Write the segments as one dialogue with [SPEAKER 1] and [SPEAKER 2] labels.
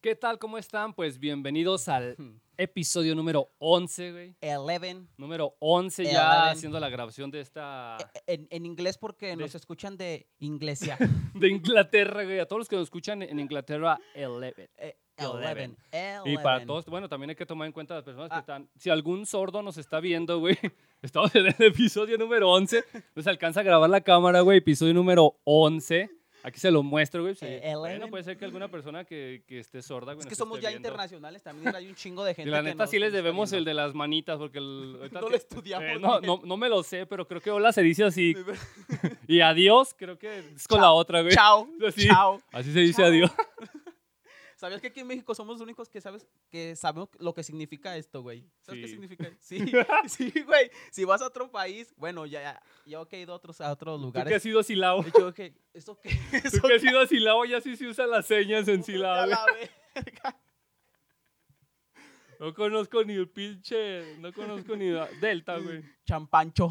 [SPEAKER 1] ¿Qué tal? ¿Cómo están? Pues bienvenidos al
[SPEAKER 2] Hmm.
[SPEAKER 1] episodio número 11, güey.
[SPEAKER 2] 11.
[SPEAKER 1] Número 11 ya
[SPEAKER 2] Eleven.
[SPEAKER 1] haciendo la grabación de esta...
[SPEAKER 2] En, en inglés porque nos escuchan de Inglesia.
[SPEAKER 1] De Inglaterra, güey. A todos los que nos escuchan en Inglaterra, 11.
[SPEAKER 2] Eh,
[SPEAKER 1] Eleven.
[SPEAKER 2] Eleven.
[SPEAKER 1] Y para
[SPEAKER 2] Eleven.
[SPEAKER 1] todos, bueno, también hay que tomar en cuenta las personas que
[SPEAKER 2] Ah.
[SPEAKER 1] están... Si algún sordo nos está viendo, güey, estamos en el episodio número 11. Nos alcanza a grabar la cámara, güey, episodio número 11. Aquí se lo muestro, güey. sí.
[SPEAKER 2] Eh,
[SPEAKER 1] Bueno,
[SPEAKER 2] Eleven.
[SPEAKER 1] puede ser que alguna persona que, que esté sorda, güey,
[SPEAKER 2] Es
[SPEAKER 1] nos
[SPEAKER 2] que somos
[SPEAKER 1] esté
[SPEAKER 2] ya
[SPEAKER 1] viendo.
[SPEAKER 2] internacionales también. Hay un chingo de
[SPEAKER 1] Y
[SPEAKER 2] gente.
[SPEAKER 1] la
[SPEAKER 2] que
[SPEAKER 1] neta
[SPEAKER 2] nos
[SPEAKER 1] sí les
[SPEAKER 2] está
[SPEAKER 1] debemos el
[SPEAKER 2] viendo.
[SPEAKER 1] de las manitas, porque el, ahorita
[SPEAKER 2] No
[SPEAKER 1] que-
[SPEAKER 2] lo estudiamos.
[SPEAKER 1] Eh, no,
[SPEAKER 2] bien.
[SPEAKER 1] no, no me lo sé, pero creo que hola se dice así. Y adiós, creo que es con la otra, güey.
[SPEAKER 2] Chao.
[SPEAKER 1] Sí.
[SPEAKER 2] Chao.
[SPEAKER 1] Así se dice
[SPEAKER 2] Chao.
[SPEAKER 1] adiós.
[SPEAKER 2] ¿Sabías que aquí en México somos los únicos que sabes que sabemos lo que significa esto, güey? ¿Sabes qué
[SPEAKER 1] Sí.
[SPEAKER 2] significa? Sí, sí, güey. Si vas a otro país, bueno, ya, ya, yo que he ido a otros, a otros
[SPEAKER 1] Tú que has
[SPEAKER 2] lugares.
[SPEAKER 1] sido silao.
[SPEAKER 2] De hecho, que ¿Esto qué?
[SPEAKER 1] Tú que has sido silao, ya sí se usan las señas en silao, güey. No conozco ni el pinche. No conozco ni la- Delta, güey.
[SPEAKER 2] Champancho.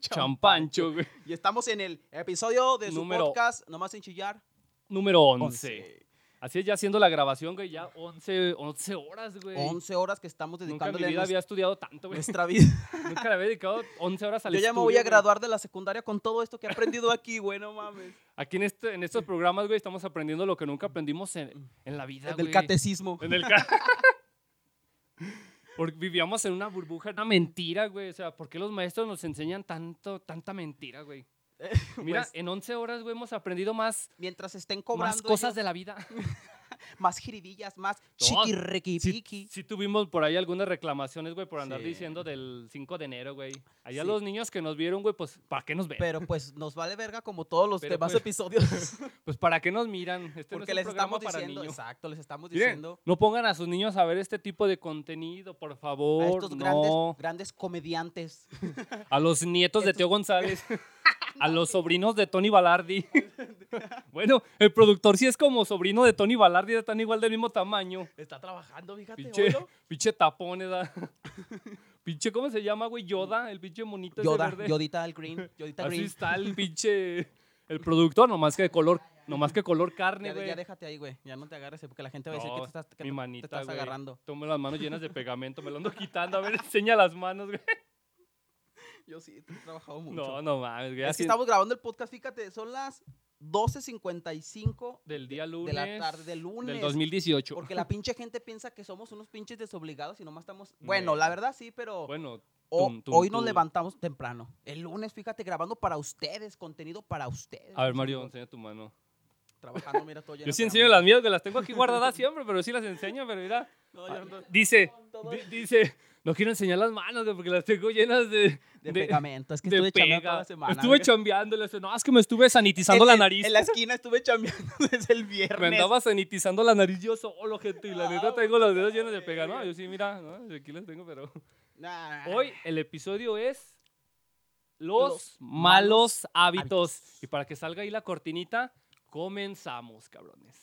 [SPEAKER 1] Champancho, güey.
[SPEAKER 2] Y estamos en el episodio de su
[SPEAKER 1] Número-
[SPEAKER 2] podcast, nomás sin chillar.
[SPEAKER 1] Número 11. Así es, ya haciendo la grabación, güey. Ya 11, 11 horas, güey.
[SPEAKER 2] 11 horas que estamos
[SPEAKER 1] Nunca en mi
[SPEAKER 2] dedicándole
[SPEAKER 1] vida
[SPEAKER 2] a
[SPEAKER 1] había estudiado tanto, güey.
[SPEAKER 2] nuestra vida.
[SPEAKER 1] Nunca le había dedicado 11 horas al
[SPEAKER 2] Yo ya me
[SPEAKER 1] estudio,
[SPEAKER 2] voy a
[SPEAKER 1] güey.
[SPEAKER 2] graduar de la secundaria con todo esto que he aprendido aquí, güey, no mames.
[SPEAKER 1] Aquí en, este, en estos programas, güey, estamos aprendiendo lo que nunca aprendimos en, en la vida,
[SPEAKER 2] Del
[SPEAKER 1] güey.
[SPEAKER 2] catecismo.
[SPEAKER 1] En el ca- Porque vivíamos en una burbuja, una mentira, güey. O sea, ¿por qué los maestros nos enseñan tanto, tanta mentira, güey? Mira,
[SPEAKER 2] Pues,
[SPEAKER 1] en 11 horas, güey, hemos aprendido más,
[SPEAKER 2] mientras estén cobrando
[SPEAKER 1] más cosas de la vida.
[SPEAKER 2] ellos, más jiribillas, más chiquirrequipiqui.
[SPEAKER 1] Sí tuvimos por ahí algunas reclamaciones, güey, por andar
[SPEAKER 2] Sí.
[SPEAKER 1] diciendo del 5 de enero, güey. Allá
[SPEAKER 2] Sí.
[SPEAKER 1] los niños que nos vieron, güey, pues, ¿para qué nos ven?
[SPEAKER 2] Pero pues nos vale verga como todos los
[SPEAKER 1] Pero,
[SPEAKER 2] demás
[SPEAKER 1] pues,
[SPEAKER 2] episodios.
[SPEAKER 1] pues, ¿para qué nos miran? Este no es
[SPEAKER 2] porque
[SPEAKER 1] un
[SPEAKER 2] les
[SPEAKER 1] programa
[SPEAKER 2] estamos
[SPEAKER 1] para
[SPEAKER 2] diciendo,
[SPEAKER 1] niños.
[SPEAKER 2] exacto, les estamos
[SPEAKER 1] Miren,
[SPEAKER 2] diciendo
[SPEAKER 1] no pongan a sus niños a ver este tipo de contenido, por favor.
[SPEAKER 2] a estos grandes,
[SPEAKER 1] no.
[SPEAKER 2] grandes comediantes.
[SPEAKER 1] A los nietos de
[SPEAKER 2] Estos-
[SPEAKER 1] Teo González. a los sobrinos de Tony Balardi. bueno, el productor sí es como sobrino de Tony Balardi, están igual del mismo tamaño.
[SPEAKER 2] Está trabajando, fíjate,
[SPEAKER 1] Pinche,
[SPEAKER 2] oílo.
[SPEAKER 1] pinche tapones. ah. pinche, ¿cómo se llama, güey? Yoda, el pinche monito ese
[SPEAKER 2] Yoda,
[SPEAKER 1] verde.
[SPEAKER 2] Yodita el Green, Yodita
[SPEAKER 1] Así
[SPEAKER 2] Green.
[SPEAKER 1] está el pinche. El productor, nomás que de color, nomás que color carne,
[SPEAKER 2] Ya, de-
[SPEAKER 1] güey.
[SPEAKER 2] ya déjate ahí, güey. Ya no te agarres, porque la gente va a decir
[SPEAKER 1] No,
[SPEAKER 2] que te estás, que
[SPEAKER 1] mi
[SPEAKER 2] te-
[SPEAKER 1] manita,
[SPEAKER 2] te estás
[SPEAKER 1] güey.
[SPEAKER 2] agarrando.
[SPEAKER 1] Tomo las manos llenas de pegamento, me lo ando quitando. A ver, enseña las manos, güey.
[SPEAKER 2] Yo sí, he trabajado mucho.
[SPEAKER 1] No, no mames, güey.
[SPEAKER 2] es
[SPEAKER 1] así
[SPEAKER 2] que estamos grabando el podcast, fíjate, son las 12.55
[SPEAKER 1] Del día
[SPEAKER 2] de
[SPEAKER 1] lunes.
[SPEAKER 2] la tarde del lunes.
[SPEAKER 1] Del 2018.
[SPEAKER 2] Porque la pinche gente piensa que somos unos pinches desobligados y nomás estamos... Bueno, la verdad sí, pero
[SPEAKER 1] Bueno,
[SPEAKER 2] ho-
[SPEAKER 1] tum, tum,
[SPEAKER 2] hoy nos
[SPEAKER 1] tum.
[SPEAKER 2] levantamos temprano. El lunes, fíjate, grabando para ustedes, contenido para ustedes.
[SPEAKER 1] a ver,
[SPEAKER 2] mis
[SPEAKER 1] Mario,
[SPEAKER 2] amigos.
[SPEAKER 1] enseña tu mano.
[SPEAKER 2] Trabajando, mira, todo
[SPEAKER 1] Yo sí enseño las mías, que las tengo aquí guardadas siempre, pero sí las enseño, pero mira. Dice, di- dice, no quiero enseñar las manos, güey, porque las tengo llenas de,
[SPEAKER 2] De,
[SPEAKER 1] de-
[SPEAKER 2] pegamento, es que
[SPEAKER 1] de
[SPEAKER 2] estuve chambeando toda
[SPEAKER 1] pega.
[SPEAKER 2] la semana.
[SPEAKER 1] estuve
[SPEAKER 2] güey.
[SPEAKER 1] chambeando, le dije, no, es que me estuve sanitizando
[SPEAKER 2] En-
[SPEAKER 1] la
[SPEAKER 2] en-
[SPEAKER 1] nariz.
[SPEAKER 2] En la esquina estuve chambeando desde el viernes.
[SPEAKER 1] me andaba sanitizando la nariz yo solo, gente, y la neta
[SPEAKER 2] Ah,
[SPEAKER 1] tengo los dedos
[SPEAKER 2] bueno,
[SPEAKER 1] llenos de pega, ¿no?
[SPEAKER 2] güey.
[SPEAKER 1] Yo sí, mira, ¿no? aquí las tengo, pero...
[SPEAKER 2] Nah.
[SPEAKER 1] Hoy eh, el episodio es los,
[SPEAKER 2] Los
[SPEAKER 1] malos
[SPEAKER 2] malos
[SPEAKER 1] hábitos.
[SPEAKER 2] hábitos.
[SPEAKER 1] Y para que salga ahí la cortinita, comenzamos, cabrones.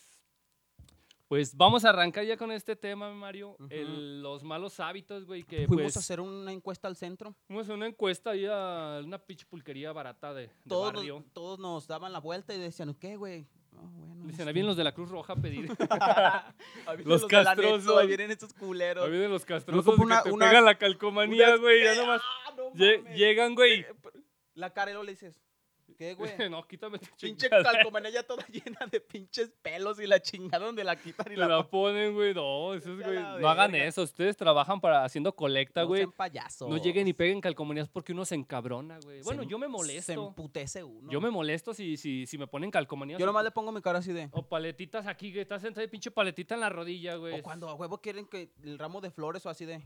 [SPEAKER 1] Pues vamos a arrancar ya con este tema, Mario.
[SPEAKER 2] Ujú.
[SPEAKER 1] el- los malos hábitos, güey, que
[SPEAKER 2] Fuimos
[SPEAKER 1] pues,
[SPEAKER 2] a hacer una encuesta al centro.
[SPEAKER 1] fuimos a una encuesta ahí a una pinche pulquería barata de, de
[SPEAKER 2] Todos
[SPEAKER 1] barrio.
[SPEAKER 2] nos, todos nos daban la vuelta y decían, ¿qué, güey? No, bueno,
[SPEAKER 1] Dicen,
[SPEAKER 2] este-
[SPEAKER 1] ahí vienen los de la Cruz Roja a pedir.
[SPEAKER 2] Ahí vienen
[SPEAKER 1] los
[SPEAKER 2] de la Neto,
[SPEAKER 1] castrosos.
[SPEAKER 2] Ahí vienen estos culeros.
[SPEAKER 1] Ahí vienen los castrosos
[SPEAKER 2] ocupa una-
[SPEAKER 1] que te
[SPEAKER 2] una-
[SPEAKER 1] pegan la calcomanía,
[SPEAKER 2] Unas-
[SPEAKER 1] güey. Ya
[SPEAKER 2] Eh,
[SPEAKER 1] nomás
[SPEAKER 2] ah, no
[SPEAKER 1] lle-
[SPEAKER 2] mames.
[SPEAKER 1] llegan, güey.
[SPEAKER 2] Eh, pr- La cara y luego le dices, ¿qué, güey?
[SPEAKER 1] no, quítame este tu
[SPEAKER 2] Pinche
[SPEAKER 1] chingada.
[SPEAKER 2] calcomanía ya toda llena de pinches pelos y la chingada donde la quitan y
[SPEAKER 1] Te
[SPEAKER 2] la,
[SPEAKER 1] la ponen, güey. No, eso es,
[SPEAKER 2] Vete a
[SPEAKER 1] güey.
[SPEAKER 2] la
[SPEAKER 1] No hagan
[SPEAKER 2] verga.
[SPEAKER 1] eso. Ustedes trabajan para haciendo colecta,
[SPEAKER 2] No
[SPEAKER 1] güey.
[SPEAKER 2] sean payasos.
[SPEAKER 1] No lleguen y peguen calcomanías porque uno se encabrona, güey.
[SPEAKER 2] Se
[SPEAKER 1] Bueno,
[SPEAKER 2] em-
[SPEAKER 1] yo me
[SPEAKER 2] Se
[SPEAKER 1] molesto.
[SPEAKER 2] emputece uno.
[SPEAKER 1] Yo me molesto si, si, si me ponen calcomanías.
[SPEAKER 2] Yo
[SPEAKER 1] o-
[SPEAKER 2] nomás le pongo mi cara así de...
[SPEAKER 1] O paletitas aquí, que estás sentado y pinche paletita en la rodilla, güey.
[SPEAKER 2] O cuando a huevo quieren que el ramo de flores o así de.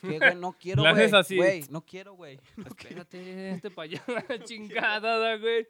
[SPEAKER 2] "¿Qué, güey? no quiero,
[SPEAKER 1] Le
[SPEAKER 2] güey.
[SPEAKER 1] haces así.
[SPEAKER 2] Güey, no quiero, güey.
[SPEAKER 1] Pues, Espérate, este payaso, chingada, da, güey.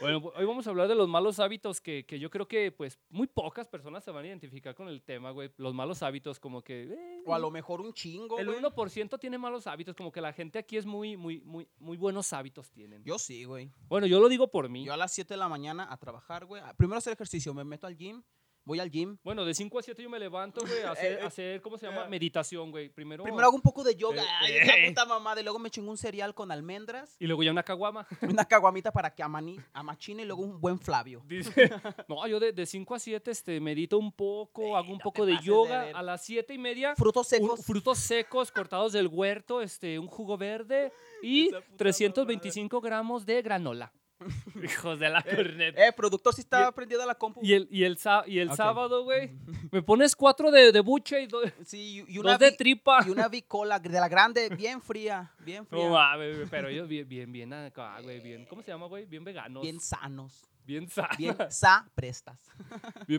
[SPEAKER 1] Bueno, pues, hoy vamos a hablar de los malos hábitos que, que yo creo que, pues, muy pocas personas se van a identificar con el tema, güey. Los malos hábitos, como que. eh,
[SPEAKER 2] O a lo mejor un chingo,
[SPEAKER 1] El
[SPEAKER 2] güey.
[SPEAKER 1] 1% tiene malos hábitos, como que la gente aquí es muy, muy, muy, muy buenos hábitos tienen.
[SPEAKER 2] Yo sí, güey.
[SPEAKER 1] bueno, yo lo digo por mí.
[SPEAKER 2] Ah, Yo a las 7 de la mañana a trabajar, güey. A- Primero hacer ejercicio, me meto al gym. voy al gym.
[SPEAKER 1] Bueno, de 5 a 7 yo me levanto, güey, a
[SPEAKER 2] Eh,
[SPEAKER 1] hacer,
[SPEAKER 2] eh,
[SPEAKER 1] hacer, ¿cómo se llama?
[SPEAKER 2] eh.
[SPEAKER 1] Meditación, güey. Primero,
[SPEAKER 2] Primero hago un poco de yoga,
[SPEAKER 1] Eh,
[SPEAKER 2] ay, esa
[SPEAKER 1] eh.
[SPEAKER 2] puta mamada, y luego me chingo un cereal con almendras,
[SPEAKER 1] Y luego ya una caguama.
[SPEAKER 2] una caguamita para que amani, amachine y luego un buen Flavio.
[SPEAKER 1] Dice, no, yo de 5 a 7 este, medito un poco, hago un
[SPEAKER 2] no
[SPEAKER 1] poco
[SPEAKER 2] te
[SPEAKER 1] de
[SPEAKER 2] pases de
[SPEAKER 1] yoga.
[SPEAKER 2] ver.
[SPEAKER 1] a las 7 y media,
[SPEAKER 2] Frutos
[SPEAKER 1] un-
[SPEAKER 2] secos.
[SPEAKER 1] frutos secos cortados del huerto, este, un jugo verde y
[SPEAKER 2] Esa puta
[SPEAKER 1] 325 gramos de granola. Hijos de la corneta.
[SPEAKER 2] eh, productor, si
[SPEAKER 1] Y
[SPEAKER 2] está
[SPEAKER 1] el-
[SPEAKER 2] prendida la compu.
[SPEAKER 1] Y el, y el, sa- y el
[SPEAKER 2] Ok.
[SPEAKER 1] sábado, güey, me pones cuatro de, de buche y do-
[SPEAKER 2] Sí, y- y una,
[SPEAKER 1] dos de
[SPEAKER 2] vi-
[SPEAKER 1] tripa.
[SPEAKER 2] y una bicola de la grande, bien fría, bien fría.
[SPEAKER 1] No mames, güey, pero ellos bien, bien, bien acá, güey, bien, ¿cómo se llama, güey? Bien veganos.
[SPEAKER 2] bien sanos,
[SPEAKER 1] Bien sanos. Bien,
[SPEAKER 2] bien sa prestas.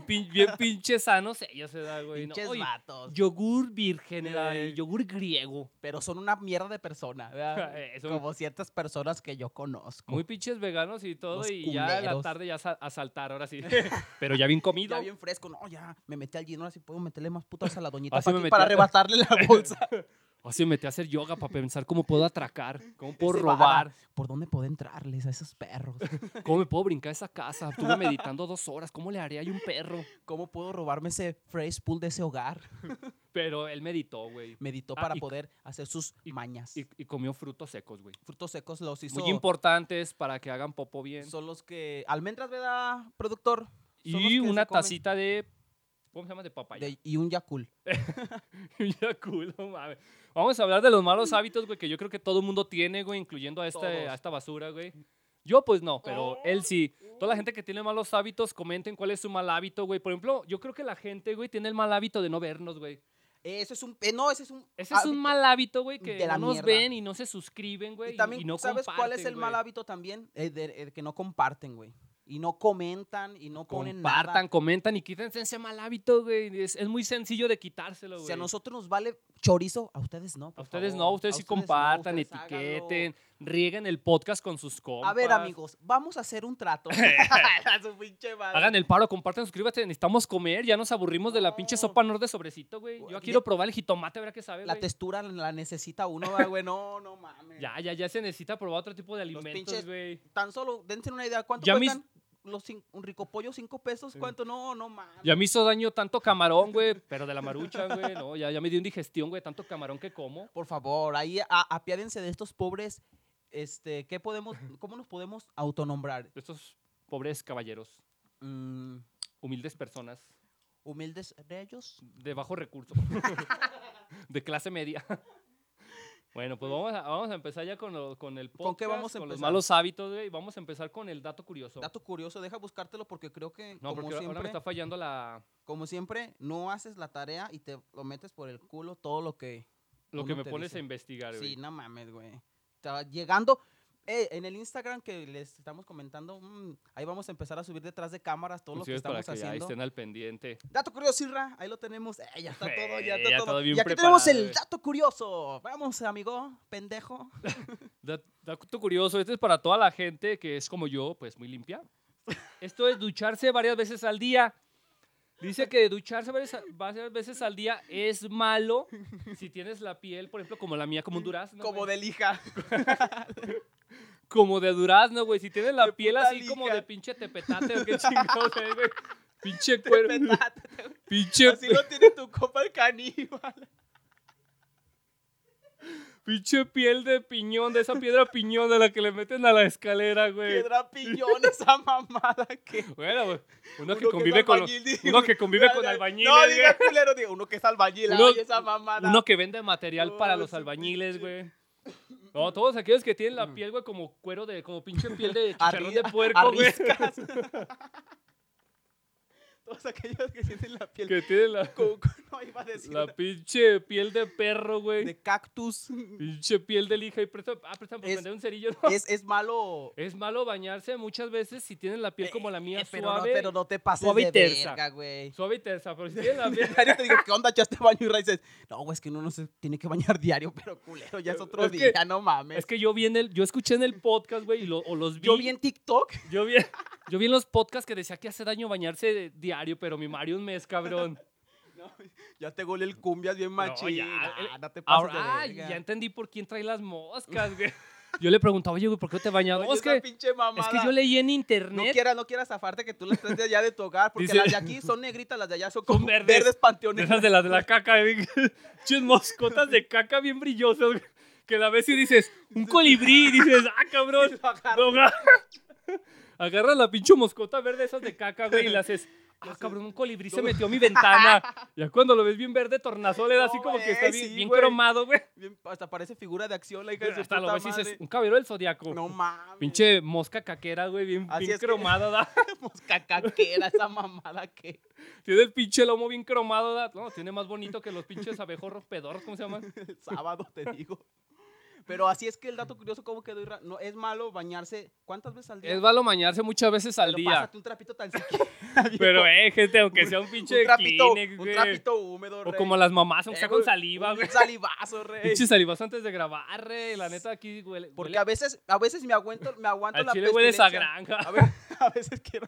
[SPEAKER 1] pin- bien pinches sanos ellos, ¿verdad, güey? No,
[SPEAKER 2] Pinches
[SPEAKER 1] oye,
[SPEAKER 2] vatos.
[SPEAKER 1] yogur virgen era, y
[SPEAKER 2] Eh.
[SPEAKER 1] yogur griego.
[SPEAKER 2] Pero son una mierda de persona, ¿verdad?
[SPEAKER 1] Eh, son
[SPEAKER 2] Como ciertas personas que yo conozco.
[SPEAKER 1] Muy pinches veganos y todo,
[SPEAKER 2] Los
[SPEAKER 1] y ya a la
[SPEAKER 2] culeros.
[SPEAKER 1] tarde ya sa- a saltar, ahora sí. pero ya bien comido.
[SPEAKER 2] Ya bien fresco, no, ya me metí al gym, ahora sí puedo meterle más putas a la doñita
[SPEAKER 1] Así me
[SPEAKER 2] Paqui
[SPEAKER 1] metí
[SPEAKER 2] para
[SPEAKER 1] a-
[SPEAKER 2] arrebatarle la bolsa.
[SPEAKER 1] Así me metí a hacer yoga para pensar cómo puedo atracar, cómo puedo
[SPEAKER 2] Ese
[SPEAKER 1] robar,
[SPEAKER 2] ¿Por dónde puedo entrarles a esos perros?
[SPEAKER 1] cómo me puedo brincar esa casa. Estuve meditando dos horas, cómo le haré a un perro.
[SPEAKER 2] ¿Cómo puedo robarme ese phrase pool de ese hogar?
[SPEAKER 1] Pero él meditó, güey.
[SPEAKER 2] Meditó
[SPEAKER 1] Ah,
[SPEAKER 2] para
[SPEAKER 1] y-
[SPEAKER 2] poder hacer sus mañas.
[SPEAKER 1] Y, y comió frutos secos, güey.
[SPEAKER 2] Frutos secos los hizo.
[SPEAKER 1] Muy importantes para que hagan popo bien.
[SPEAKER 2] Son los que. Almendras, ¿verdad, productor? Son los
[SPEAKER 1] Y
[SPEAKER 2] que se
[SPEAKER 1] una
[SPEAKER 2] comen
[SPEAKER 1] tacita de. ¿Cómo se llama? De papaya.
[SPEAKER 2] de- y un Yakul.
[SPEAKER 1] Ya cool, no mames. Vamos a hablar de los malos hábitos, güey, que yo creo que todo el mundo tiene, güey, incluyendo a, este- a
[SPEAKER 2] Todos.
[SPEAKER 1] esta basura, güey. Yo, pues no, pero él sí. Toda la gente que tiene malos hábitos, comenten cuál es su mal hábito, güey. Por ejemplo, yo creo que la gente, güey, tiene el mal hábito de no vernos, güey.
[SPEAKER 2] Eh, Ese es un. eh, no, ese es un.
[SPEAKER 1] Ese es un mal hábito, güey, que
[SPEAKER 2] de
[SPEAKER 1] no
[SPEAKER 2] la
[SPEAKER 1] nos
[SPEAKER 2] mierda.
[SPEAKER 1] ven y no se suscriben,
[SPEAKER 2] hábito.
[SPEAKER 1] güey.
[SPEAKER 2] Y
[SPEAKER 1] Y,
[SPEAKER 2] también,
[SPEAKER 1] y no
[SPEAKER 2] ¿sabes cuál es
[SPEAKER 1] comparten,
[SPEAKER 2] el mal
[SPEAKER 1] güey.
[SPEAKER 2] hábito también? El, de- el que no comparten, güey. Y no comentan y no ponen
[SPEAKER 1] Compartan,
[SPEAKER 2] nada.
[SPEAKER 1] comentan y quítense ese mal hábito, güey. Es, es muy sencillo de quitárselo, güey.
[SPEAKER 2] Si a nosotros nos vale chorizo, a ustedes no.
[SPEAKER 1] A
[SPEAKER 2] por
[SPEAKER 1] ustedes no,
[SPEAKER 2] favor.
[SPEAKER 1] ustedes
[SPEAKER 2] A
[SPEAKER 1] sí
[SPEAKER 2] no,
[SPEAKER 1] compartan,
[SPEAKER 2] ustedes háganlo.
[SPEAKER 1] etiqueten, rieguen el podcast con sus compas.
[SPEAKER 2] A ver, amigos, vamos a hacer un trato. A su pinche madre.
[SPEAKER 1] Hagan el paro, compartan, suscríbete, necesitamos comer, ya nos aburrimos de la pinche
[SPEAKER 2] No.
[SPEAKER 1] sopa nor de sobrecito, güey. Yo
[SPEAKER 2] Güey,
[SPEAKER 1] quiero
[SPEAKER 2] ya-
[SPEAKER 1] probar el jitomate, a ver qué sabe,
[SPEAKER 2] La
[SPEAKER 1] güey.
[SPEAKER 2] textura la necesita uno, ah, güey. No, no mames.
[SPEAKER 1] Ya, ya, ya se necesita probar otro tipo de alimentos,
[SPEAKER 2] pinches-
[SPEAKER 1] güey.
[SPEAKER 2] Tan solo, dense una idea, ¿cuánto
[SPEAKER 1] Ya mis-
[SPEAKER 2] cuestan los cin- un rico pollo? ¿Cinco pesos? ¿Cuánto? No, no mames.
[SPEAKER 1] Ya me hizo daño tanto camarón, güey, pero de la marucha, güey, no, ya, ya me dio indigestión, güey, tanto camarón que como.
[SPEAKER 2] Por favor, ahí a- apiádense de estos pobres. Este, ¿qué podemos, cómo nos podemos autonombrar?
[SPEAKER 1] Estos pobres caballeros,
[SPEAKER 2] Mm,
[SPEAKER 1] humildes personas,
[SPEAKER 2] humildes reyes.
[SPEAKER 1] de bajo recurso, de clase media. Bueno, pues vamos a, vamos a empezar ya con, lo- con el podcast,
[SPEAKER 2] ¿Con qué vamos a
[SPEAKER 1] con los
[SPEAKER 2] empezar?
[SPEAKER 1] malos hábitos, güey, y vamos a empezar con el dato curioso.
[SPEAKER 2] Dato curioso, deja buscártelo porque creo que,
[SPEAKER 1] no,
[SPEAKER 2] como,
[SPEAKER 1] porque ahora- ahora me
[SPEAKER 2] siempre,
[SPEAKER 1] está fallando la...
[SPEAKER 2] como siempre, no haces la tarea y te lo metes por el culo todo lo que
[SPEAKER 1] Lo
[SPEAKER 2] Uno
[SPEAKER 1] que me
[SPEAKER 2] te
[SPEAKER 1] pones
[SPEAKER 2] dice.
[SPEAKER 1] a investigar, güey.
[SPEAKER 2] Sí, no mames, güey. Está llegando. Eh, en el Instagram que les estamos comentando, mm, ahí vamos a empezar a subir detrás de cámaras todo lo que
[SPEAKER 1] Inclusive Pues para
[SPEAKER 2] estamos
[SPEAKER 1] que ya
[SPEAKER 2] haciendo.
[SPEAKER 1] estén al pendiente.
[SPEAKER 2] Dato curioso, Irra, ahí lo tenemos. Eh, ya está todo, ya
[SPEAKER 1] Eh,
[SPEAKER 2] está
[SPEAKER 1] ya
[SPEAKER 2] todo.
[SPEAKER 1] todo bien
[SPEAKER 2] y aquí tenemos
[SPEAKER 1] preparado,
[SPEAKER 2] el
[SPEAKER 1] eh.
[SPEAKER 2] dato curioso. Vamos, amigo, pendejo.
[SPEAKER 1] Da- Dato curioso, este es para toda la gente que es como yo, pues muy limpia. Esto es ducharse varias veces al día. Dice que ducharse varias, varias veces al día es malo si tienes la piel, por ejemplo, como la mía, como un durazno.
[SPEAKER 2] Como
[SPEAKER 1] güey.
[SPEAKER 2] de lija.
[SPEAKER 1] como de durazno, güey. Si tienes la
[SPEAKER 2] De
[SPEAKER 1] piel
[SPEAKER 2] puta
[SPEAKER 1] así como
[SPEAKER 2] lija.
[SPEAKER 1] de pinche tepetate o qué chingados, es, güey. Pinche cuero.
[SPEAKER 2] Petate.
[SPEAKER 1] Pinche,
[SPEAKER 2] Así lo tiene tu copa el caníbal.
[SPEAKER 1] pinche piel de piñón, de esa piedra piñón de la que le meten a la escalera, güey.
[SPEAKER 2] Piedra piñón, esa mamada que.
[SPEAKER 1] Bueno, güey, uno,
[SPEAKER 2] uno
[SPEAKER 1] que convive
[SPEAKER 2] es
[SPEAKER 1] con
[SPEAKER 2] albañil, digo,
[SPEAKER 1] uno que convive con
[SPEAKER 2] dale,
[SPEAKER 1] albañiles,
[SPEAKER 2] No,
[SPEAKER 1] güey.
[SPEAKER 2] diga culero, digo, uno que es albañil,
[SPEAKER 1] Uno-
[SPEAKER 2] ay, esa mamada.
[SPEAKER 1] uno que vende material para
[SPEAKER 2] Oh,
[SPEAKER 1] los
[SPEAKER 2] su
[SPEAKER 1] albañiles, güey. No, todos aquellos que tienen la piel, güey, como cuero de, como pinche piel de chicharrón de
[SPEAKER 2] Arri-
[SPEAKER 1] puerco, güey.
[SPEAKER 2] arriscas. Todos aquellos que tienen la piel.
[SPEAKER 1] Que tienen la,
[SPEAKER 2] co- co- no iba a decir.
[SPEAKER 1] la pinche piel de perro, güey.
[SPEAKER 2] de cactus.
[SPEAKER 1] Pinche piel de lija y presta, ah, presta por
[SPEAKER 2] Es-
[SPEAKER 1] vender un cerillo. ¿no? Es,
[SPEAKER 2] Es, es malo.
[SPEAKER 1] malo bañarse muchas veces si tienes la piel como la mía,
[SPEAKER 2] Eh, pero,
[SPEAKER 1] suave,
[SPEAKER 2] no, pero no te pases
[SPEAKER 1] suave y
[SPEAKER 2] de
[SPEAKER 1] tersa.
[SPEAKER 2] verga, güey.
[SPEAKER 1] suave y tersa, pero si tienes la piel...
[SPEAKER 2] Diario te digo, ¿qué onda? Ya te baño y dices, no, güey, es que uno no se tiene que bañar diario, pero culero, ya es otro
[SPEAKER 1] Es que-
[SPEAKER 2] día, no mames.
[SPEAKER 1] Es que yo vi en el, yo escuché en el podcast, güey, y lo- o los vi.
[SPEAKER 2] Yo vi en TikTok
[SPEAKER 1] Yo vi, yo vi en los podcasts que decía que hace daño bañarse de- diario, pero mi Mario un mes, cabrón.
[SPEAKER 2] Ya te golé el cumbias bien machín.
[SPEAKER 1] ya,
[SPEAKER 2] ah,
[SPEAKER 1] el-
[SPEAKER 2] no te pases
[SPEAKER 1] Ahora,
[SPEAKER 2] de
[SPEAKER 1] ay,
[SPEAKER 2] verga.
[SPEAKER 1] ya entendí por quién trae las moscas, güey. Yo le preguntaba, oye, güey, ¿por qué no te bañas?
[SPEAKER 2] Oye,
[SPEAKER 1] No, es,
[SPEAKER 2] esa
[SPEAKER 1] que,
[SPEAKER 2] pinche
[SPEAKER 1] es
[SPEAKER 2] mamada.
[SPEAKER 1] que yo leí en
[SPEAKER 2] No
[SPEAKER 1] internet.
[SPEAKER 2] quieras, no quieras zafarte que tú las traes de allá de tu hogar, porque
[SPEAKER 1] Dice-
[SPEAKER 2] las de aquí son negritas, las de allá son como verdes,
[SPEAKER 1] verdes. de
[SPEAKER 2] panteones.
[SPEAKER 1] esas de las de la caca, bien- chis moscotas de caca bien brillosas, güey, que la ves y dices, un colibrí, y dices, ah, cabrón, no, ga- agarras la pinche moscota verde esas de caca, güey, y le haces, ah, cabrón, un colibrí se metió a mi ventana. Ya cuando lo ves bien verde, tornasol, era así
[SPEAKER 2] No,
[SPEAKER 1] como que
[SPEAKER 2] güey,
[SPEAKER 1] está bien,
[SPEAKER 2] sí,
[SPEAKER 1] bien
[SPEAKER 2] güey.
[SPEAKER 1] cromado, güey.
[SPEAKER 2] Bien, hasta parece figura de acción la hija de su
[SPEAKER 1] Hasta lo
[SPEAKER 2] puta
[SPEAKER 1] ves y dices,
[SPEAKER 2] madre.
[SPEAKER 1] un caballero del zodiaco.
[SPEAKER 2] No mames.
[SPEAKER 1] Pinche mosca caquera, güey, bien,
[SPEAKER 2] Así
[SPEAKER 1] bien
[SPEAKER 2] es que-
[SPEAKER 1] cromada, da.
[SPEAKER 2] mosca caquera, Pues esa mamada que.
[SPEAKER 1] Tiene el pinche lomo bien cromado, da. No, tiene más bonito que los pinches abejorros pedorros, ¿cómo se llaman?
[SPEAKER 2] El sábado te digo. Pero así es que el dato curioso, ¿cómo quedó? Irra? No, es malo bañarse. ¿Cuántas veces al día?
[SPEAKER 1] Es malo mañarse muchas veces al
[SPEAKER 2] Pero
[SPEAKER 1] día.
[SPEAKER 2] Pásate un trapito tan siquiera. viejo.
[SPEAKER 1] Pero, eh, gente, aunque sea un pinche
[SPEAKER 2] un trapito,
[SPEAKER 1] Kleenex,
[SPEAKER 2] un
[SPEAKER 1] güey.
[SPEAKER 2] trapito húmedo,
[SPEAKER 1] O
[SPEAKER 2] rey.
[SPEAKER 1] como las mamás,
[SPEAKER 2] Eh,
[SPEAKER 1] aunque sea
[SPEAKER 2] güey,
[SPEAKER 1] con saliva,
[SPEAKER 2] un
[SPEAKER 1] güey.
[SPEAKER 2] Salivazo, rey.
[SPEAKER 1] Pinche salivas antes de grabar, güey. La neta, aquí huele.
[SPEAKER 2] Porque
[SPEAKER 1] huele-
[SPEAKER 2] a veces, a veces me aguanto, me aguanto
[SPEAKER 1] al
[SPEAKER 2] la
[SPEAKER 1] chile hueles a
[SPEAKER 2] pestilencia.
[SPEAKER 1] granja.
[SPEAKER 2] A, ver, a veces quiero,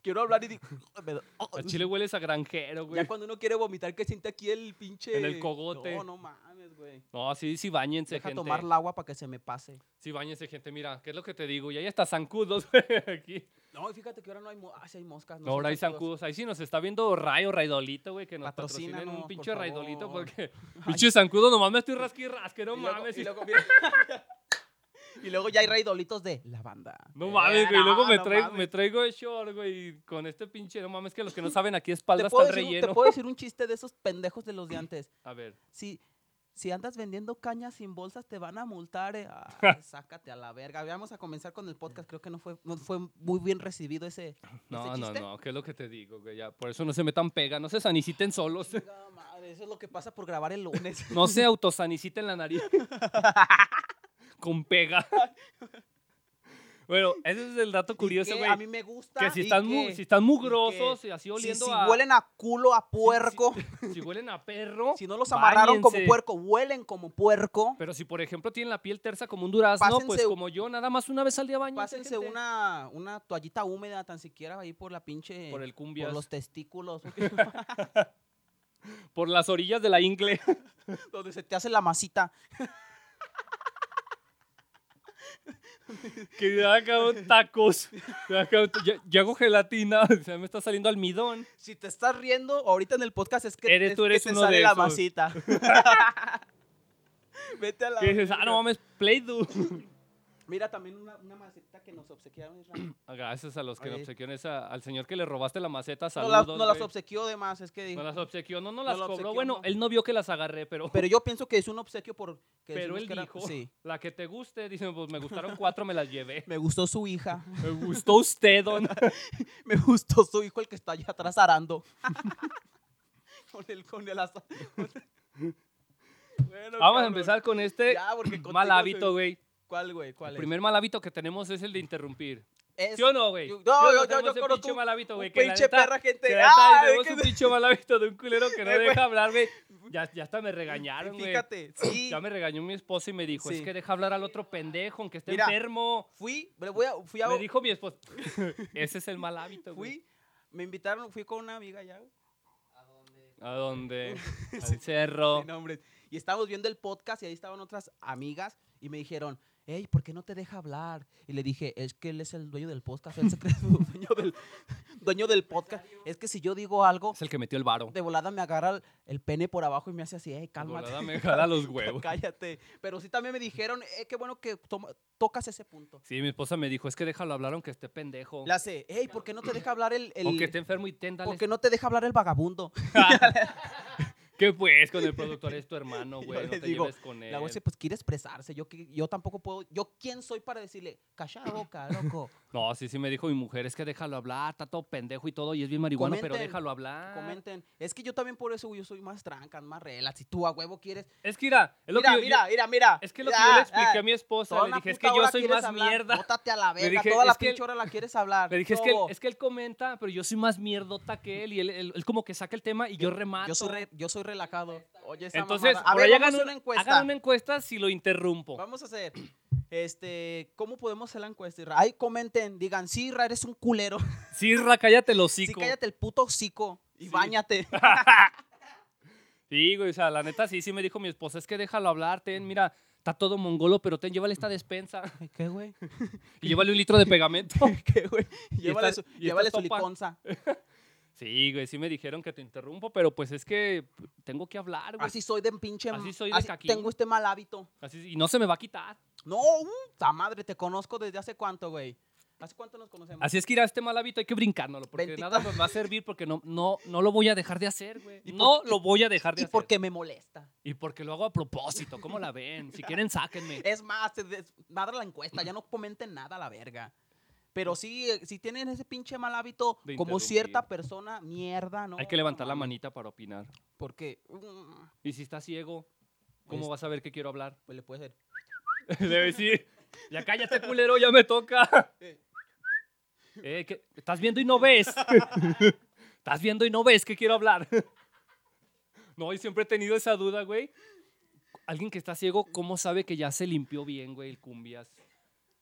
[SPEAKER 2] quiero hablar y digo, me da- oh,
[SPEAKER 1] Al chile hueles a granjero, güey.
[SPEAKER 2] ya cuando uno quiere vomitar que siente aquí el pinche
[SPEAKER 1] En el cogote.
[SPEAKER 2] No, no mames, güey.
[SPEAKER 1] No, sí, sí, bañense,
[SPEAKER 2] Deja
[SPEAKER 1] gente.
[SPEAKER 2] tomar el agua para que se me pase.
[SPEAKER 1] Sí, bañense, gente. Mira, ¿qué es lo que te digo? Y ahí está zancudos, güey, aquí.
[SPEAKER 2] No, y fíjate que ahora no hay, mo- ah, sí hay moscas.
[SPEAKER 1] No, ahora hay zancudos. Ahí sí nos está viendo Rayo, Raidolito, güey, que nos
[SPEAKER 2] Patrocínanos,
[SPEAKER 1] patrocinen un
[SPEAKER 2] por
[SPEAKER 1] pinche Raidolito,
[SPEAKER 2] favor.
[SPEAKER 1] porque. Pinche zancudo, nomás me estoy rasqui y rasque, no
[SPEAKER 2] Y luego-
[SPEAKER 1] mames.
[SPEAKER 2] Y
[SPEAKER 1] y-
[SPEAKER 2] luego, mira. Y luego ya hay raidolitos de lavanda.
[SPEAKER 1] No
[SPEAKER 2] Eh,
[SPEAKER 1] mames, güey. Luego
[SPEAKER 2] no,
[SPEAKER 1] me,
[SPEAKER 2] no
[SPEAKER 1] traigo,
[SPEAKER 2] mames.
[SPEAKER 1] me traigo de short, güey. y Con este pinche. No mames, que los que no saben aquí espalda
[SPEAKER 2] ¿Te
[SPEAKER 1] está
[SPEAKER 2] puedo,
[SPEAKER 1] el
[SPEAKER 2] decir, un- te
[SPEAKER 1] relleno.
[SPEAKER 2] puedo decir un chiste de esos pendejos de los de antes.
[SPEAKER 1] A ver.
[SPEAKER 2] Si, si andas vendiendo cañas sin bolsas, te van a multar. eh. Ay, sácate a la verga. Vamos a comenzar con el podcast. Creo que no fue, no fue muy bien recibido ese,
[SPEAKER 1] No,
[SPEAKER 2] ese
[SPEAKER 1] no,
[SPEAKER 2] chiste.
[SPEAKER 1] no. ¿Qué es lo que te digo, güey? Ya, por eso no se metan pega. No se saniciten solos.
[SPEAKER 2] Chinga madre, eso es lo que pasa por grabar el lunes.
[SPEAKER 1] No se autosaniciten la nariz. Con pega. Bueno, ese es el dato curioso,
[SPEAKER 2] Y que
[SPEAKER 1] güey.
[SPEAKER 2] A mí me gusta.
[SPEAKER 1] Que si
[SPEAKER 2] y
[SPEAKER 1] están, mu-
[SPEAKER 2] que
[SPEAKER 1] si están
[SPEAKER 2] que
[SPEAKER 1] mugrosos y así
[SPEAKER 2] si-
[SPEAKER 1] oliendo
[SPEAKER 2] si
[SPEAKER 1] a.
[SPEAKER 2] huelen a culo, a puerco.
[SPEAKER 1] si huelen a perro.
[SPEAKER 2] Si no los amarraron como
[SPEAKER 1] báñense.
[SPEAKER 2] puerco, huelen como puerco.
[SPEAKER 1] Pero si, por ejemplo, tienen la piel tersa como un durazno, pues
[SPEAKER 2] Pásense-
[SPEAKER 1] como yo, nada más una vez al día baño.
[SPEAKER 2] Pásense una, una toallita húmeda tan siquiera ahí por la pinche...
[SPEAKER 1] Por el
[SPEAKER 2] eh, por
[SPEAKER 1] cumbias.
[SPEAKER 2] los testículos.
[SPEAKER 1] por las orillas de la ingle.
[SPEAKER 2] donde se te hace la masita.
[SPEAKER 1] Que ya acaban tacos. Ya, acaban- ya- ya hago gelatina. O sea, me está saliendo almidón.
[SPEAKER 2] Si te estás riendo ahorita en el podcast es que,
[SPEAKER 1] Eres-
[SPEAKER 2] es
[SPEAKER 1] tú eres
[SPEAKER 2] que te
[SPEAKER 1] uno
[SPEAKER 2] sale
[SPEAKER 1] de
[SPEAKER 2] la
[SPEAKER 1] esos.
[SPEAKER 2] masita. Vete a la...
[SPEAKER 1] Que dices, ah, no mames, Play-Doh.
[SPEAKER 2] Mira también una, una maceta que nos obsequiaron. Israel.
[SPEAKER 1] Ah, Gracias a los que
[SPEAKER 2] Oye.
[SPEAKER 1] nos obsequió esa- al señor que le robaste la maceta.
[SPEAKER 2] Nos,
[SPEAKER 1] Saludos.
[SPEAKER 2] la- nos las
[SPEAKER 1] güey.
[SPEAKER 2] obsequió de más, es que dijo.
[SPEAKER 1] Nos las obsequió. No, no
[SPEAKER 2] Nos
[SPEAKER 1] las
[SPEAKER 2] la
[SPEAKER 1] cobró.
[SPEAKER 2] obsequió,
[SPEAKER 1] Bueno,
[SPEAKER 2] no.
[SPEAKER 1] él no vio que las agarré, pero,
[SPEAKER 2] Pero yo pienso que es un obsequio por... que
[SPEAKER 1] pero
[SPEAKER 2] decimos
[SPEAKER 1] él
[SPEAKER 2] que era-
[SPEAKER 1] dijo,
[SPEAKER 2] Sí.
[SPEAKER 1] la que te guste. Dice, pues me gustaron cuatro, me las llevé.
[SPEAKER 2] Me gustó su hija.
[SPEAKER 1] Me gustó usted, don.
[SPEAKER 2] Me gustó su hijo, el que está allá atrás arando. con el, con el asa- Bueno,
[SPEAKER 1] Vamos
[SPEAKER 2] cabrón.
[SPEAKER 1] a empezar con este
[SPEAKER 2] Ya, porque
[SPEAKER 1] mal
[SPEAKER 2] contigo
[SPEAKER 1] hábito,
[SPEAKER 2] soy-
[SPEAKER 1] güey.
[SPEAKER 2] ¿Cuál, güey? ¿Cuál
[SPEAKER 1] El
[SPEAKER 2] es?
[SPEAKER 1] primer mal hábito que tenemos es el de interrumpir.
[SPEAKER 2] Es
[SPEAKER 1] ¿Sí o no, güey?
[SPEAKER 2] yo-
[SPEAKER 1] ¿Sí
[SPEAKER 2] no,
[SPEAKER 1] o
[SPEAKER 2] yo- yo-
[SPEAKER 1] tenemos
[SPEAKER 2] yo
[SPEAKER 1] ese
[SPEAKER 2] conozco
[SPEAKER 1] pinche
[SPEAKER 2] un-
[SPEAKER 1] mal hábito, güey.
[SPEAKER 2] un
[SPEAKER 1] que la
[SPEAKER 2] pinche
[SPEAKER 1] neta-
[SPEAKER 2] perra, gente.
[SPEAKER 1] que la neta,
[SPEAKER 2] Ay,
[SPEAKER 1] tenemos
[SPEAKER 2] que-
[SPEAKER 1] un pinche mal hábito de un culero que no
[SPEAKER 2] Eh, güey.
[SPEAKER 1] deja hablar, güey. Ya, ya hasta me regañaron, güey.
[SPEAKER 2] Fíjate, sí.
[SPEAKER 1] Ya me regañó mi esposa y me dijo, es
[SPEAKER 2] Sí.
[SPEAKER 1] que deja hablar al otro pendejo, aunque esté
[SPEAKER 2] Mira,
[SPEAKER 1] enfermo.
[SPEAKER 2] Fui, me voy a, fui a,
[SPEAKER 1] Me dijo mi esposa. Ese es el mal hábito, güey.
[SPEAKER 2] fui, me invitaron, fui con una amiga ya, güey,
[SPEAKER 1] ¿A dónde? Al cerro.
[SPEAKER 2] sin nombres, y estábamos viendo el podcast y ahí estaban otras amigas y me dijeron, hey, ¿por qué no te deja hablar? Y le dije, es que él es el dueño del podcast, él se cree dueño del, dueño del podcast. Es que si yo digo algo,
[SPEAKER 1] Es el que metió el varo.
[SPEAKER 2] de volada me agarra el, el pene por abajo y me hace así, hey,
[SPEAKER 1] De
[SPEAKER 2] cálmate.
[SPEAKER 1] volada me jala los huevos.
[SPEAKER 2] Cállate. Pero sí también me dijeron, eh, qué bueno que toma- tocas ese punto.
[SPEAKER 1] Sí, mi esposa me dijo, es que déjalo hablar aunque esté pendejo.
[SPEAKER 2] Le hace, hey, ¿por qué no te deja hablar el, el-
[SPEAKER 1] Aunque esté enfermo y téndale.
[SPEAKER 2] por qué no te deja hablar el vagabundo?
[SPEAKER 1] ¿Qué pues con el productor? Es tu hermano,
[SPEAKER 2] Yo
[SPEAKER 1] güey. No
[SPEAKER 2] les
[SPEAKER 1] te
[SPEAKER 2] digo,
[SPEAKER 1] lleves con él.
[SPEAKER 2] La voz pues quiere expresarse. Yo, que- yo tampoco puedo. Yo quién soy para decirle, calla la boca, loco.
[SPEAKER 1] No, sí, sí me dijo mi mujer, es que déjalo hablar, está todo pendejo y todo, y es bien marihuana, pero
[SPEAKER 2] Comenten,
[SPEAKER 1] déjalo hablar.
[SPEAKER 2] Comenten. Es que yo también por eso yo soy más tranca, más relax. Si tú a huevo quieres.
[SPEAKER 1] Es que mira, es lo
[SPEAKER 2] mira,
[SPEAKER 1] que yo,
[SPEAKER 2] mira, mira, mira.
[SPEAKER 1] es que lo que
[SPEAKER 2] mira,
[SPEAKER 1] yo le expliqué
[SPEAKER 2] ah,
[SPEAKER 1] a mi esposa,
[SPEAKER 2] toda
[SPEAKER 1] le
[SPEAKER 2] una
[SPEAKER 1] dije, es
[SPEAKER 2] puta
[SPEAKER 1] que yo
[SPEAKER 2] hora
[SPEAKER 1] soy
[SPEAKER 2] quieres
[SPEAKER 1] más
[SPEAKER 2] hablar,
[SPEAKER 1] mierda.
[SPEAKER 2] Bótate a la verga.
[SPEAKER 1] dije,
[SPEAKER 2] toda la
[SPEAKER 1] es que-
[SPEAKER 2] pinche hora la quieres hablar.
[SPEAKER 1] Le dije, es que, él-
[SPEAKER 2] Lobo,
[SPEAKER 1] es que él comenta, pero yo soy más mierdota que él, y él, él- él como que saca el tema y yo remato.
[SPEAKER 2] yo, soy re- yo soy relajado. Oye, esa
[SPEAKER 1] Entonces,
[SPEAKER 2] mamada. A
[SPEAKER 1] por
[SPEAKER 2] ver,
[SPEAKER 1] ahí
[SPEAKER 2] vamos a
[SPEAKER 1] hagan
[SPEAKER 2] hacer
[SPEAKER 1] un- oh. hagan
[SPEAKER 2] una encuesta.
[SPEAKER 1] una encuesta si lo interrumpo.
[SPEAKER 2] Vamos a hacer. Este, ¿cómo podemos hacer la encuesta? Irra? Ahí comenten, digan, sí, Irra, eres un culero.
[SPEAKER 1] Sí, Ra, cállate el
[SPEAKER 2] Sí,
[SPEAKER 1] hocico.
[SPEAKER 2] cállate el puto hocico y
[SPEAKER 1] Sí.
[SPEAKER 2] bañate.
[SPEAKER 1] Sí, güey, o sea, la neta sí, sí me dijo mi esposa, es que déjalo hablar, ten, mira, está todo mongolo, pero ten, llévale esta despensa
[SPEAKER 2] Ay, ¿Qué, güey?
[SPEAKER 1] y llévale un litro de pegamento.
[SPEAKER 2] ¿Qué, güey? Llévale
[SPEAKER 1] esta-
[SPEAKER 2] su,
[SPEAKER 1] y esta
[SPEAKER 2] llévale su
[SPEAKER 1] sopa.
[SPEAKER 2] liconza.
[SPEAKER 1] Sí, güey, sí me dijeron que te interrumpo, pero pues es que tengo que hablar, güey. Así,
[SPEAKER 2] Así soy de pinche.
[SPEAKER 1] Así soy de caquín.
[SPEAKER 2] Tengo este mal hábito.
[SPEAKER 1] y no se me va a quitar.
[SPEAKER 2] No, mm, ta madre, te conozco desde hace cuánto, güey. ¿Hace cuánto nos conocemos?
[SPEAKER 1] Así es que ir a este mal hábito hay que brincárnoslo, porque de
[SPEAKER 2] Bendito.
[SPEAKER 1] nada nos va a servir, porque no, no, no lo voy a dejar de hacer, güey.
[SPEAKER 2] ¿Y
[SPEAKER 1] No lo voy a dejar de
[SPEAKER 2] y
[SPEAKER 1] hacer.
[SPEAKER 2] porque me molesta.
[SPEAKER 1] Y porque lo hago a propósito, ¿cómo la ven? Si quieren, sáquenme.
[SPEAKER 2] Es más, te des- madre la encuesta, ya no comenten nada a la verga. Pero sí, eh, si tienen ese pinche mal hábito,
[SPEAKER 1] De
[SPEAKER 2] como cierta
[SPEAKER 1] interrumpir.
[SPEAKER 2] persona, mierda, ¿no?
[SPEAKER 1] Hay que levantar la
[SPEAKER 2] mames.
[SPEAKER 1] manita para opinar.
[SPEAKER 2] Porque mm,
[SPEAKER 1] Y si está ciego, ¿cómo
[SPEAKER 2] Es-
[SPEAKER 1] vas a ver que quiero hablar?
[SPEAKER 2] pues le puede ser.
[SPEAKER 1] Debe decir, ya cállate, culero, ya me toca. Eh, ¿qué? ¿Estás viendo y no ves? ¿Estás viendo y no ves que quiero hablar? No, y siempre he tenido esa duda, güey. Alguien que está ciego, ¿cómo sabe que ya se limpió bien, güey, el cumbias?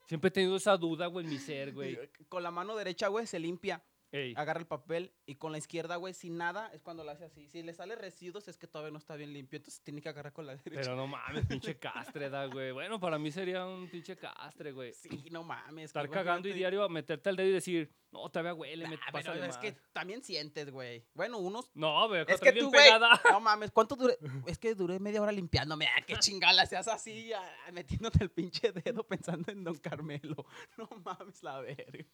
[SPEAKER 1] Siempre he tenido esa duda, güey, en mi ser, güey.
[SPEAKER 2] Con la mano derecha, güey, se limpia,
[SPEAKER 1] Ey,
[SPEAKER 2] agarra el papel y con la izquierda, güey, sin nada, es cuando lo hace así. Si le sale residuos es que todavía no está bien limpio, entonces tiene que agarrar con la derecha.
[SPEAKER 1] pero no mames, pinche castre, da, güey. Bueno, para mí sería un pinche castre, güey.
[SPEAKER 2] sí, no mames.
[SPEAKER 1] Estar
[SPEAKER 2] güey,
[SPEAKER 1] cagando y
[SPEAKER 2] imagínate.
[SPEAKER 1] diario a meterte al dedo y decir, no, todavía huele, me
[SPEAKER 2] Nah,
[SPEAKER 1] pasa
[SPEAKER 2] pero
[SPEAKER 1] de
[SPEAKER 2] es que
[SPEAKER 1] más".
[SPEAKER 2] también sientes, güey. Bueno, unos
[SPEAKER 1] No, güey,
[SPEAKER 2] Es que
[SPEAKER 1] bien
[SPEAKER 2] tú, güey.
[SPEAKER 1] pegada.
[SPEAKER 2] No mames, ¿cuánto duré? Es que duré media hora limpiándome. Ah, qué chingala, seas así, ah, metiéndote el pinche dedo pensando en Don Carmelo. No mames, la verga.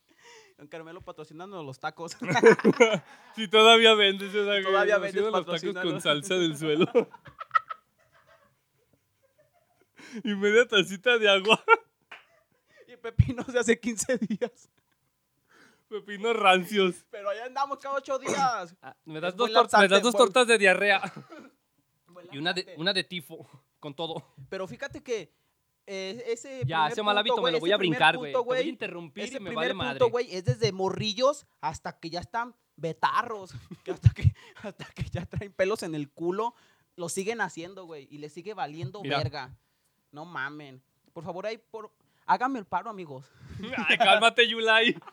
[SPEAKER 2] Don Carmelo patrocinándonos los tacos.
[SPEAKER 1] Si todavía vendes esa
[SPEAKER 2] Si todavía vendes, patrocínanos.
[SPEAKER 1] del suelo. y media tacita de agua.
[SPEAKER 2] y pepinos de hace 15 días.
[SPEAKER 1] Pepinos rancios.
[SPEAKER 2] Pero allá andamos cada 8 días.
[SPEAKER 1] Ah, me,
[SPEAKER 2] Es
[SPEAKER 1] das dos
[SPEAKER 2] buen
[SPEAKER 1] tor- me
[SPEAKER 2] laxante,
[SPEAKER 1] das dos
[SPEAKER 2] buen-
[SPEAKER 1] tortas de diarrea.
[SPEAKER 2] Buen
[SPEAKER 1] Y una de,
[SPEAKER 2] laxante.
[SPEAKER 1] una de tifo. Con todo.
[SPEAKER 2] Pero fíjate que eh, ese.
[SPEAKER 1] Ya,
[SPEAKER 2] primer
[SPEAKER 1] ese mal hábito
[SPEAKER 2] punto,
[SPEAKER 1] me lo
[SPEAKER 2] ese
[SPEAKER 1] voy a
[SPEAKER 2] primer
[SPEAKER 1] brincar, güey. Te
[SPEAKER 2] punto,
[SPEAKER 1] voy a interrumpir
[SPEAKER 2] Ese
[SPEAKER 1] y me
[SPEAKER 2] primer
[SPEAKER 1] vale madre.
[SPEAKER 2] punto, güey, es desde morrillos hasta que ya están betarros, que hasta que, hasta que ya traen pelos en el culo, lo siguen haciendo, güey, y les sigue valiendo
[SPEAKER 1] Mira.
[SPEAKER 2] verga. No mamen. Por favor, ahí por háganme el paro, amigos.
[SPEAKER 1] Ay, cálmate, Yulai.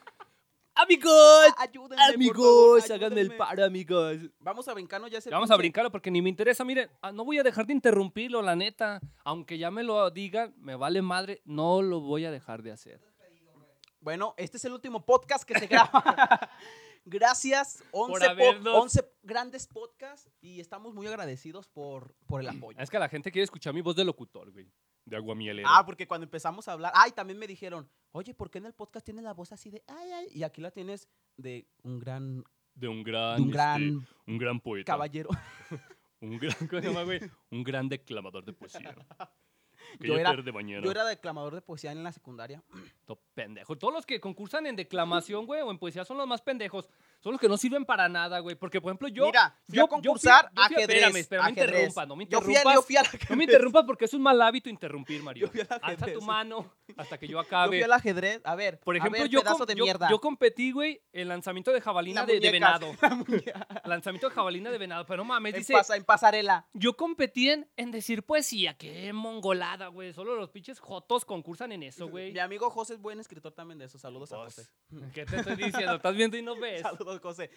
[SPEAKER 1] Amigos.
[SPEAKER 2] Ayúdenme, por favor, ayúdenme.
[SPEAKER 1] amigos.
[SPEAKER 2] Vamos a brincarnos ya ese
[SPEAKER 1] Ya vamos a
[SPEAKER 2] pinche-
[SPEAKER 1] brincarlo porque ni me interesa. Miren, ah, no voy a dejar de interrumpirlo, la neta. Aunque ya me lo digan, me vale madre. No lo voy a dejar de hacer.
[SPEAKER 2] Bueno, este es el último podcast que se graba. Gracias, 11, po-
[SPEAKER 1] habernos-
[SPEAKER 2] 11 grandes podcasts y estamos muy agradecidos por, por el apoyo.
[SPEAKER 1] Es que la gente quiere escuchar mi voz de locutor, güey. De aguamielero.
[SPEAKER 2] Ah, porque cuando empezamos a hablar, ay, también me dijeron, oye, ¿por qué en el podcast tienes la voz así de ay, ay? Y aquí la tienes de un gran,
[SPEAKER 1] de un gran.
[SPEAKER 2] de un
[SPEAKER 1] este,
[SPEAKER 2] gran
[SPEAKER 1] un gran poeta.
[SPEAKER 2] caballero.
[SPEAKER 1] Un gran. ¿cómo se llama, güey? Un gran declamador de poesía. Que
[SPEAKER 2] Yo
[SPEAKER 1] yo
[SPEAKER 2] era-
[SPEAKER 1] era, de mañana.
[SPEAKER 2] Yo era declamador de poesía en la secundaria.
[SPEAKER 1] To- pendejo. Todos los que concursan en declamación, güey, o en poesía son los más pendejos. Son los que no sirven para nada, güey. Porque, por ejemplo, yo.
[SPEAKER 2] Mira, fui
[SPEAKER 1] yo-
[SPEAKER 2] a
[SPEAKER 1] yo fui a-
[SPEAKER 2] concursar
[SPEAKER 1] yo fui a-
[SPEAKER 2] ajedrez.
[SPEAKER 1] espérame, espérame, no me
[SPEAKER 2] ajedrez.
[SPEAKER 1] interrumpas, no me
[SPEAKER 2] Yo fui a- yo
[SPEAKER 1] interrumpas.
[SPEAKER 2] fui al
[SPEAKER 1] No me
[SPEAKER 2] ajedrez.
[SPEAKER 1] interrumpas porque es un mal hábito interrumpir, Mario.
[SPEAKER 2] Yo fui al
[SPEAKER 1] Alza tu
[SPEAKER 2] ajedrez.
[SPEAKER 1] mano hasta que yo
[SPEAKER 2] Yo fui
[SPEAKER 1] acabe.
[SPEAKER 2] al ajedrez. A ver,
[SPEAKER 1] Por ejemplo,
[SPEAKER 2] a ver,
[SPEAKER 1] yo,
[SPEAKER 2] pedazo
[SPEAKER 1] com-
[SPEAKER 2] de
[SPEAKER 1] yo-
[SPEAKER 2] mierda.
[SPEAKER 1] yo competí, güey, en lanzamiento de jabalina
[SPEAKER 2] La
[SPEAKER 1] de, de
[SPEAKER 2] muñeca,
[SPEAKER 1] venado.
[SPEAKER 2] la muñeca.
[SPEAKER 1] Lanzamiento de jabalina de venado. Pero no mames,
[SPEAKER 2] En
[SPEAKER 1] dice,
[SPEAKER 2] pasa- en pasarela.
[SPEAKER 1] yo competí en, en decir poesía. Qué mongolada, güey. Solo los pinches jotos concursan en eso, güey.
[SPEAKER 2] Mi amigo José es buen escritor también de eso. Saludos a
[SPEAKER 1] Pues,
[SPEAKER 2] José.
[SPEAKER 1] ¿Qué te estoy diciendo? ¿Estás viendo y no ves?
[SPEAKER 2] Saludos, José.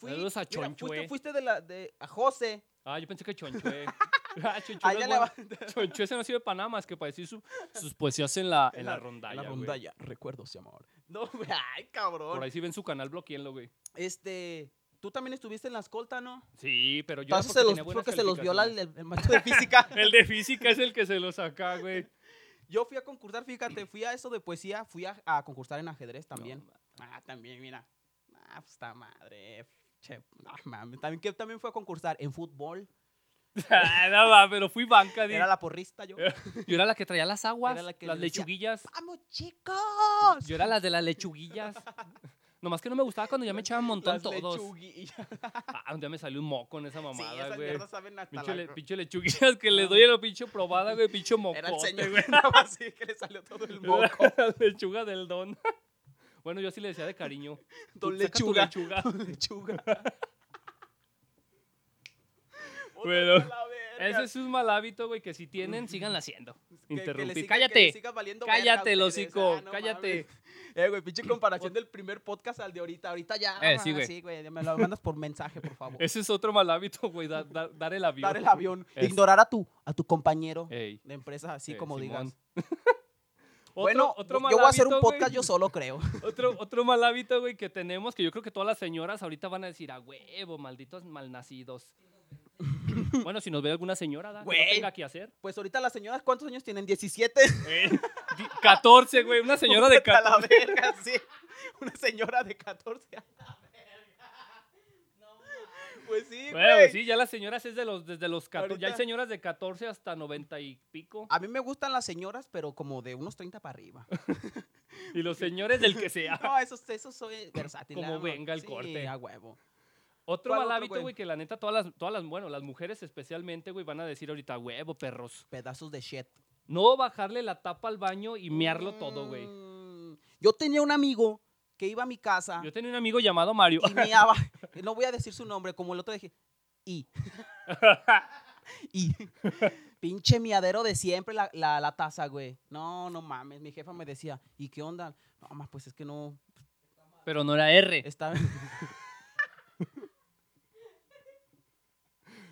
[SPEAKER 1] Saludos a
[SPEAKER 2] mira,
[SPEAKER 1] Chonchue.
[SPEAKER 2] fuiste, fuiste de la de a José.
[SPEAKER 1] Ah, yo pensé que chonchue. Ah, chonchue, no
[SPEAKER 2] Allá
[SPEAKER 1] es
[SPEAKER 2] le
[SPEAKER 1] bueno.
[SPEAKER 2] va-
[SPEAKER 1] Chonchue ese no sirve para nada más que para decir su- sus poesías en la, en
[SPEAKER 2] En
[SPEAKER 1] la,
[SPEAKER 2] la-
[SPEAKER 1] rondalla,
[SPEAKER 2] la
[SPEAKER 1] güey.
[SPEAKER 2] rondalla. Recuerdos, amor. Ah, No, güey, ay,
[SPEAKER 1] Por
[SPEAKER 2] cabrón.
[SPEAKER 1] ahí si ven su canal, bloqueenlo, güey.
[SPEAKER 2] Este, tú también estuviste en la escolta, ¿no?
[SPEAKER 1] Sí, pero yo... era
[SPEAKER 2] Entonces se los,
[SPEAKER 1] tenía buenas
[SPEAKER 2] porque se los viola el,
[SPEAKER 1] calificaciones.
[SPEAKER 2] el maestro de física.
[SPEAKER 1] El de física es el que se lo saca, güey.
[SPEAKER 2] Yo fui a concursar, fíjate, fui a eso de poesía, fui a, a concursar en ajedrez también. ah, también, mira. Ah, pues está madre. Che, no mames. También, que también fui a concursar en fútbol.
[SPEAKER 1] Ah, no, va, pero fui banca. di-
[SPEAKER 2] Era la porrista yo.
[SPEAKER 1] Yo era la que traía las aguas,
[SPEAKER 2] Era la que
[SPEAKER 1] las
[SPEAKER 2] le decía,
[SPEAKER 1] lechuguillas.
[SPEAKER 2] ¡Vamos, chicos!
[SPEAKER 1] Yo era la de las lechuguillas. Nomás que no me gustaba cuando ya me echaban montón
[SPEAKER 2] Las
[SPEAKER 1] todos.
[SPEAKER 2] lechuguillas.
[SPEAKER 1] Ah, un día me salió un moco en esa
[SPEAKER 2] Sí,
[SPEAKER 1] mamada,
[SPEAKER 2] esas
[SPEAKER 1] güey.
[SPEAKER 2] mierdas saben hasta
[SPEAKER 1] Pinche,
[SPEAKER 2] la-
[SPEAKER 1] le- pinche lechuguillas que les doy a la pinche probada, güey. Pinche moco.
[SPEAKER 2] Era el señor, güey. nada más así que le salió todo el moco.
[SPEAKER 1] lechuga del don. Bueno, yo sí le decía de cariño.
[SPEAKER 2] Don
[SPEAKER 1] Tú saca tu
[SPEAKER 2] Lechuga.
[SPEAKER 1] lechuga.
[SPEAKER 2] lechuga.
[SPEAKER 1] Bueno.
[SPEAKER 2] Bueno.
[SPEAKER 1] Ese es un mal hábito, güey, que si tienen, síganla haciendo.
[SPEAKER 2] Que- que le
[SPEAKER 1] Interrumpir.
[SPEAKER 2] siga- que le
[SPEAKER 1] cállate,
[SPEAKER 2] siga valiendo verga
[SPEAKER 1] cállate,
[SPEAKER 2] a
[SPEAKER 1] lo
[SPEAKER 2] ustedes.
[SPEAKER 1] hocico,
[SPEAKER 2] Ah, no
[SPEAKER 1] cállate.
[SPEAKER 2] mames. Eh, güey, pinche comparación del primer podcast al de ahorita. Ahorita ya.
[SPEAKER 1] Eh,
[SPEAKER 2] ah,
[SPEAKER 1] sí, güey. Eh,
[SPEAKER 2] Me lo mandas por mensaje, por favor.
[SPEAKER 1] Ese es otro mal hábito, güey, da- da- dar el avión.
[SPEAKER 2] Dar el avión.
[SPEAKER 1] Es-
[SPEAKER 2] Ignorar a tu, a tu compañero
[SPEAKER 1] Ey,
[SPEAKER 2] de empresa, así
[SPEAKER 1] eh,
[SPEAKER 2] como
[SPEAKER 1] Simón.
[SPEAKER 2] digas. bueno, yo- yo voy a hacer un
[SPEAKER 1] hábito, güey.
[SPEAKER 2] podcast yo solo, creo.
[SPEAKER 1] Otro, otro mal hábito, güey, que tenemos, que yo creo que todas las señoras ahorita van a decir, a huevo, malditos malnacidos. bueno, si nos ve alguna señora, da, que no
[SPEAKER 2] Güey.
[SPEAKER 1] tenga que hacer.
[SPEAKER 2] Pues ahorita las señoras, ¿cuántos años tienen? 17.
[SPEAKER 1] Eh, di- 14, güey, una señora de
[SPEAKER 2] Vete a
[SPEAKER 1] 14.
[SPEAKER 2] la verga, sí. Una señora de 14 a la verga. Pues sí,
[SPEAKER 1] Bueno,
[SPEAKER 2] güey.
[SPEAKER 1] sí, ya las señoras es de los, desde los 14. Ya hay
[SPEAKER 2] Ahorita- Ah,
[SPEAKER 1] señoras de 14 hasta 90 y pico.
[SPEAKER 2] A mí me gustan las señoras, pero como de unos 30 para arriba.
[SPEAKER 1] Y los señores del que sea.
[SPEAKER 2] No, eso, eso soy versátil.
[SPEAKER 1] Como
[SPEAKER 2] nada más.
[SPEAKER 1] venga el
[SPEAKER 2] Sí,
[SPEAKER 1] corte.
[SPEAKER 2] a huevo.
[SPEAKER 1] Otro
[SPEAKER 2] ¿Cuál
[SPEAKER 1] mal
[SPEAKER 2] otro,
[SPEAKER 1] hábito,
[SPEAKER 2] güey?
[SPEAKER 1] güey, que la neta, todas las, todas las, bueno, las mujeres especialmente, güey, van a decir ahorita, huevo, perros.
[SPEAKER 2] Pedazos de shit.
[SPEAKER 1] No bajarle la tapa al baño y mearlo todo, güey.
[SPEAKER 2] Mm, Yo tenía un amigo que iba a mi casa
[SPEAKER 1] Yo tenía un amigo llamado Mario.
[SPEAKER 2] y meaba. No voy a decir su nombre, como el otro dije. Y. y. Pinche miadero de siempre la, la, la taza, güey. No, no mames. Mi jefa me decía, ¿y qué onda? No, más pues es que no.
[SPEAKER 1] Pero no era R.
[SPEAKER 2] Está.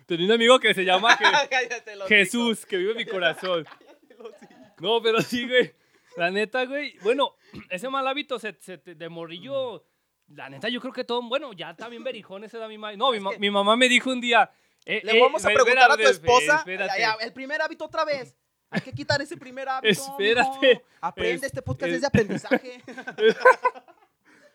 [SPEAKER 1] Tenía un amigo que se llama Je-
[SPEAKER 2] Cállate, lo
[SPEAKER 1] Jesús, que vive en mi corazón.
[SPEAKER 2] digo, lo digo.
[SPEAKER 1] No, pero sí, güey. La neta, güey. Bueno, ese mal hábito se, se te- de morrillo. La neta, yo creo que todo. Bueno, ya también verijones se da mi madre. No, mi,
[SPEAKER 2] Mm. Es
[SPEAKER 1] ma-
[SPEAKER 2] que-
[SPEAKER 1] mi mamá me dijo un día. eh,
[SPEAKER 2] Le
[SPEAKER 1] eh,
[SPEAKER 2] vamos a
[SPEAKER 1] espérate,
[SPEAKER 2] preguntar a tu esposa.
[SPEAKER 1] espérate.
[SPEAKER 2] Ya, ya, el primer hábito otra vez. Hay que quitar ese primer hábito.
[SPEAKER 1] Espérate.
[SPEAKER 2] mijo. Aprende,
[SPEAKER 1] Es-
[SPEAKER 2] este podcast
[SPEAKER 1] es-
[SPEAKER 2] es de aprendizaje.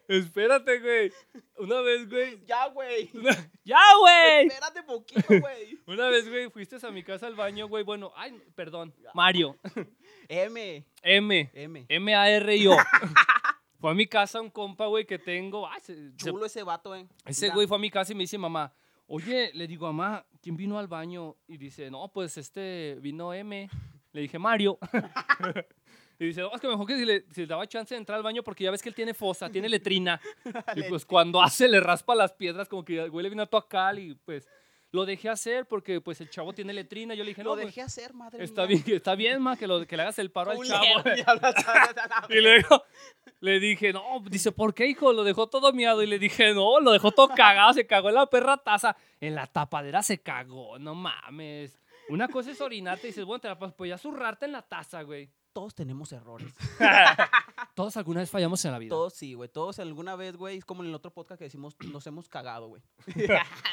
[SPEAKER 1] Espérate, güey. Una vez, güey.
[SPEAKER 2] ya, güey.
[SPEAKER 1] una- ¡Ya, güey!
[SPEAKER 2] Espérate poquito, güey.
[SPEAKER 1] Una vez, güey, fuiste a mi casa al baño, güey. Bueno, ay, perdón. Mario.
[SPEAKER 2] M,
[SPEAKER 1] M.
[SPEAKER 2] M.
[SPEAKER 1] M-A-R-I-O. Fue a mi casa un compa, güey, que tengo. Ay, se- se
[SPEAKER 2] Chulo ese vato, eh.
[SPEAKER 1] Ese
[SPEAKER 2] Mira,
[SPEAKER 1] güey fue a mi casa y me dice, mamá, oye, le digo, mamá, ¿quién vino al baño? Y dice, no, pues este vino M. Le dije, Mario. y dice, no, es que mejor que si le, si le daba chance de entrar al baño porque ya ves que él tiene fosa, tiene letrina. y pues cuando hace, le raspa las piedras como que el güey le vino a tocar y pues lo dejé hacer porque pues el chavo tiene letrina. Yo le dije, no,
[SPEAKER 2] Lo
[SPEAKER 1] pues,
[SPEAKER 2] dejé hacer, madre
[SPEAKER 1] está
[SPEAKER 2] mía.
[SPEAKER 1] bien, está bien, ma, que, lo, que le hagas el paro al
[SPEAKER 2] Culero,
[SPEAKER 1] chavo.
[SPEAKER 2] me hablas a- a la
[SPEAKER 1] Y luego le dije, no, dice, ¿por qué, hijo? Lo dejó todo miado. Y le dije, no, lo dejó todo cagado, se cagó en la perra taza. En la tapadera se cagó, no mames. Una cosa es orinarte y dices, bueno, te la pasas, pues ya zurrarte en la taza, güey.
[SPEAKER 2] Todos tenemos errores.
[SPEAKER 1] Todos alguna vez fallamos en la vida.
[SPEAKER 2] Todos sí, güey. Todos alguna vez, güey. Es como en el otro podcast que decimos, nos hemos cagado, güey.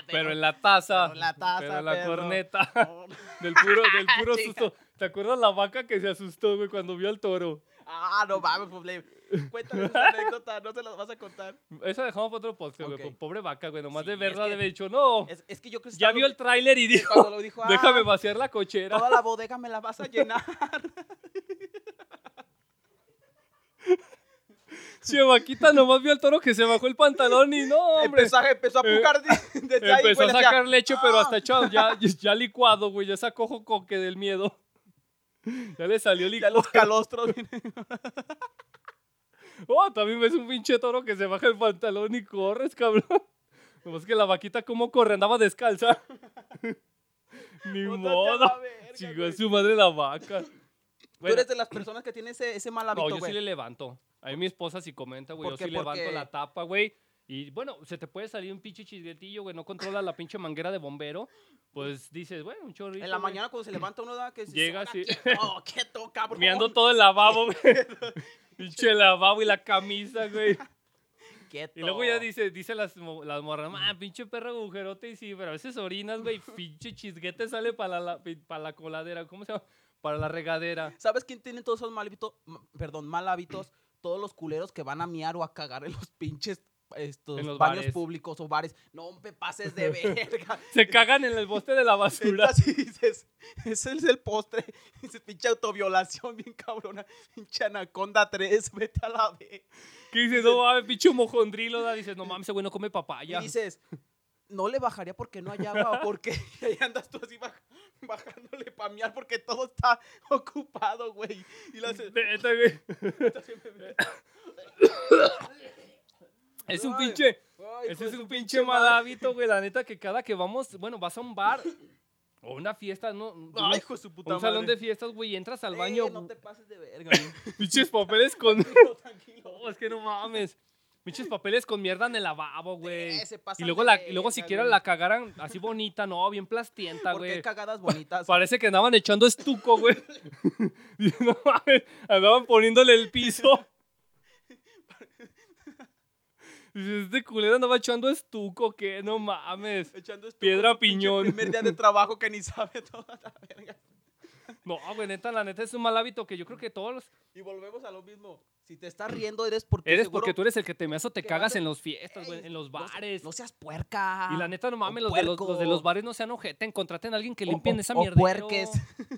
[SPEAKER 1] Pero en la taza.
[SPEAKER 2] Pero en la taza,
[SPEAKER 1] Pero en la
[SPEAKER 2] perro.
[SPEAKER 1] corneta.
[SPEAKER 2] No.
[SPEAKER 1] Del puro, del puro
[SPEAKER 2] Chinga.
[SPEAKER 1] susto. ¿Te acuerdas la vaca que se asustó, güey, cuando vio al toro?
[SPEAKER 2] Ah, no mames, pues, le- Cuéntame esa anécdota, no te las vas a contar.
[SPEAKER 1] Eso dejamos para otro podcast, güey.
[SPEAKER 2] Ok.
[SPEAKER 1] Pobre vaca, güey. Nomás
[SPEAKER 2] Sí,
[SPEAKER 1] de
[SPEAKER 2] es
[SPEAKER 1] verla,
[SPEAKER 2] que-
[SPEAKER 1] de haber dicho, no.
[SPEAKER 2] Es, es que yo creo que
[SPEAKER 1] Ya
[SPEAKER 2] estaba-
[SPEAKER 1] vio el tráiler y dijo,
[SPEAKER 2] Cuando lo dijo, ah,
[SPEAKER 1] déjame vaciar la cochera.
[SPEAKER 2] Toda la bodega me la vas a llenar.
[SPEAKER 1] Si vaquita nomás vio al toro que se bajó el pantalón y no, hombre. Eh,
[SPEAKER 2] empezó, a- empezó a pucar de- desde ahí,
[SPEAKER 1] Empezó
[SPEAKER 2] güey,
[SPEAKER 1] a
[SPEAKER 2] le hacía,
[SPEAKER 1] sacar leche, pero
[SPEAKER 2] "Ah".
[SPEAKER 1] hasta echado, ya, ya licuado, güey. Ya sacó jocoque del miedo. Ya le salió
[SPEAKER 2] Ya
[SPEAKER 1] licuado.
[SPEAKER 2] los calostros.
[SPEAKER 1] Oh, también ves un pinche toro que se baja el pantalón y corres, cabrón. Nomás que la vaquita, ¿cómo corre? Andaba descalza. Ni
[SPEAKER 2] Mótate a
[SPEAKER 1] modo.
[SPEAKER 2] la verga,
[SPEAKER 1] Chingó a
[SPEAKER 2] güey.
[SPEAKER 1] su madre la vaca.
[SPEAKER 2] Tú
[SPEAKER 1] Bueno,
[SPEAKER 2] eres de las personas que tiene ese, ese mal hábito,
[SPEAKER 1] no, yo
[SPEAKER 2] güey.
[SPEAKER 1] sí le levanto. Ahí mi esposa sí comenta, güey. Yo
[SPEAKER 2] ¿Por qué?
[SPEAKER 1] sí levanto
[SPEAKER 2] Porque-
[SPEAKER 1] la tapa, güey. Y bueno, se te puede salir un pinche chisguetillo, güey. No controla la pinche manguera de bombero. Pues dices, bueno, un chorrito.
[SPEAKER 2] En la
[SPEAKER 1] güey.
[SPEAKER 2] mañana cuando se levanta uno da que se
[SPEAKER 1] Llega
[SPEAKER 2] "Ahora,
[SPEAKER 1] así.
[SPEAKER 2] Quieto, quieto, cabrón.
[SPEAKER 1] Meando todo el lavabo, güey. Pinche lavabo y la camisa, güey.
[SPEAKER 2] Quieto.
[SPEAKER 1] Y luego ya dice, dice las, mo- las morras, ah, pinche perro agujerote y sí, pero a veces orinas, güey, pinche chisguete sale para la, para la coladera, ¿cómo se llama? Para la regadera.
[SPEAKER 2] ¿Sabes quién tiene todos esos mal hábitos? M- Perdón, mal hábitos. Todos los culeros que van a miar o a cagar en los pinches estos
[SPEAKER 1] En los
[SPEAKER 2] baños
[SPEAKER 1] bares.
[SPEAKER 2] públicos o bares. No me pases de verga.
[SPEAKER 1] Se cagan en el boste de la basura.
[SPEAKER 2] Entras y dices, ese es el postre. Dices, pinche autoviolación bien cabrona. Pinche anaconda 3, vete a la B.
[SPEAKER 1] Que dices, no mames, pinche mojondrilo, da. dices, no mames, ese güey no come papaya.
[SPEAKER 2] Y dices, no le bajaría porque no hay agua o porque y ahí andas tú así baj- bajándole pa' mear porque todo está ocupado, güey. Y la haces,
[SPEAKER 1] Neta, güey. Es un
[SPEAKER 2] Ay,
[SPEAKER 1] pinche,
[SPEAKER 2] "Ay,
[SPEAKER 1] ese
[SPEAKER 2] hijo
[SPEAKER 1] es
[SPEAKER 2] de
[SPEAKER 1] un
[SPEAKER 2] su
[SPEAKER 1] pinche mal hábito, güey. La neta que cada que vamos, bueno, vas a un bar O una fiesta, no.
[SPEAKER 3] Ay, hijo de su puta
[SPEAKER 1] un salón
[SPEAKER 3] madre.
[SPEAKER 1] de fiestas, güey, entras al
[SPEAKER 2] Eh,
[SPEAKER 1] baño.
[SPEAKER 2] no te pases de verga,
[SPEAKER 1] Pinches papeles con.
[SPEAKER 2] güey. Tranquilo.
[SPEAKER 1] No, es que no mames. Pinches papeles con mierda en el lavabo, güey.
[SPEAKER 2] Eh, se pasan
[SPEAKER 1] Y luego,
[SPEAKER 2] de
[SPEAKER 1] la, y luego
[SPEAKER 2] verga,
[SPEAKER 1] siquiera
[SPEAKER 2] güey.
[SPEAKER 1] la cagaran así bonita, no, bien plastienta,
[SPEAKER 2] Porque
[SPEAKER 1] güey.
[SPEAKER 2] hay cagadas bonitas.
[SPEAKER 1] Parece que andaban echando estuco, güey. Y no mames, andaban poniéndole el piso. Dices, Este culero andaba echando estuco, que no mames.
[SPEAKER 2] Echando esto
[SPEAKER 1] Piedra
[SPEAKER 2] por su pinche
[SPEAKER 1] piñón.
[SPEAKER 2] primer día de trabajo que ni sabe toda la verga.
[SPEAKER 1] No, güey, neta, la neta es un mal hábito que yo creo que todos los...
[SPEAKER 2] Y volvemos a lo mismo. Si te estás riendo, eres porque.
[SPEAKER 1] Eres
[SPEAKER 2] seguro-
[SPEAKER 1] porque tú eres el que te meas o te
[SPEAKER 2] que
[SPEAKER 1] cagas
[SPEAKER 2] vas a-
[SPEAKER 1] en los fiestas, güey,
[SPEAKER 2] Ey,
[SPEAKER 1] en los
[SPEAKER 2] no se-
[SPEAKER 1] bares.
[SPEAKER 2] No, seas puerca.
[SPEAKER 1] Y la neta, no mames,
[SPEAKER 2] o
[SPEAKER 1] los de los, los de los
[SPEAKER 2] puerco.
[SPEAKER 1] bares no sean ojeten, contraten a alguien que
[SPEAKER 2] O-
[SPEAKER 1] limpien
[SPEAKER 2] o-
[SPEAKER 1] esa
[SPEAKER 2] o
[SPEAKER 1] mierda.
[SPEAKER 2] puerques.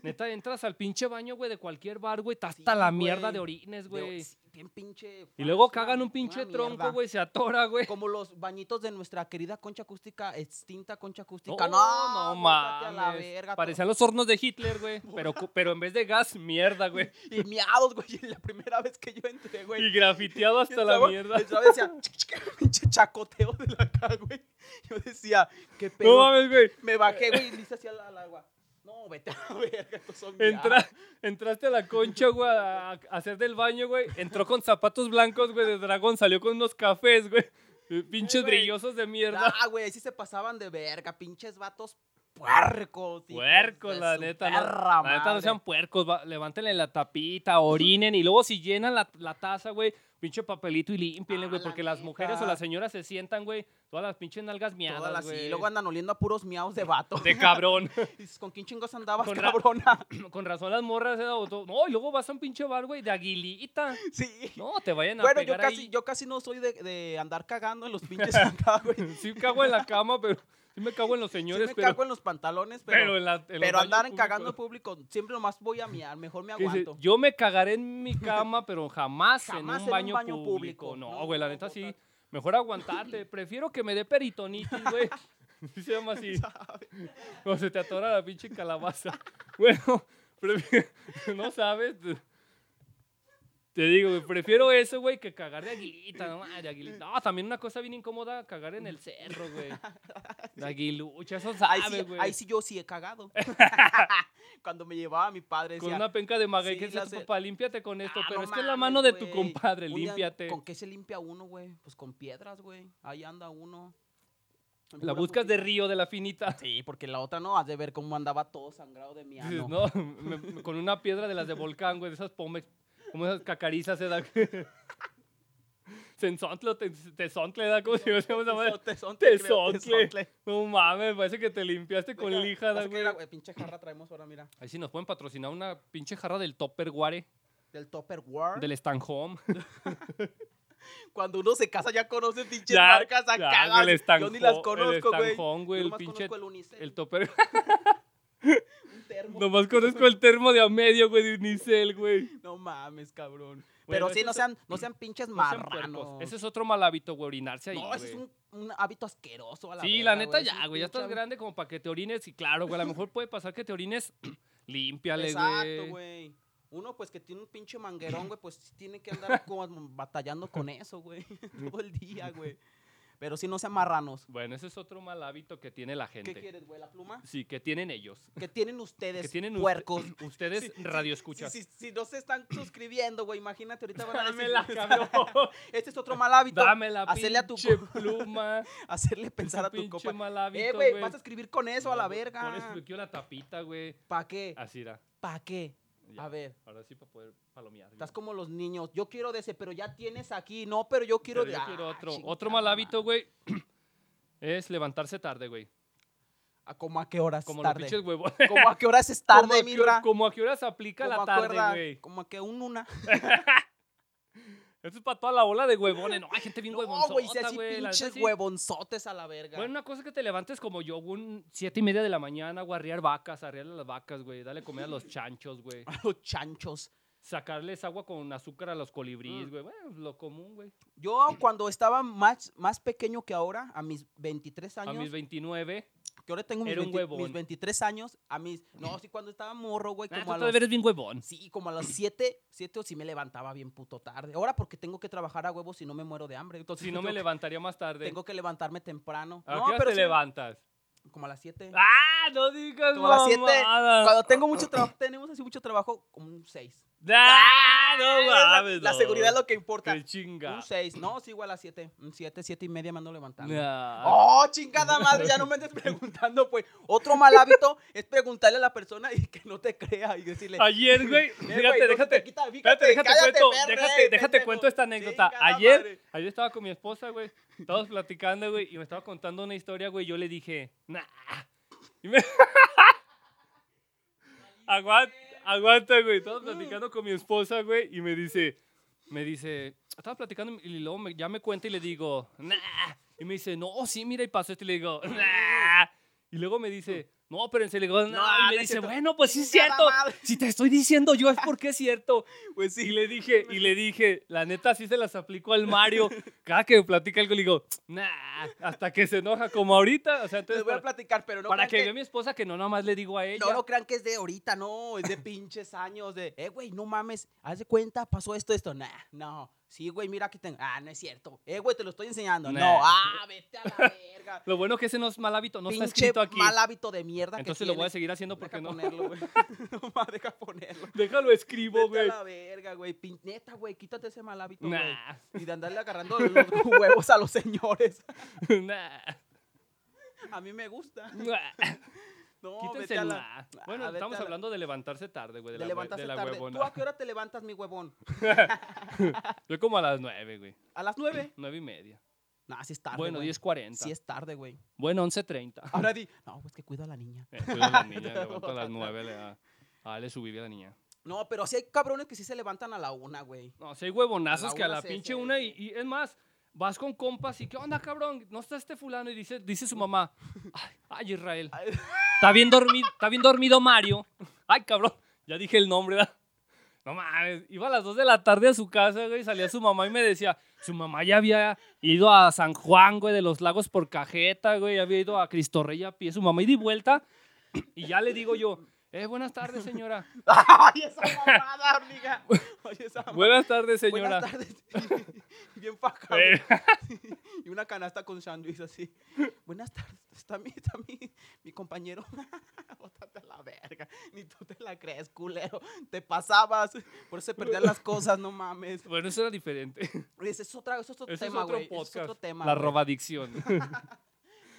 [SPEAKER 1] Neta, entras al pinche baño, güey, de cualquier bar, güey, está
[SPEAKER 2] Sí,
[SPEAKER 1] hasta la
[SPEAKER 2] güey.
[SPEAKER 1] mierda de orines,
[SPEAKER 2] De-
[SPEAKER 1] güey.
[SPEAKER 2] sí, bien pinche.
[SPEAKER 1] Y
[SPEAKER 2] feo,
[SPEAKER 1] luego
[SPEAKER 2] es una-
[SPEAKER 1] cagan un
[SPEAKER 2] una
[SPEAKER 1] pinche
[SPEAKER 2] mierda.
[SPEAKER 1] tronco, güey, se atora, güey.
[SPEAKER 2] Como los bañitos de nuestra querida concha acústica, extinta concha
[SPEAKER 1] No,
[SPEAKER 2] acústica. No,
[SPEAKER 1] no,
[SPEAKER 2] bótate a
[SPEAKER 1] mames.
[SPEAKER 2] la verga,
[SPEAKER 1] Parecían los hornos de Hitler, güey. pero, cu- pero en vez de gas, mierda, güey.
[SPEAKER 2] todo. Y miados, güey. La primera vez que yo entré, güey.
[SPEAKER 1] Y grafiteado hasta la
[SPEAKER 2] estaba-
[SPEAKER 1] mierda.
[SPEAKER 2] estaba- decía, pinche chacoteo de la cara, güey. Yo decía, qué pedo.
[SPEAKER 1] No mames, güey.
[SPEAKER 2] Me bajé, güey, y le hice así al, al agua. No, vete a la verga, estos son
[SPEAKER 1] Entra-
[SPEAKER 2] miados.
[SPEAKER 1] entraste a la concha, güey, a, a hacer del baño, güey. Entró con zapatos blancos, güey, de dragón. Salió con unos cafés, güey. Eh, Pinches
[SPEAKER 2] Eh, güey.
[SPEAKER 1] brillosos de mierda.
[SPEAKER 2] Ah, güey, sí se pasaban de verga, pinches vatos puercos. hijos
[SPEAKER 1] Puercos,
[SPEAKER 2] de
[SPEAKER 1] la
[SPEAKER 2] su
[SPEAKER 1] neta.
[SPEAKER 2] perra
[SPEAKER 1] No, la neta no
[SPEAKER 2] madre.
[SPEAKER 1] sean puercos. va- levántenle la tapita, orinen. Y luego si llenan la, la taza, güey, pinche papelito y límpienle,
[SPEAKER 2] Ah,
[SPEAKER 1] güey.
[SPEAKER 2] la
[SPEAKER 1] Porque las mujeres o
[SPEAKER 2] neta.
[SPEAKER 1] las señoras se sientan, güey, todas las pinches nalgas
[SPEAKER 2] Todas
[SPEAKER 1] miadas,
[SPEAKER 2] las-
[SPEAKER 1] güey.
[SPEAKER 2] Y luego andan oliendo a puros miaos de vato.
[SPEAKER 1] De cabrón.
[SPEAKER 2] Dices, ¿con quién chingos andabas,
[SPEAKER 1] Con ra-
[SPEAKER 2] cabrona?
[SPEAKER 1] Con razón las morras, eh, o to- no, y luego vas a un pinche bar, güey, de aguilita.
[SPEAKER 2] Sí.
[SPEAKER 1] No, te vayan a
[SPEAKER 2] bueno, yo
[SPEAKER 1] pegar
[SPEAKER 2] casi,
[SPEAKER 1] ahí.
[SPEAKER 2] yo casi no soy de, de andar cagando en los pinches acá, güey.
[SPEAKER 1] Sí cago en la cama, pero sí me cago en los
[SPEAKER 2] Sí
[SPEAKER 1] señores,
[SPEAKER 2] me
[SPEAKER 1] pero,
[SPEAKER 2] cago en los pantalones,
[SPEAKER 1] pero,
[SPEAKER 2] pero,
[SPEAKER 1] en la- en los
[SPEAKER 2] pero
[SPEAKER 1] baños
[SPEAKER 2] andar en
[SPEAKER 1] públicos.
[SPEAKER 2] cagando en público, siempre nomás voy a miar, mejor me
[SPEAKER 1] Que dice,
[SPEAKER 2] aguanto.
[SPEAKER 1] yo me cagaré en mi cama, pero jamás, en
[SPEAKER 2] Jamás
[SPEAKER 1] un baño, público.
[SPEAKER 2] No,
[SPEAKER 1] No, güey, la
[SPEAKER 2] no,
[SPEAKER 1] neta sí.
[SPEAKER 2] total.
[SPEAKER 1] Mejor aguantarte. Prefiero que me dé peritonitis, güey. Sí se llama así. O se te atora la pinche calabaza. Bueno, prefi- no sabes. te- Te digo, güey, prefiero eso, güey, que cagar de aguilita, no mames, de aguilita. No, también una cosa bien incómoda, cagar en el cerro, güey. De aguilucha, eso
[SPEAKER 2] Ahí
[SPEAKER 1] sabe,
[SPEAKER 2] sí,
[SPEAKER 1] güey.
[SPEAKER 2] ahí sí yo sí he cagado. Cuando me llevaba mi padre
[SPEAKER 1] Con
[SPEAKER 2] decía,
[SPEAKER 1] una penca de maguey
[SPEAKER 2] Sí,
[SPEAKER 1] que decía
[SPEAKER 2] las
[SPEAKER 1] tu
[SPEAKER 2] de-
[SPEAKER 1] papá, límpiate con esto.
[SPEAKER 2] "Ah,
[SPEAKER 1] pero
[SPEAKER 2] no
[SPEAKER 1] es que es la
[SPEAKER 2] mames,
[SPEAKER 1] mano de tu
[SPEAKER 2] güey".
[SPEAKER 1] compadre,
[SPEAKER 2] Un día,
[SPEAKER 1] límpiate.
[SPEAKER 2] ¿Con qué se limpia uno, güey? Pues con piedras, güey. Ahí anda uno. Con
[SPEAKER 1] La
[SPEAKER 2] pura
[SPEAKER 1] buscas de
[SPEAKER 2] putita.
[SPEAKER 1] río, de la finita.
[SPEAKER 2] Sí, porque la otra no, has de ver cómo andaba todo sangrado de mi
[SPEAKER 1] Dices,
[SPEAKER 2] ano.
[SPEAKER 1] no, me- me- con una piedra de las de volcán, güey, de esas pomex, como esas cacarizas, ¿eh? da- Sensontle, o te- tesontle, ¿da? ¿Cómo se llama esa madre?
[SPEAKER 2] Tesontle,
[SPEAKER 1] Te
[SPEAKER 2] creo, tesontle.
[SPEAKER 1] No mames, parece que te limpiaste con
[SPEAKER 2] Deja,
[SPEAKER 1] lija,
[SPEAKER 2] vas
[SPEAKER 1] ¿da,
[SPEAKER 2] a
[SPEAKER 1] güey.
[SPEAKER 2] creer, güey, Pinche jarra traemos ahora, mira.
[SPEAKER 1] Ahí sí nos pueden patrocinar una pinche jarra del Topperware,
[SPEAKER 2] Del Topper World.
[SPEAKER 1] del Stanhome.
[SPEAKER 2] Cuando uno se casa ya conoce pinches
[SPEAKER 1] Ya,
[SPEAKER 2] marcas a
[SPEAKER 1] ya,
[SPEAKER 2] cagas.
[SPEAKER 1] del
[SPEAKER 2] Yo
[SPEAKER 1] Stanjo-
[SPEAKER 2] ni las
[SPEAKER 1] el
[SPEAKER 2] conozco, güey.
[SPEAKER 1] Stanjón, güey,
[SPEAKER 2] Yo
[SPEAKER 1] el
[SPEAKER 2] nomás
[SPEAKER 1] pinche-
[SPEAKER 2] conozco el Unicel,
[SPEAKER 1] El Topper...
[SPEAKER 2] un termo. No,
[SPEAKER 1] Nomás conozco el termo de a medio, güey, de Unicel, güey.
[SPEAKER 2] mames, cabrón.
[SPEAKER 1] Bueno,
[SPEAKER 2] Pero sí,
[SPEAKER 1] ese
[SPEAKER 2] no
[SPEAKER 1] es-
[SPEAKER 2] sean, no sean pinches
[SPEAKER 1] No sean
[SPEAKER 2] marranos.
[SPEAKER 1] puercos. Ese es otro mal hábito, güey, orinarse ahí,
[SPEAKER 2] no, ese es
[SPEAKER 1] güey.
[SPEAKER 2] un, un hábito asqueroso a la
[SPEAKER 1] Sí, la
[SPEAKER 2] verga,
[SPEAKER 1] neta
[SPEAKER 2] Es
[SPEAKER 1] ya,
[SPEAKER 2] un
[SPEAKER 1] güey, ya estás
[SPEAKER 2] pinche-
[SPEAKER 1] grande como para que te orines y claro, güey, a lo mejor puede pasar que te orines, límpiale,
[SPEAKER 2] Exacto,
[SPEAKER 1] güey.
[SPEAKER 2] güey. Uno, pues, que tiene un pinche manguerón, güey, pues, sí tiene que andar como batallando con eso, güey. Todo el día, güey. Pero sí, no sean marranos.
[SPEAKER 1] Bueno, ese es otro mal hábito que tiene la gente.
[SPEAKER 2] ¿Qué quieres, güey? ¿La pluma?
[SPEAKER 1] Sí, que tienen ellos.
[SPEAKER 2] ¿Qué tienen
[SPEAKER 1] Que
[SPEAKER 2] ustedes,
[SPEAKER 1] tienen us-
[SPEAKER 2] puercos?
[SPEAKER 1] ustedes
[SPEAKER 2] Sí, sí,
[SPEAKER 1] radio escuchas.
[SPEAKER 2] Si, si- si no se están suscribiendo, güey, imagínate, ahorita van a decir,
[SPEAKER 1] Dámela, cabrón.
[SPEAKER 2] este es otro mal hábito,
[SPEAKER 1] Dame la
[SPEAKER 2] hacerle a tu
[SPEAKER 1] pinche
[SPEAKER 2] co-
[SPEAKER 1] pluma.
[SPEAKER 2] hacerle pensar
[SPEAKER 1] ese
[SPEAKER 2] a tu
[SPEAKER 1] pinche
[SPEAKER 2] copa.
[SPEAKER 1] mal
[SPEAKER 2] Eh,
[SPEAKER 1] hábito,
[SPEAKER 2] güey, vas a escribir con eso a
[SPEAKER 1] No,
[SPEAKER 2] la
[SPEAKER 1] güey, Pones
[SPEAKER 2] verga.
[SPEAKER 1] bloqueo la tapita, güey.
[SPEAKER 2] ¿Para qué?
[SPEAKER 1] Así era.
[SPEAKER 2] ¿Para qué?
[SPEAKER 1] Ya,
[SPEAKER 2] A ver,
[SPEAKER 1] Ahora sí para poder palomear.
[SPEAKER 2] estás como los niños, yo quiero de ese, pero ya tienes aquí, no, pero yo quiero
[SPEAKER 1] Pero
[SPEAKER 2] de...
[SPEAKER 1] yo
[SPEAKER 2] Ah,
[SPEAKER 1] quiero otro.
[SPEAKER 2] chingada
[SPEAKER 1] Otro mal hábito,
[SPEAKER 2] madre.
[SPEAKER 1] güey, es levantarse tarde, güey.
[SPEAKER 2] ¿A cómo a qué horas
[SPEAKER 1] Como los
[SPEAKER 2] tarde?
[SPEAKER 1] pinches huevos.
[SPEAKER 2] ¿Cómo a qué horas es tarde,
[SPEAKER 1] a qué-
[SPEAKER 2] Mildra?
[SPEAKER 1] como a qué hora se aplica
[SPEAKER 2] ¿Cómo
[SPEAKER 1] la
[SPEAKER 2] a qué
[SPEAKER 1] tarde,
[SPEAKER 2] hora-
[SPEAKER 1] güey.
[SPEAKER 2] Como a que un una.
[SPEAKER 1] Eso es para toda la ola de huevones. No, hay gente bien
[SPEAKER 2] No,
[SPEAKER 1] huevonzota,
[SPEAKER 2] güey,
[SPEAKER 1] güey.
[SPEAKER 2] si así
[SPEAKER 1] la neta
[SPEAKER 2] pinches
[SPEAKER 1] sí.
[SPEAKER 2] huevonzotes a la verga.
[SPEAKER 1] Bueno, una cosa es que te levantes como yo, un siete y media de la mañana, güey, arriar vacas, arriarle las vacas, güey, darle comida a los chanchos, güey.
[SPEAKER 2] A los chanchos.
[SPEAKER 1] Sacarles agua con azúcar a los colibríes,
[SPEAKER 2] Mm.
[SPEAKER 1] güey. Bueno, lo común, güey.
[SPEAKER 2] Yo cuando estaba más, más pequeño que ahora, a mis 23
[SPEAKER 1] A
[SPEAKER 2] años,
[SPEAKER 1] mis 29.
[SPEAKER 2] que ahora tengo mis,
[SPEAKER 1] era un
[SPEAKER 2] 20
[SPEAKER 1] huevón.
[SPEAKER 2] mis 23 años, a mis... No, sí, cuando estaba morro, güey,
[SPEAKER 1] Ah, tú
[SPEAKER 2] como a
[SPEAKER 1] todavía
[SPEAKER 2] los...
[SPEAKER 1] eres bien huevón.
[SPEAKER 2] Sí, como a las 7, 7 o sí me levantaba bien puto tarde. Ahora porque tengo que trabajar a huevos si no me muero de hambre. Entonces
[SPEAKER 1] Si no me
[SPEAKER 2] tengo que-
[SPEAKER 1] levantaría más tarde.
[SPEAKER 2] Tengo que levantarme temprano.
[SPEAKER 1] ¿A
[SPEAKER 2] no,
[SPEAKER 1] qué hora
[SPEAKER 2] pero
[SPEAKER 1] te
[SPEAKER 2] sí-
[SPEAKER 1] levantas?
[SPEAKER 2] como a las 7.
[SPEAKER 1] ¡Ah! No digas
[SPEAKER 2] Como a las siete,
[SPEAKER 1] mamadas.
[SPEAKER 2] Cuando tengo mucho trabajo, tenemos así mucho trabajo, como un 6.
[SPEAKER 1] ¡Ah! No
[SPEAKER 2] la,
[SPEAKER 1] mames,
[SPEAKER 2] la
[SPEAKER 1] no.
[SPEAKER 2] seguridad es lo que importa.
[SPEAKER 1] ¡Qué chinga!
[SPEAKER 2] Un 6. No, sí, igual a las 7. Un 7, 7 y media me ando levantando.
[SPEAKER 1] Nah.
[SPEAKER 2] ¡Oh, chingada madre! Ya no me andes preguntando, pues. Otro mal hábito es preguntarle a la persona y que no te crea y decirle.
[SPEAKER 1] Ayer, güey,
[SPEAKER 2] "Eh,
[SPEAKER 1] fíjate,
[SPEAKER 2] güey, no se
[SPEAKER 1] déjate,
[SPEAKER 2] te quita,
[SPEAKER 1] Espérate,
[SPEAKER 2] fíjate,
[SPEAKER 1] déjate
[SPEAKER 2] cállate, eh,
[SPEAKER 1] cuento,
[SPEAKER 2] perre,
[SPEAKER 1] déjate, déjate
[SPEAKER 2] pendejo".
[SPEAKER 1] cuento esta anécdota.
[SPEAKER 2] Chingada
[SPEAKER 1] Ayer,
[SPEAKER 2] madre.
[SPEAKER 1] ayer estaba con mi esposa, güey. Estábamos platicando, güey, y me estaba contando una historia, güey. Yo le dije, nah. Y me- Aguanta, aguanta, güey. Estaba platicando con mi esposa, güey, y me dice, me dice, estaba platicando y luego me- ya me cuenta y le digo, nah. Y me dice, no, sí, mira, y pasó esto. Y le digo, nah. Y luego me dice, no, espérense. Le digo, no. y
[SPEAKER 2] No,
[SPEAKER 1] me
[SPEAKER 2] no es
[SPEAKER 1] dice,
[SPEAKER 2] cierto.
[SPEAKER 1] bueno, pues sí es
[SPEAKER 2] Chingada
[SPEAKER 1] cierto.
[SPEAKER 2] madre.
[SPEAKER 1] Si te estoy diciendo yo es porque es cierto.
[SPEAKER 2] Ah. Pues
[SPEAKER 1] Y
[SPEAKER 2] sí.
[SPEAKER 1] le dije, y le dije, la neta sí se las aplico al Mario. Cada que me platica algo le digo, nah, hasta que se enoja como ahorita. O sea,
[SPEAKER 2] Les
[SPEAKER 1] entonces
[SPEAKER 2] voy a
[SPEAKER 1] para,
[SPEAKER 2] platicar, pero no
[SPEAKER 1] para
[SPEAKER 2] crean
[SPEAKER 1] que vea mi esposa que no nada más le digo a ella.
[SPEAKER 2] No, no crean que es de ahorita, no, es de pinches años, de, eh, güey, no mames, haz de cuenta, pasó esto, esto, nah, no, sí, güey, mira que tengo, ah, no es cierto, eh, güey, te lo estoy enseñando,
[SPEAKER 1] Nah.
[SPEAKER 2] no, ah, vete a la verga,
[SPEAKER 1] Lo bueno que ese no es mal hábito, no
[SPEAKER 2] pinche
[SPEAKER 1] está escrito aquí.
[SPEAKER 2] mal hábito de mierda que
[SPEAKER 1] Entonces lo voy a
[SPEAKER 2] tienes.
[SPEAKER 1] seguir haciendo
[SPEAKER 2] Deja
[SPEAKER 1] porque no.
[SPEAKER 2] ponerlo, güey, no, ma, deja ponerlo,
[SPEAKER 1] Déjalo escribo,
[SPEAKER 2] vete a
[SPEAKER 1] güey.
[SPEAKER 2] la verga, güey, pin- neta, güey, quítate ese mal hábito, güey,
[SPEAKER 1] Nah,
[SPEAKER 2] y de andarle agarrando los huevos a los señores,
[SPEAKER 1] nah,
[SPEAKER 2] a mí me gusta,
[SPEAKER 1] nah.
[SPEAKER 2] no,
[SPEAKER 1] Quítense
[SPEAKER 2] vete a
[SPEAKER 1] el
[SPEAKER 2] la...
[SPEAKER 1] nah. Bueno,
[SPEAKER 2] Ah, vete
[SPEAKER 1] estamos
[SPEAKER 2] a la-
[SPEAKER 1] hablando de levantarse tarde, güey. De,
[SPEAKER 2] De
[SPEAKER 1] la, hue-
[SPEAKER 2] levantarse
[SPEAKER 1] de la
[SPEAKER 2] tarde. ¿Tú
[SPEAKER 1] huevona.
[SPEAKER 2] a qué hora te levantas, mi huevón?
[SPEAKER 1] Yo como a las nueve, güey.
[SPEAKER 2] ¿A las nueve?
[SPEAKER 1] Nueve y media.
[SPEAKER 2] No, sí es tarde.
[SPEAKER 1] bueno,
[SPEAKER 2] güey.
[SPEAKER 1] 10.40.
[SPEAKER 2] Sí es tarde, güey.
[SPEAKER 1] Bueno, 11.30.
[SPEAKER 2] Ahora di, no, pues que cuido a la niña.
[SPEAKER 1] Eh, cuido a la niña, me levanto a las 9, le da- Ah, le subí a la niña.
[SPEAKER 2] No, pero sí hay cabrones que sí se levantan a la una, güey.
[SPEAKER 1] No, sí hay huevonazos
[SPEAKER 2] A la
[SPEAKER 1] que a
[SPEAKER 2] una
[SPEAKER 1] la
[SPEAKER 2] se-
[SPEAKER 1] pinche
[SPEAKER 2] se-
[SPEAKER 1] una
[SPEAKER 2] se-
[SPEAKER 1] y, y es más, vas con compas y ¿qué onda, cabrón? ¿No está este fulano? Y dice, dice su mamá, ay, ay, Israel,
[SPEAKER 2] Ay.
[SPEAKER 1] está bien, dormido, está bien dormido Mario. Ay, cabrón, ya dije el nombre, ¿verdad? No mames, iba a las 2 de la tarde a su casa, güey, salía su mamá y me decía, su mamá ya había ido a San Juan, güey, de los lagos por cajeta, güey, había ido a Cristo Rey a pie, su mamá y di vuelta, y ya le digo yo, eh, buenas tardes, señora.
[SPEAKER 2] ¡Ay, esa mamada, amiga! Oye, esa mamada.
[SPEAKER 1] Buenas tardes, señora.
[SPEAKER 2] Buenas tardes. Bien faja,
[SPEAKER 1] Eh,
[SPEAKER 2] güey. Y una canasta con sándwich así. Buenas tardes. Está mi, está mi, mi compañero. Bótate a la verga. Ni tú te la crees, culero. Te pasabas. Por eso se perdían las cosas, no mames.
[SPEAKER 1] bueno, eso era diferente.
[SPEAKER 2] Ese es, otra, ese es otro
[SPEAKER 1] Ese
[SPEAKER 2] tema,
[SPEAKER 1] es otro
[SPEAKER 2] güey. Ese
[SPEAKER 1] podcast.
[SPEAKER 2] Es otro tema,
[SPEAKER 1] la
[SPEAKER 2] güey.
[SPEAKER 1] robadicción.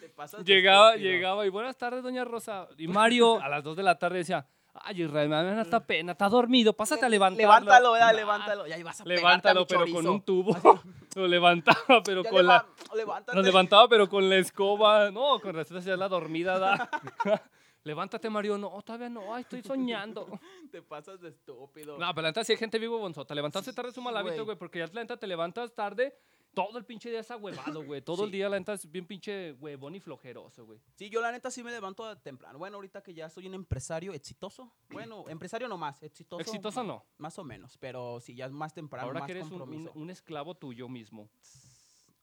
[SPEAKER 2] Te pasas de
[SPEAKER 1] llegaba,
[SPEAKER 2] estúpido.
[SPEAKER 1] llegaba y buenas tardes, doña Rosa. Y Mario a las 2 de la tarde decía, ay, Israel, me da hasta pena, está dormido, pásate a levantarlo.
[SPEAKER 2] Mm. Levántalo, ¿verdad?
[SPEAKER 1] Nah,
[SPEAKER 2] levántalo. Ya ibas a pegarte a
[SPEAKER 1] Levántalo,
[SPEAKER 2] mi
[SPEAKER 1] pero con
[SPEAKER 2] chorizo.
[SPEAKER 1] un tubo. Lo levantaba, pero
[SPEAKER 2] Ya
[SPEAKER 1] con
[SPEAKER 2] leva-
[SPEAKER 1] la...
[SPEAKER 2] levántate.
[SPEAKER 1] Lo levantaba, pero con la escoba. No, con razón hacía la dormida. da. Levántate, Mario. No, todavía no. Ay, estoy soñando.
[SPEAKER 2] Te pasas de estúpido.
[SPEAKER 1] No, pero la neta sí hay gente vivo bonzota. Levantarse tarde es un mal
[SPEAKER 2] Sí,
[SPEAKER 1] hábito,
[SPEAKER 2] güey.
[SPEAKER 1] güey, porque ya la neta te levantas tarde todo el pinche día es ahuevado, güey. Todo el
[SPEAKER 2] Sí.
[SPEAKER 1] día la neta es bien pinche huevón y flojeroso, güey.
[SPEAKER 2] Sí, yo la neta sí me levanto temprano. Bueno, ahorita que ya soy un empresario exitoso. Bueno, empresario nomás, exitoso.
[SPEAKER 1] Exitoso no.
[SPEAKER 2] Más o menos, pero sí, ya es más temprano,
[SPEAKER 1] Ahora
[SPEAKER 2] más
[SPEAKER 1] que eres un, un,
[SPEAKER 2] compromiso.
[SPEAKER 1] un esclavo tuyo mismo.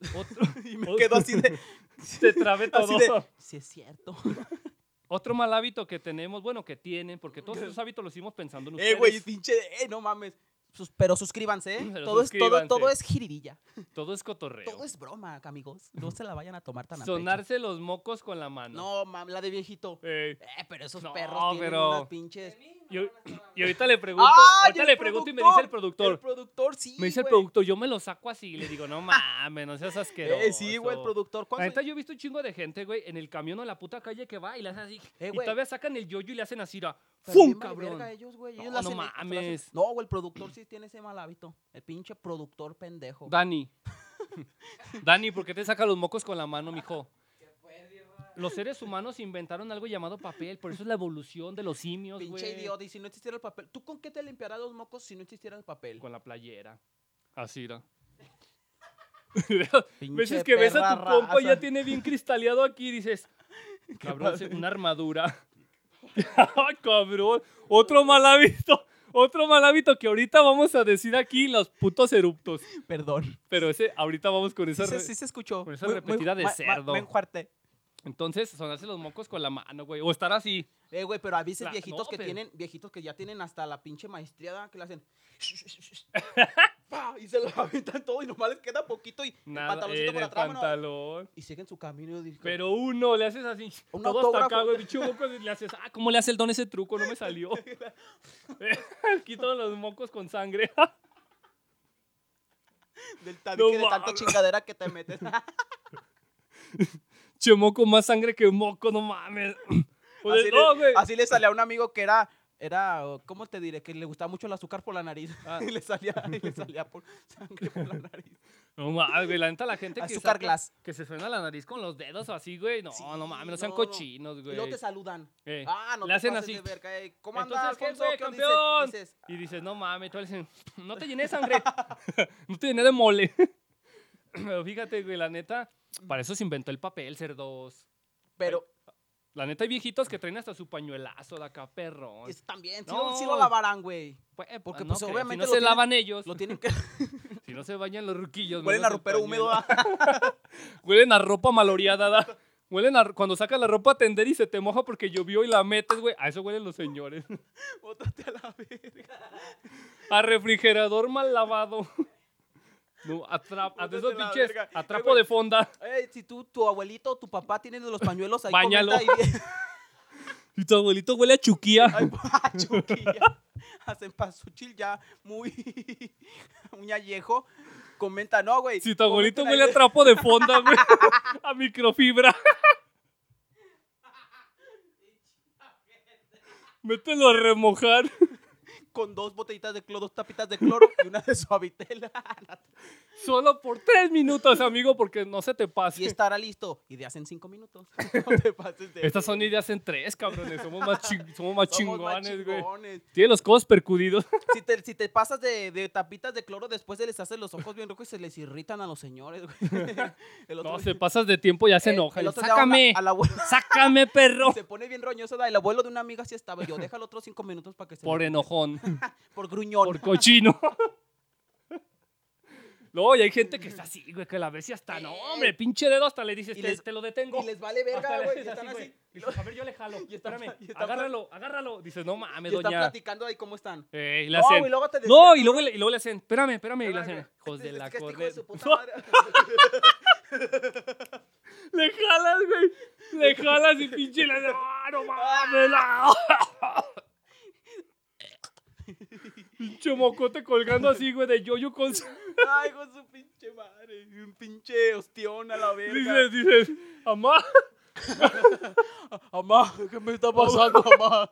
[SPEAKER 1] Otro,
[SPEAKER 2] Y me quedo así de,
[SPEAKER 1] Te trabé todo.
[SPEAKER 2] así de, sí es cierto.
[SPEAKER 1] Otro mal hábito que tenemos, bueno, que tienen, porque todos esos hábitos los hicimos pensando en ustedes.
[SPEAKER 2] eh, güey, pinche, eh, no mames. Sus- pero suscríbanse, ¿eh?
[SPEAKER 1] Pero
[SPEAKER 2] todo, Es,
[SPEAKER 1] suscríbanse.
[SPEAKER 2] todo, todo es jiribilla.
[SPEAKER 1] Todo es cotorreo.
[SPEAKER 2] Todo es broma, amigos. No se la vayan a tomar tan a pecho.
[SPEAKER 1] Sonarse los mocos con la mano.
[SPEAKER 2] No, mam, la de viejito.
[SPEAKER 1] Ey.
[SPEAKER 2] Eh, pero esos
[SPEAKER 1] No,
[SPEAKER 2] perros tienen
[SPEAKER 1] pero-
[SPEAKER 2] unas pinches.
[SPEAKER 1] Y, y ahorita le pregunto,
[SPEAKER 2] ¡Ay,
[SPEAKER 1] ahorita
[SPEAKER 2] el
[SPEAKER 1] le pregunto y me dice el productor.
[SPEAKER 2] El productor, sí.
[SPEAKER 1] Me dice el
[SPEAKER 2] güey.
[SPEAKER 1] productor, yo me lo saco así. Y le digo, no mames, no seas asqueroso.
[SPEAKER 2] Eh, sí, güey, el productor.
[SPEAKER 1] La
[SPEAKER 2] ¿Cuánto?
[SPEAKER 1] neta, yo he visto un chingo de gente, güey, en el camión o en la puta calle que va y le hacen así.
[SPEAKER 2] Eh,
[SPEAKER 1] y
[SPEAKER 2] güey.
[SPEAKER 1] todavía sacan el yoyo y le hacen así, ra,
[SPEAKER 2] Pero
[SPEAKER 1] ¡fum,
[SPEAKER 2] bien vale
[SPEAKER 1] cabrón!
[SPEAKER 2] verga ellos, güey,
[SPEAKER 1] No,
[SPEAKER 2] ellos la
[SPEAKER 1] no
[SPEAKER 2] hacen- hasta la hacen-
[SPEAKER 1] mames.
[SPEAKER 2] No, güey, el productor sí tiene ese mal hábito. El pinche productor pendejo.
[SPEAKER 1] Dani. Dani, ¿por qué te saca los mocos con la mano, mijo? Los seres humanos inventaron algo llamado papel, por eso es la evolución de los simios, güey.
[SPEAKER 2] pinche idiota. Y si no existiera el papel, ¿tú con qué te limpiarás los mocos si no existiera el papel?
[SPEAKER 1] Con la playera. Así, ra. ¿Ves Pues es que ves a tu
[SPEAKER 2] perra
[SPEAKER 1] compa y ya
[SPEAKER 2] raza.
[SPEAKER 1] tiene bien cristaleado aquí y dices, cabrón,
[SPEAKER 2] padre".
[SPEAKER 1] una armadura. Ay, cabrón, otro mal hábito, otro mal hábito que ahorita vamos a decir aquí los putos eruptos.
[SPEAKER 2] Perdón.
[SPEAKER 1] Pero ese, ahorita vamos con
[SPEAKER 2] Sí,
[SPEAKER 1] esa...
[SPEAKER 2] se-
[SPEAKER 1] re-
[SPEAKER 2] sí se escuchó.
[SPEAKER 1] con esa
[SPEAKER 2] Muy- muy-
[SPEAKER 1] repetida de
[SPEAKER 2] ma- ma-
[SPEAKER 1] cerdo.
[SPEAKER 2] muy fuerte.
[SPEAKER 1] Entonces, sonarse los mocos con la mano, güey. O estar así.
[SPEAKER 2] Eh, güey, pero a veces
[SPEAKER 1] La- no,
[SPEAKER 2] viejitos que
[SPEAKER 1] pero-
[SPEAKER 2] tienen, viejitos que ya tienen hasta la pinche maestría que le hacen. ¡pa! Y se lo avientan todo y nomás les queda poquito y el
[SPEAKER 1] Nada, eh,
[SPEAKER 2] pantaloncito
[SPEAKER 1] en
[SPEAKER 2] por
[SPEAKER 1] el
[SPEAKER 2] atrás, mano.
[SPEAKER 1] pantalón.
[SPEAKER 2] Y siguen su camino. y dije,
[SPEAKER 1] Pero uno, le haces así.
[SPEAKER 2] Un
[SPEAKER 1] todo hasta acá,
[SPEAKER 2] autógrafo.
[SPEAKER 1] güey. Bicho moco, le haces, ah, ¿cómo le hace el don ese truco? No me salió. Quito los mocos con sangre.
[SPEAKER 2] Del tabique de
[SPEAKER 1] No
[SPEAKER 2] tanta
[SPEAKER 1] mames.
[SPEAKER 2] chingadera que te metes.
[SPEAKER 1] che moco, más sangre que moco, no mames. O de-
[SPEAKER 2] así,
[SPEAKER 1] Pues, no,
[SPEAKER 2] le,
[SPEAKER 1] güey.
[SPEAKER 2] así le salía a un amigo que era, era, ¿cómo te diré? Que le gustaba mucho el azúcar por la nariz.
[SPEAKER 1] Ah.
[SPEAKER 2] y le salía, y le salía por sangre por la nariz.
[SPEAKER 1] No mames, güey. La neta, la gente que,
[SPEAKER 2] Azúcar
[SPEAKER 1] saca-
[SPEAKER 2] glass.
[SPEAKER 1] que se suena la nariz con los dedos o así, güey. No,
[SPEAKER 2] Sí,
[SPEAKER 1] no mames, no sean
[SPEAKER 2] no, no.
[SPEAKER 1] cochinos,
[SPEAKER 2] Y
[SPEAKER 1] güey.
[SPEAKER 2] luego te saludan.
[SPEAKER 1] Eh,
[SPEAKER 2] Ah, no
[SPEAKER 1] le
[SPEAKER 2] te
[SPEAKER 1] hacen
[SPEAKER 2] pases
[SPEAKER 1] así.
[SPEAKER 2] de verga, eh. ¿Cómo andas,
[SPEAKER 1] Entonces, ¿qué,
[SPEAKER 2] Alfonso?
[SPEAKER 1] güey,
[SPEAKER 2] ¿Qué onda?
[SPEAKER 1] campeón?
[SPEAKER 2] Dices, dices,
[SPEAKER 1] Y dices, no mames, tú le dicen, no te llené de sangre, no te llené de mole. Pero fíjate, güey, la neta, para eso se inventó el papel, cerdos.
[SPEAKER 2] pero
[SPEAKER 1] La neta, hay viejitos que traen hasta su pañuelazo de acá, perrón.
[SPEAKER 2] es también, si
[SPEAKER 1] No.
[SPEAKER 2] lo, sí lo lavarán, güey.
[SPEAKER 1] Pues, eh,
[SPEAKER 2] porque,
[SPEAKER 1] no
[SPEAKER 2] pues,
[SPEAKER 1] creo,
[SPEAKER 2] obviamente
[SPEAKER 1] Si no
[SPEAKER 2] lo
[SPEAKER 1] se
[SPEAKER 2] tienen-
[SPEAKER 1] lavan ellos,
[SPEAKER 2] Lo tienen que...
[SPEAKER 1] si Pues no se bañan los ruquillos.
[SPEAKER 2] Huelen a
[SPEAKER 1] menos el
[SPEAKER 2] ropero húmedo.
[SPEAKER 1] pañuelo.
[SPEAKER 2] ah.
[SPEAKER 1] Huelen a ropa maloreada, da. Huelen a cuando sacas la ropa a tender y se te moja porque llovió y la metes, güey. A eso huelen los señores.
[SPEAKER 2] Bótate a la verga.
[SPEAKER 1] A refrigerador mal lavado. No, a, tra- a de
[SPEAKER 2] Bótate
[SPEAKER 1] esos
[SPEAKER 2] la
[SPEAKER 1] pinches,
[SPEAKER 2] verga.
[SPEAKER 1] a
[SPEAKER 2] Eh,
[SPEAKER 1] trapo
[SPEAKER 2] güey.
[SPEAKER 1] de fonda.
[SPEAKER 2] Ey, si tú, tu abuelito o tu papá tienen los pañuelos ahí,
[SPEAKER 1] Báñalo.
[SPEAKER 2] comenta y-
[SPEAKER 1] Y tu abuelito huele a chuquía.
[SPEAKER 2] Ay, pachuquilla. Hacen pasuchil ya muy un añejo. Comenta, no, güey.
[SPEAKER 1] Si tu abuelito
[SPEAKER 2] comenten
[SPEAKER 1] huele a
[SPEAKER 2] ahí-
[SPEAKER 1] trapo de fonda, güey. A microfibra. Mételo a remojar.
[SPEAKER 2] Con dos botellitas de cloro, dos tapitas de cloro y una de suavitel.
[SPEAKER 1] Solo por tres minutos, amigo, porque no se te pase.
[SPEAKER 2] y estará listo. Y de hacen cinco minutos. No te pases de.
[SPEAKER 1] Estas son ideas en tres, cabrones. Somos más, chi- somos más
[SPEAKER 2] este, Somos más
[SPEAKER 1] chingones, güey.
[SPEAKER 2] chingones.
[SPEAKER 1] Tiene los codos percudidos.
[SPEAKER 2] Si te, si te pasas de, de tapitas de cloro, después se les hacen los ojos bien rojos y se les irritan a los señores, güey. El
[SPEAKER 1] No,
[SPEAKER 2] otro-
[SPEAKER 1] se pasas de tiempo, ya se
[SPEAKER 2] el-
[SPEAKER 1] enoja.
[SPEAKER 2] el otro día
[SPEAKER 1] Sácame,
[SPEAKER 2] a la- a la abuela-
[SPEAKER 1] sácame, perro.
[SPEAKER 2] Se pone bien roñoso. da, El abuelo de una amiga sí estaba. Yo, déjalo otros cinco minutos para que se.
[SPEAKER 1] Por e-,
[SPEAKER 2] le-
[SPEAKER 1] enojón.
[SPEAKER 2] por gruñón.
[SPEAKER 1] por cochino. No, y hay gente que está así, güey, que la ves y hasta, no, hombre, pinche dedo hasta le dices,
[SPEAKER 2] Y
[SPEAKER 1] te,
[SPEAKER 2] les-
[SPEAKER 1] te lo detengo.
[SPEAKER 2] Y les vale verga,
[SPEAKER 1] Hasta le
[SPEAKER 2] güey.
[SPEAKER 1] haces
[SPEAKER 2] y Están
[SPEAKER 1] así,
[SPEAKER 2] así.
[SPEAKER 1] güey. Dices, a ver, yo le jalo,
[SPEAKER 2] y están-
[SPEAKER 1] espérame,
[SPEAKER 2] y están-
[SPEAKER 1] agárralo, agárralo. Dices, no mames,
[SPEAKER 2] y están
[SPEAKER 1] doña.
[SPEAKER 2] platicando ahí cómo están.
[SPEAKER 1] Eh, y le
[SPEAKER 2] No,
[SPEAKER 1] hacen,
[SPEAKER 2] y luego te
[SPEAKER 1] no,
[SPEAKER 2] despiertan,
[SPEAKER 1] y luego, le- y luego le hacen, espérame, espérame, y le hacen,
[SPEAKER 2] Verga,
[SPEAKER 1] hijos de
[SPEAKER 2] es
[SPEAKER 1] la
[SPEAKER 2] que este hijo de
[SPEAKER 1] corneta.
[SPEAKER 2] su puta madre.
[SPEAKER 1] Le jalas, güey, le jalas y pinche le haces, ah, no mames, la- Pinche mocote colgando así, güey, de yoyo con...
[SPEAKER 2] Ay, con su pinche madre. y Un pinche ostión a la verga.
[SPEAKER 1] Dices, dices, mamá.
[SPEAKER 2] Amá, ¿qué me está pasando, amá?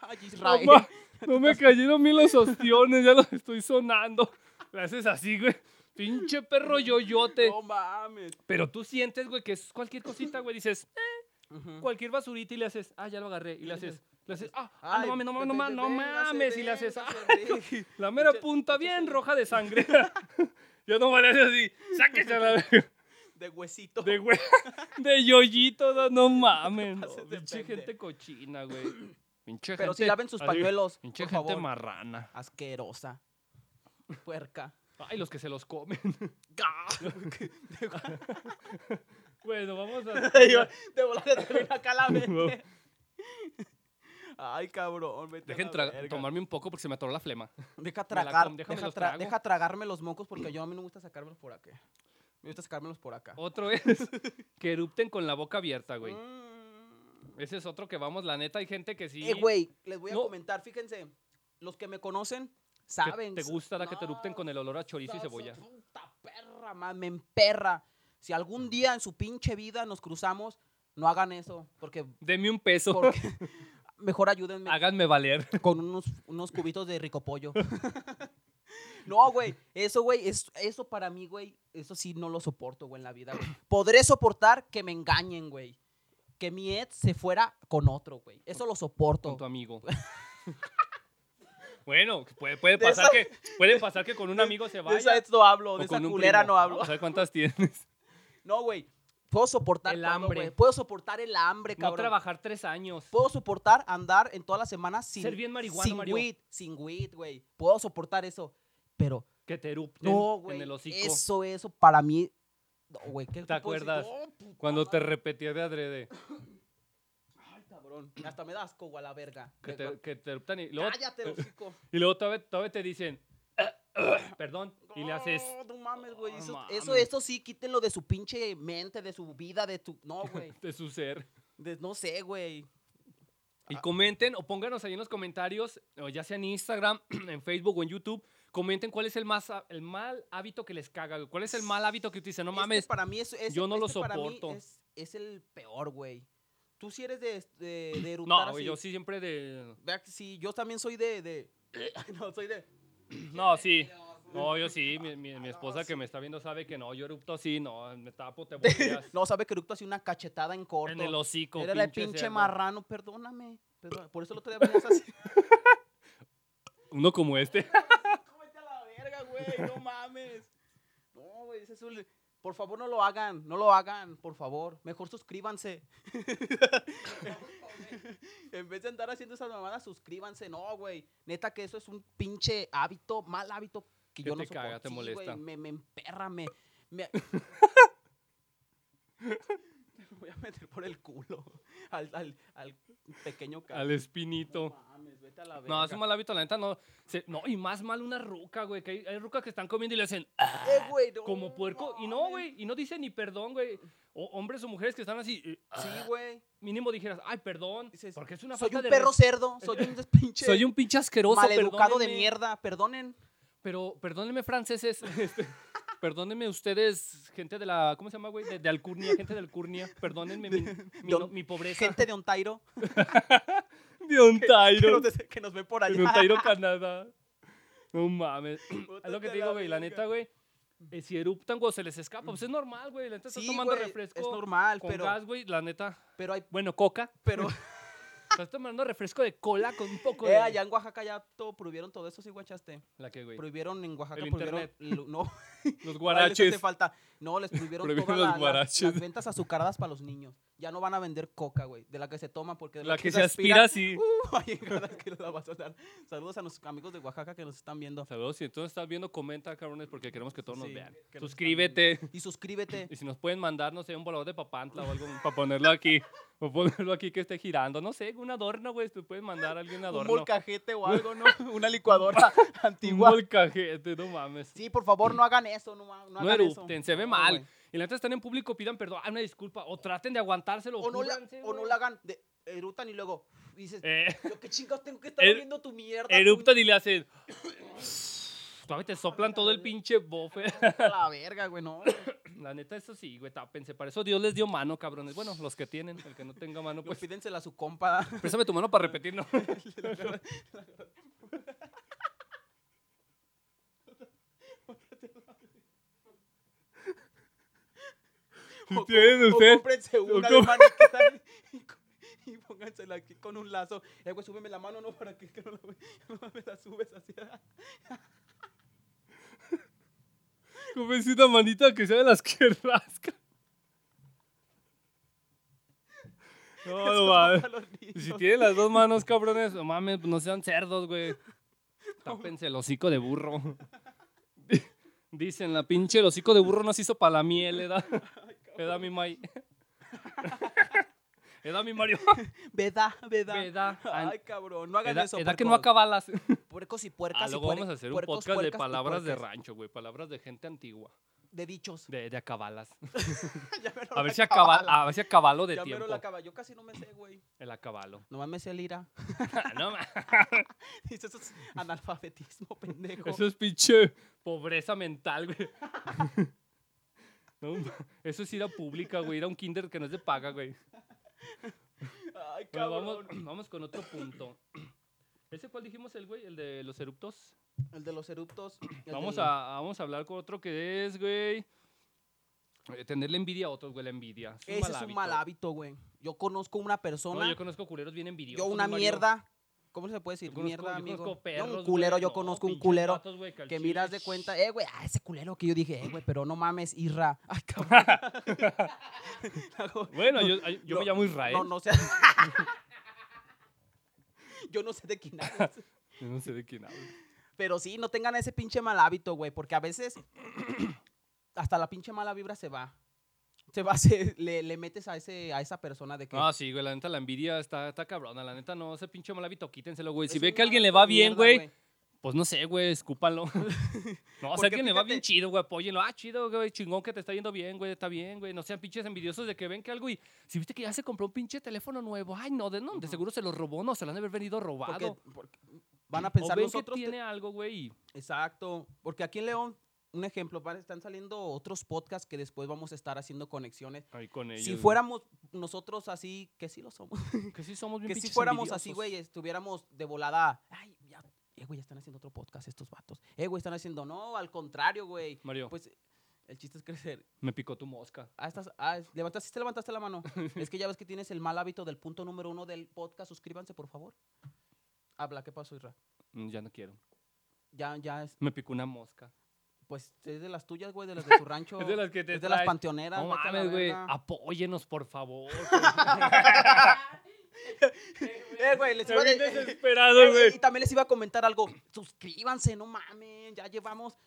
[SPEAKER 2] Ay, Israel.
[SPEAKER 1] Mamá, no me cayeron bien los ostiones, ya los estoy sonando. Le haces así, güey. Pinche perro yoyote.
[SPEAKER 2] No mames.
[SPEAKER 1] Pero tú sientes, güey, que es cualquier cosita, güey. Dices, eh, cualquier basurita y le haces, ah, ya lo agarré. Y le haces, le haces, ah, ah, no mames, no mames, no mames, no mames. Y le haces, ah, la mera punta bien roja de sangre. Ya no me haces así, sáquese a la verga.
[SPEAKER 2] De huesito.
[SPEAKER 1] de güey, de yoyito, no, no mames. no,
[SPEAKER 2] Haces de
[SPEAKER 1] pinche
[SPEAKER 2] pendejo.
[SPEAKER 1] gente cochina, güey. Pinche
[SPEAKER 2] Pero
[SPEAKER 1] gente-
[SPEAKER 2] si laven sus
[SPEAKER 1] así,
[SPEAKER 2] pañuelos.
[SPEAKER 1] Pinche
[SPEAKER 2] Por
[SPEAKER 1] gente
[SPEAKER 2] favor.
[SPEAKER 1] marrana.
[SPEAKER 2] Asquerosa. Puerca.
[SPEAKER 1] Ay, los que se los comen. Bueno, vamos a.
[SPEAKER 2] de volar de acá la mente. Ay, cabrón, vete a
[SPEAKER 1] Dejen
[SPEAKER 2] la
[SPEAKER 1] tra-
[SPEAKER 2] verga.
[SPEAKER 1] tomarme un poco porque se me atoró la flema.
[SPEAKER 2] Deja
[SPEAKER 1] la
[SPEAKER 2] tragar,
[SPEAKER 1] com- déjame
[SPEAKER 2] deja,
[SPEAKER 1] los
[SPEAKER 2] tra-
[SPEAKER 1] trago.
[SPEAKER 2] deja tragarme los mocos porque yo a mí no me gusta sacármelos por acá. Me gusta sacármelos por acá.
[SPEAKER 1] Otro es que erupten con la boca abierta, güey.
[SPEAKER 2] Mm.
[SPEAKER 1] Ese es otro que vamos, la neta, hay gente que sí.
[SPEAKER 2] Eh, güey, les voy a
[SPEAKER 1] No.
[SPEAKER 2] comentar, fíjense, los que me conocen
[SPEAKER 1] que
[SPEAKER 2] saben.
[SPEAKER 1] te gusta la que te erupten
[SPEAKER 2] No,
[SPEAKER 1] con el olor a chorizo y
[SPEAKER 2] Estás
[SPEAKER 1] cebolla.
[SPEAKER 2] Puta perra, ma, me emperra. Si algún día en su pinche vida nos cruzamos, no hagan eso, porque,
[SPEAKER 1] Deme un peso,
[SPEAKER 2] porque mejor ayúdenme
[SPEAKER 1] háganme valer.
[SPEAKER 2] con unos, unos cubitos de rico pollo. no, güey, eso, güey, es, eso para mí, güey, eso sí no lo soporto, güey, en la vida. güey. Podré soportar que me engañen, güey. Que mi ex se fuera con otro, güey. Eso lo soporto.
[SPEAKER 1] Con tu amigo. Bueno, puede, puede
[SPEAKER 2] De
[SPEAKER 1] pasar
[SPEAKER 2] esa-
[SPEAKER 1] que, puede pasar que con un amigo se
[SPEAKER 2] De esa
[SPEAKER 1] vaya.
[SPEAKER 2] ex no hablo,
[SPEAKER 1] o
[SPEAKER 2] de esa
[SPEAKER 1] con un
[SPEAKER 2] culera
[SPEAKER 1] primo.
[SPEAKER 2] no hablo.
[SPEAKER 1] Vamos a ver cuántas tienes.
[SPEAKER 2] No, güey. Puedo soportar
[SPEAKER 1] El
[SPEAKER 2] todo,
[SPEAKER 1] hambre.
[SPEAKER 2] güey. Puedo soportar el hambre,
[SPEAKER 1] No
[SPEAKER 2] cabrón.
[SPEAKER 1] trabajar tres años.
[SPEAKER 2] Puedo soportar andar en todas las semanas sin
[SPEAKER 1] Ser bien marihuano,
[SPEAKER 2] sin
[SPEAKER 1] Mario.
[SPEAKER 2] weed, sin weed, güey. Puedo soportar eso, pero
[SPEAKER 1] Que te erupten
[SPEAKER 2] no, güey.
[SPEAKER 1] en el hocico.
[SPEAKER 2] Eso eso para mí no, güey, ¿qué
[SPEAKER 1] ¿Te
[SPEAKER 2] puedo decir?
[SPEAKER 1] acuerdas?
[SPEAKER 2] No, puta
[SPEAKER 1] Cuando te
[SPEAKER 2] madre.
[SPEAKER 1] repetía de adrede.
[SPEAKER 2] Ay, cabrón. Hasta me das asco, güey, a la verga.
[SPEAKER 1] Que
[SPEAKER 2] Venga,
[SPEAKER 1] te, que te eruptan y luego
[SPEAKER 2] Cállate, hocico.
[SPEAKER 1] Y luego todavía, todavía te dicen, "Ah, Perdón. Y le haces.
[SPEAKER 2] No, no mames, güey.
[SPEAKER 1] No
[SPEAKER 2] Eso,
[SPEAKER 1] mames.
[SPEAKER 2] eso, eso sí, quítenlo de su pinche mente, de su vida, de tu. No, güey.
[SPEAKER 1] De su ser.
[SPEAKER 2] De- No sé, güey. Ah.
[SPEAKER 1] Y comenten o pónganos ahí en los comentarios, o ya sea en Instagram, en Facebook o en YouTube, comenten cuál es el, más, a- el mal hábito que les caga. güey. ¿Cuál es el mal hábito que utilizan? No
[SPEAKER 2] Este
[SPEAKER 1] mames.
[SPEAKER 2] para mí es, es-
[SPEAKER 1] yo no lo
[SPEAKER 2] este para mí
[SPEAKER 1] soporto.
[SPEAKER 2] Es, es el peor, güey. Tú sí eres de, de, de eructar
[SPEAKER 1] No,
[SPEAKER 2] así.
[SPEAKER 1] güey, yo sí siempre de.
[SPEAKER 2] Vea que Sí, yo también soy de. de- no, soy de.
[SPEAKER 1] No, sí. No, yo sí. Mi, mi- mi esposa que me está viendo sabe que no. Yo erupto así, no. Me tapo, te volteas.
[SPEAKER 2] No, sabe que eructo así una cachetada en corto.
[SPEAKER 1] En el hocico.
[SPEAKER 2] Era el
[SPEAKER 1] pinche
[SPEAKER 2] pinche
[SPEAKER 1] cerdo.
[SPEAKER 2] marrano, perdóname. perdóname. Por eso el otro día venías así.
[SPEAKER 1] Uno como este.
[SPEAKER 2] Cómete a la verga, güey, no mames. No, güey, ese es un... Por favor, no lo hagan, no lo hagan, por favor. Mejor suscríbanse. en vez de andar haciendo esas mamadas, suscríbanse. No, güey. Neta que eso es un pinche hábito, mal hábito que
[SPEAKER 1] Que
[SPEAKER 2] yo no
[SPEAKER 1] te caga, te
[SPEAKER 2] soporto. Sí,
[SPEAKER 1] molesta.
[SPEAKER 2] güey, me, me emperra, me... me- Te voy a meter por el culo al, al, al pequeño
[SPEAKER 1] Al
[SPEAKER 2] No
[SPEAKER 1] espinito.
[SPEAKER 2] mames, vete a la verga.
[SPEAKER 1] No, es un mal hábito, la neta no. se- no, y más mal una ruca, güey. Que hay, hay rucas que están comiendo y le hacen "Ah",
[SPEAKER 2] Eh, güey, no
[SPEAKER 1] como puerco. Y no,
[SPEAKER 2] mames.
[SPEAKER 1] güey. Y no dicen ni perdón, güey. O hombres o mujeres que están así. eh, ah,
[SPEAKER 2] Sí, güey.
[SPEAKER 1] mínimo dijeras, ay, perdón.
[SPEAKER 2] Dices,
[SPEAKER 1] Porque es una
[SPEAKER 2] Soy
[SPEAKER 1] falta
[SPEAKER 2] un
[SPEAKER 1] de
[SPEAKER 2] perro
[SPEAKER 1] res-
[SPEAKER 2] cerdo, soy un des- pinche
[SPEAKER 1] Soy un pinche asqueroso,
[SPEAKER 2] maleducado de
[SPEAKER 1] perdónenme.
[SPEAKER 2] mierda, perdonen.
[SPEAKER 1] Pero perdónenme, franceses. este, perdónenme ustedes, gente de la. ¿Cómo se llama, güey? De, de Alcurnia, gente de Alcurnia. Perdónenme mi, mi
[SPEAKER 2] Don-
[SPEAKER 1] no- mi pobreza.
[SPEAKER 2] Gente de Ontario,
[SPEAKER 1] de Ontario.
[SPEAKER 2] pero desde que nos ve por allá.
[SPEAKER 1] En Ontario, Canadá. No mames.
[SPEAKER 2] Bótate
[SPEAKER 1] Es lo que
[SPEAKER 2] a
[SPEAKER 1] te
[SPEAKER 2] la
[SPEAKER 1] digo, güey. La
[SPEAKER 2] verga.
[SPEAKER 1] neta, güey. eh, si eruptan, güey, se les escapa. Pues es normal, güey. La neta estás
[SPEAKER 2] Sí,
[SPEAKER 1] tomando
[SPEAKER 2] güey,
[SPEAKER 1] refresco.
[SPEAKER 2] Es normal,
[SPEAKER 1] con
[SPEAKER 2] pero,
[SPEAKER 1] gas, güey. La neta.
[SPEAKER 2] pero hay.
[SPEAKER 1] Bueno, coca.
[SPEAKER 2] Pero
[SPEAKER 1] Estás tomando refresco de cola con un poco de.
[SPEAKER 2] eh, allá en Oaxaca ya todo prohibieron todo eso, sí, guachaste.
[SPEAKER 1] La que, güey.
[SPEAKER 2] Prohibieron en Oaxaca,
[SPEAKER 1] El
[SPEAKER 2] prohibieron. lo- No,
[SPEAKER 1] Los
[SPEAKER 2] ahí les hace
[SPEAKER 1] guaraches.
[SPEAKER 2] falta. No, les prohibieron,
[SPEAKER 1] Prohibieron
[SPEAKER 2] todas
[SPEAKER 1] los
[SPEAKER 2] la- las-
[SPEAKER 1] guaraches.
[SPEAKER 2] Las, ventas azucaradas para los niños. Ya no van a vender coca, güey, de la que se Uh, toma porque de
[SPEAKER 1] La que se aspira así.
[SPEAKER 2] Ay, verdad que la vas a dar. Saludos a nuestros amigos de Oaxaca que nos están viendo.
[SPEAKER 1] Saludos. Si entonces estás viendo, comenta, cabrones, porque queremos que todos nos
[SPEAKER 2] Sí,
[SPEAKER 1] vean.
[SPEAKER 2] que nos están
[SPEAKER 1] Suscríbete.
[SPEAKER 2] Y suscríbete.
[SPEAKER 1] Y si nos pueden mandar, no sé, un volador de papantla o algo para ponerlo aquí. O ponerlo aquí que esté girando. No sé, un adorno, güey. Te pueden mandar a alguien un
[SPEAKER 2] un
[SPEAKER 1] adorno.
[SPEAKER 2] molcajete o algo, ¿no? Una licuadora
[SPEAKER 1] Un
[SPEAKER 2] antigua.
[SPEAKER 1] molcajete, no mames.
[SPEAKER 2] Sí, por favor, no hagan eso, no, ma- no
[SPEAKER 1] No
[SPEAKER 2] hagan eso.
[SPEAKER 1] erupten, se ve
[SPEAKER 2] No,
[SPEAKER 1] mal.
[SPEAKER 2] güey.
[SPEAKER 1] Y la neta están en público, pidan perdón, ah, una disculpa, o traten de aguantárselo.
[SPEAKER 2] O no, la,
[SPEAKER 1] cúbranse,
[SPEAKER 2] o no
[SPEAKER 1] güey.
[SPEAKER 2] la hagan, de, erutan y luego dices,
[SPEAKER 1] Eh,
[SPEAKER 2] yo qué chingados tengo que estar
[SPEAKER 1] Er-
[SPEAKER 2] viendo tu mierda.
[SPEAKER 1] eruptan y le hacen. Suave, te soplan todo el pinche bofe.
[SPEAKER 2] puñetas a La verga, güey, no. güey.
[SPEAKER 1] La neta, eso sí, güey, tápense. Para eso Dios les dio mano, cabrones. Bueno, los que tienen, el que no tenga mano,
[SPEAKER 2] Pues
[SPEAKER 1] pues.
[SPEAKER 2] pídensela a su compa.
[SPEAKER 1] Préstame tu mano para repetir, ¿no?
[SPEAKER 2] O co-
[SPEAKER 1] tienen
[SPEAKER 2] o
[SPEAKER 1] ustedes-
[SPEAKER 2] cómprense una de
[SPEAKER 1] com-
[SPEAKER 2] maniquita y, co- y póngansela aquí con un lazo. Eh, güey, súbeme la mano, no, para que, que no la, no me la subes así.
[SPEAKER 1] Comencé una manita que sea de las que rasca. No, no, mames.
[SPEAKER 2] Para los
[SPEAKER 1] Y Si
[SPEAKER 2] niños.
[SPEAKER 1] tienen las dos manos, cabrones, no mames, pues no sean cerdos, güey. Tápense el hocico de burro. Dicen, la pinche el hocico de burro nos hizo para la miel, ¿eh? da? ¿Eh, da mi May. ¿Eh, da mi Mario.
[SPEAKER 2] Veda, veda.
[SPEAKER 1] ¿Verdad?
[SPEAKER 2] Ay, cabrón, no hagan
[SPEAKER 1] ¿Edad,
[SPEAKER 2] eso.
[SPEAKER 1] que no
[SPEAKER 2] puercos.
[SPEAKER 1] acabalas?
[SPEAKER 2] Puercos y puercas.
[SPEAKER 1] Ah,
[SPEAKER 2] y
[SPEAKER 1] luego
[SPEAKER 2] puer-
[SPEAKER 1] vamos a hacer un
[SPEAKER 2] puercos,
[SPEAKER 1] podcast de
[SPEAKER 2] puercas y
[SPEAKER 1] palabras de
[SPEAKER 2] puercas.
[SPEAKER 1] rancho, güey. Palabras de gente antigua.
[SPEAKER 2] De dichos.
[SPEAKER 1] De, de acabalas.
[SPEAKER 2] Ya me lo
[SPEAKER 1] A ver
[SPEAKER 2] la
[SPEAKER 1] si acaba,
[SPEAKER 2] acabala.
[SPEAKER 1] a ver si acabalo de
[SPEAKER 2] Ya me
[SPEAKER 1] tiempo.
[SPEAKER 2] lo la acaba. Yo casi no me sé, güey.
[SPEAKER 1] El acabalo. Ah,
[SPEAKER 2] Nomás me sé el ira.
[SPEAKER 1] no mames.
[SPEAKER 2] Dice, eso es analfabetismo, pendejo.
[SPEAKER 1] Eso es pinche pobreza mental, güey. No, ma- eso es ir a pública, güey. Ir a un kinder que no es de paga, güey.
[SPEAKER 2] Ay,
[SPEAKER 1] Bueno,
[SPEAKER 2] cabrón.
[SPEAKER 1] vamos, vamos con otro punto. ¿Ese cuál dijimos el güey? ¿El de los eruptos?
[SPEAKER 2] El de los eruptos. el
[SPEAKER 1] Vamos
[SPEAKER 2] del-
[SPEAKER 1] a, vamos a hablar con otro que es, güey. Eh, Tenerle envidia a otros, güey, la envidia. Es un mal
[SPEAKER 2] Ese es un
[SPEAKER 1] hábito.
[SPEAKER 2] mal hábito, güey. Yo conozco una persona.
[SPEAKER 1] No, yo
[SPEAKER 2] yo,
[SPEAKER 1] conozco culeros bien envidiosos.
[SPEAKER 2] una
[SPEAKER 1] mi Mario.
[SPEAKER 2] mierda. ¿Cómo se puede decir?
[SPEAKER 1] Yo conozco-
[SPEAKER 2] mierda,
[SPEAKER 1] yo
[SPEAKER 2] amigo.
[SPEAKER 1] conozco
[SPEAKER 2] No,
[SPEAKER 1] perros,
[SPEAKER 2] un culero,
[SPEAKER 1] güey,
[SPEAKER 2] yo
[SPEAKER 1] no,
[SPEAKER 2] conozco un
[SPEAKER 1] pinches
[SPEAKER 2] culero.
[SPEAKER 1] vatos, güey, al
[SPEAKER 2] Que
[SPEAKER 1] chile,
[SPEAKER 2] miras de
[SPEAKER 1] shh.
[SPEAKER 2] cuenta, eh, güey, ah, ese culero que yo dije, eh, güey, pero no mames, Irra. Ay, cabrón. Luego,
[SPEAKER 1] Bueno, yo, ay, yo
[SPEAKER 2] no,
[SPEAKER 1] me llamo Israel.
[SPEAKER 2] No, no sé. yo no sé de quién hablas.
[SPEAKER 1] Yo no sé de quién hablo.
[SPEAKER 2] Pero sí, no tengan ese pinche mal hábito, güey, porque a veces hasta la pinche mala vibra se va. Se va, se- le, le metes a, ese, a esa persona de que...
[SPEAKER 1] Ah, sí, güey, la neta, la envidia está, está cabrona. La neta, no, ese pinche mal hábito, quítenselo, güey. Si
[SPEAKER 2] "Es
[SPEAKER 1] ve
[SPEAKER 2] un
[SPEAKER 1] que a alguien le
[SPEAKER 2] hábito
[SPEAKER 1] va
[SPEAKER 2] de
[SPEAKER 1] bien,
[SPEAKER 2] mierda,
[SPEAKER 1] güey, Pues no sé, güey, escúpalo. no, o sea,
[SPEAKER 2] Porque
[SPEAKER 1] alguien le va bien
[SPEAKER 2] fíjate-
[SPEAKER 1] chido, güey, apóyenlo. Ah, chido, güey, chingón que te está yendo bien, güey, está bien, güey. No sean pinches envidiosos de que ven que algo y si viste que ya se compró un pinche teléfono nuevo. Ay, no, de, no, de
[SPEAKER 2] Ujú.
[SPEAKER 1] seguro se lo robó, no, se lo han de haber venido
[SPEAKER 2] Porque,
[SPEAKER 1] robado.
[SPEAKER 2] porque van a
[SPEAKER 1] o
[SPEAKER 2] pensar
[SPEAKER 1] ven
[SPEAKER 2] nosotros.
[SPEAKER 1] que
[SPEAKER 2] te-
[SPEAKER 1] tiene algo, güey, y
[SPEAKER 2] Exacto. Porque aquí en León, un ejemplo, van- están saliendo otros podcasts que después vamos a estar haciendo conexiones.
[SPEAKER 1] ahí con ellos.
[SPEAKER 2] Si
[SPEAKER 1] güey.
[SPEAKER 2] fuéramos nosotros así, que sí lo somos,
[SPEAKER 1] Que sí somos bien
[SPEAKER 2] que si
[SPEAKER 1] pinches
[SPEAKER 2] fuéramos así,
[SPEAKER 1] envidiosos.
[SPEAKER 2] güey, estuviéramos de volada. Ay, ya, eh, güey, ya están haciendo otro podcast estos vatos. Eh, güey, están haciendo, no, al contrario, güey.
[SPEAKER 1] Mario,
[SPEAKER 2] Pues el chiste es crecer.
[SPEAKER 1] me picó tu mosca.
[SPEAKER 2] Ah, estás, ah, levantaste, sí levantaste la mano. es que ya ves que tienes el mal hábito del punto número uno del podcast. Suscríbanse, por favor. Habla, ¿qué pasó, Isra?
[SPEAKER 1] Mm, Ya no quiero.
[SPEAKER 2] Ya, ya, es,
[SPEAKER 1] Me picó una mosca.
[SPEAKER 2] pues es de las tuyas, güey, de las de tu rancho.
[SPEAKER 1] Es de las que te
[SPEAKER 2] Es de las
[SPEAKER 1] traes.
[SPEAKER 2] panteoneras.
[SPEAKER 1] No
[SPEAKER 2] vete a la
[SPEAKER 1] mames, güey. Ah,
[SPEAKER 2] verga.
[SPEAKER 1] Apóyenos, por favor.
[SPEAKER 2] Eh, güey, les
[SPEAKER 1] Te
[SPEAKER 2] iba a
[SPEAKER 1] vi
[SPEAKER 2] de-
[SPEAKER 1] desesperado,
[SPEAKER 2] Eh, eh,
[SPEAKER 1] güey.
[SPEAKER 2] Y también les iba a comentar algo. Suscríbanse, no mames. Ya llevamos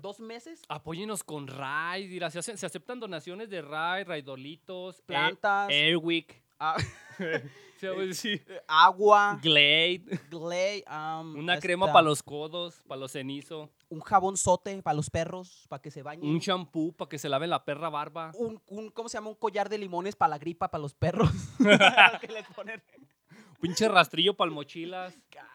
[SPEAKER 2] dos meses.
[SPEAKER 1] Apóyenos con RAI. dirá, Se, hacen- se aceptan donaciones de RAI, Raidolitos,
[SPEAKER 2] Plantas.
[SPEAKER 1] eh, Airwick.
[SPEAKER 2] Ah,
[SPEAKER 1] se va a decir,
[SPEAKER 2] eh, agua.
[SPEAKER 1] Glade.
[SPEAKER 2] Glay. am,
[SPEAKER 1] Una crema
[SPEAKER 2] esta,
[SPEAKER 1] para los codos, para los cenizo.
[SPEAKER 2] um, Un jabón sote para los perros, para que se bañen.
[SPEAKER 1] Un shampoo para que se lave la perra barba.
[SPEAKER 2] un, un- ¿cómo se llama? Un collar de limones para la gripa, para los perros. Lo que les ponen.
[SPEAKER 1] Pinche rastrillo para mochilas.
[SPEAKER 2] Ca-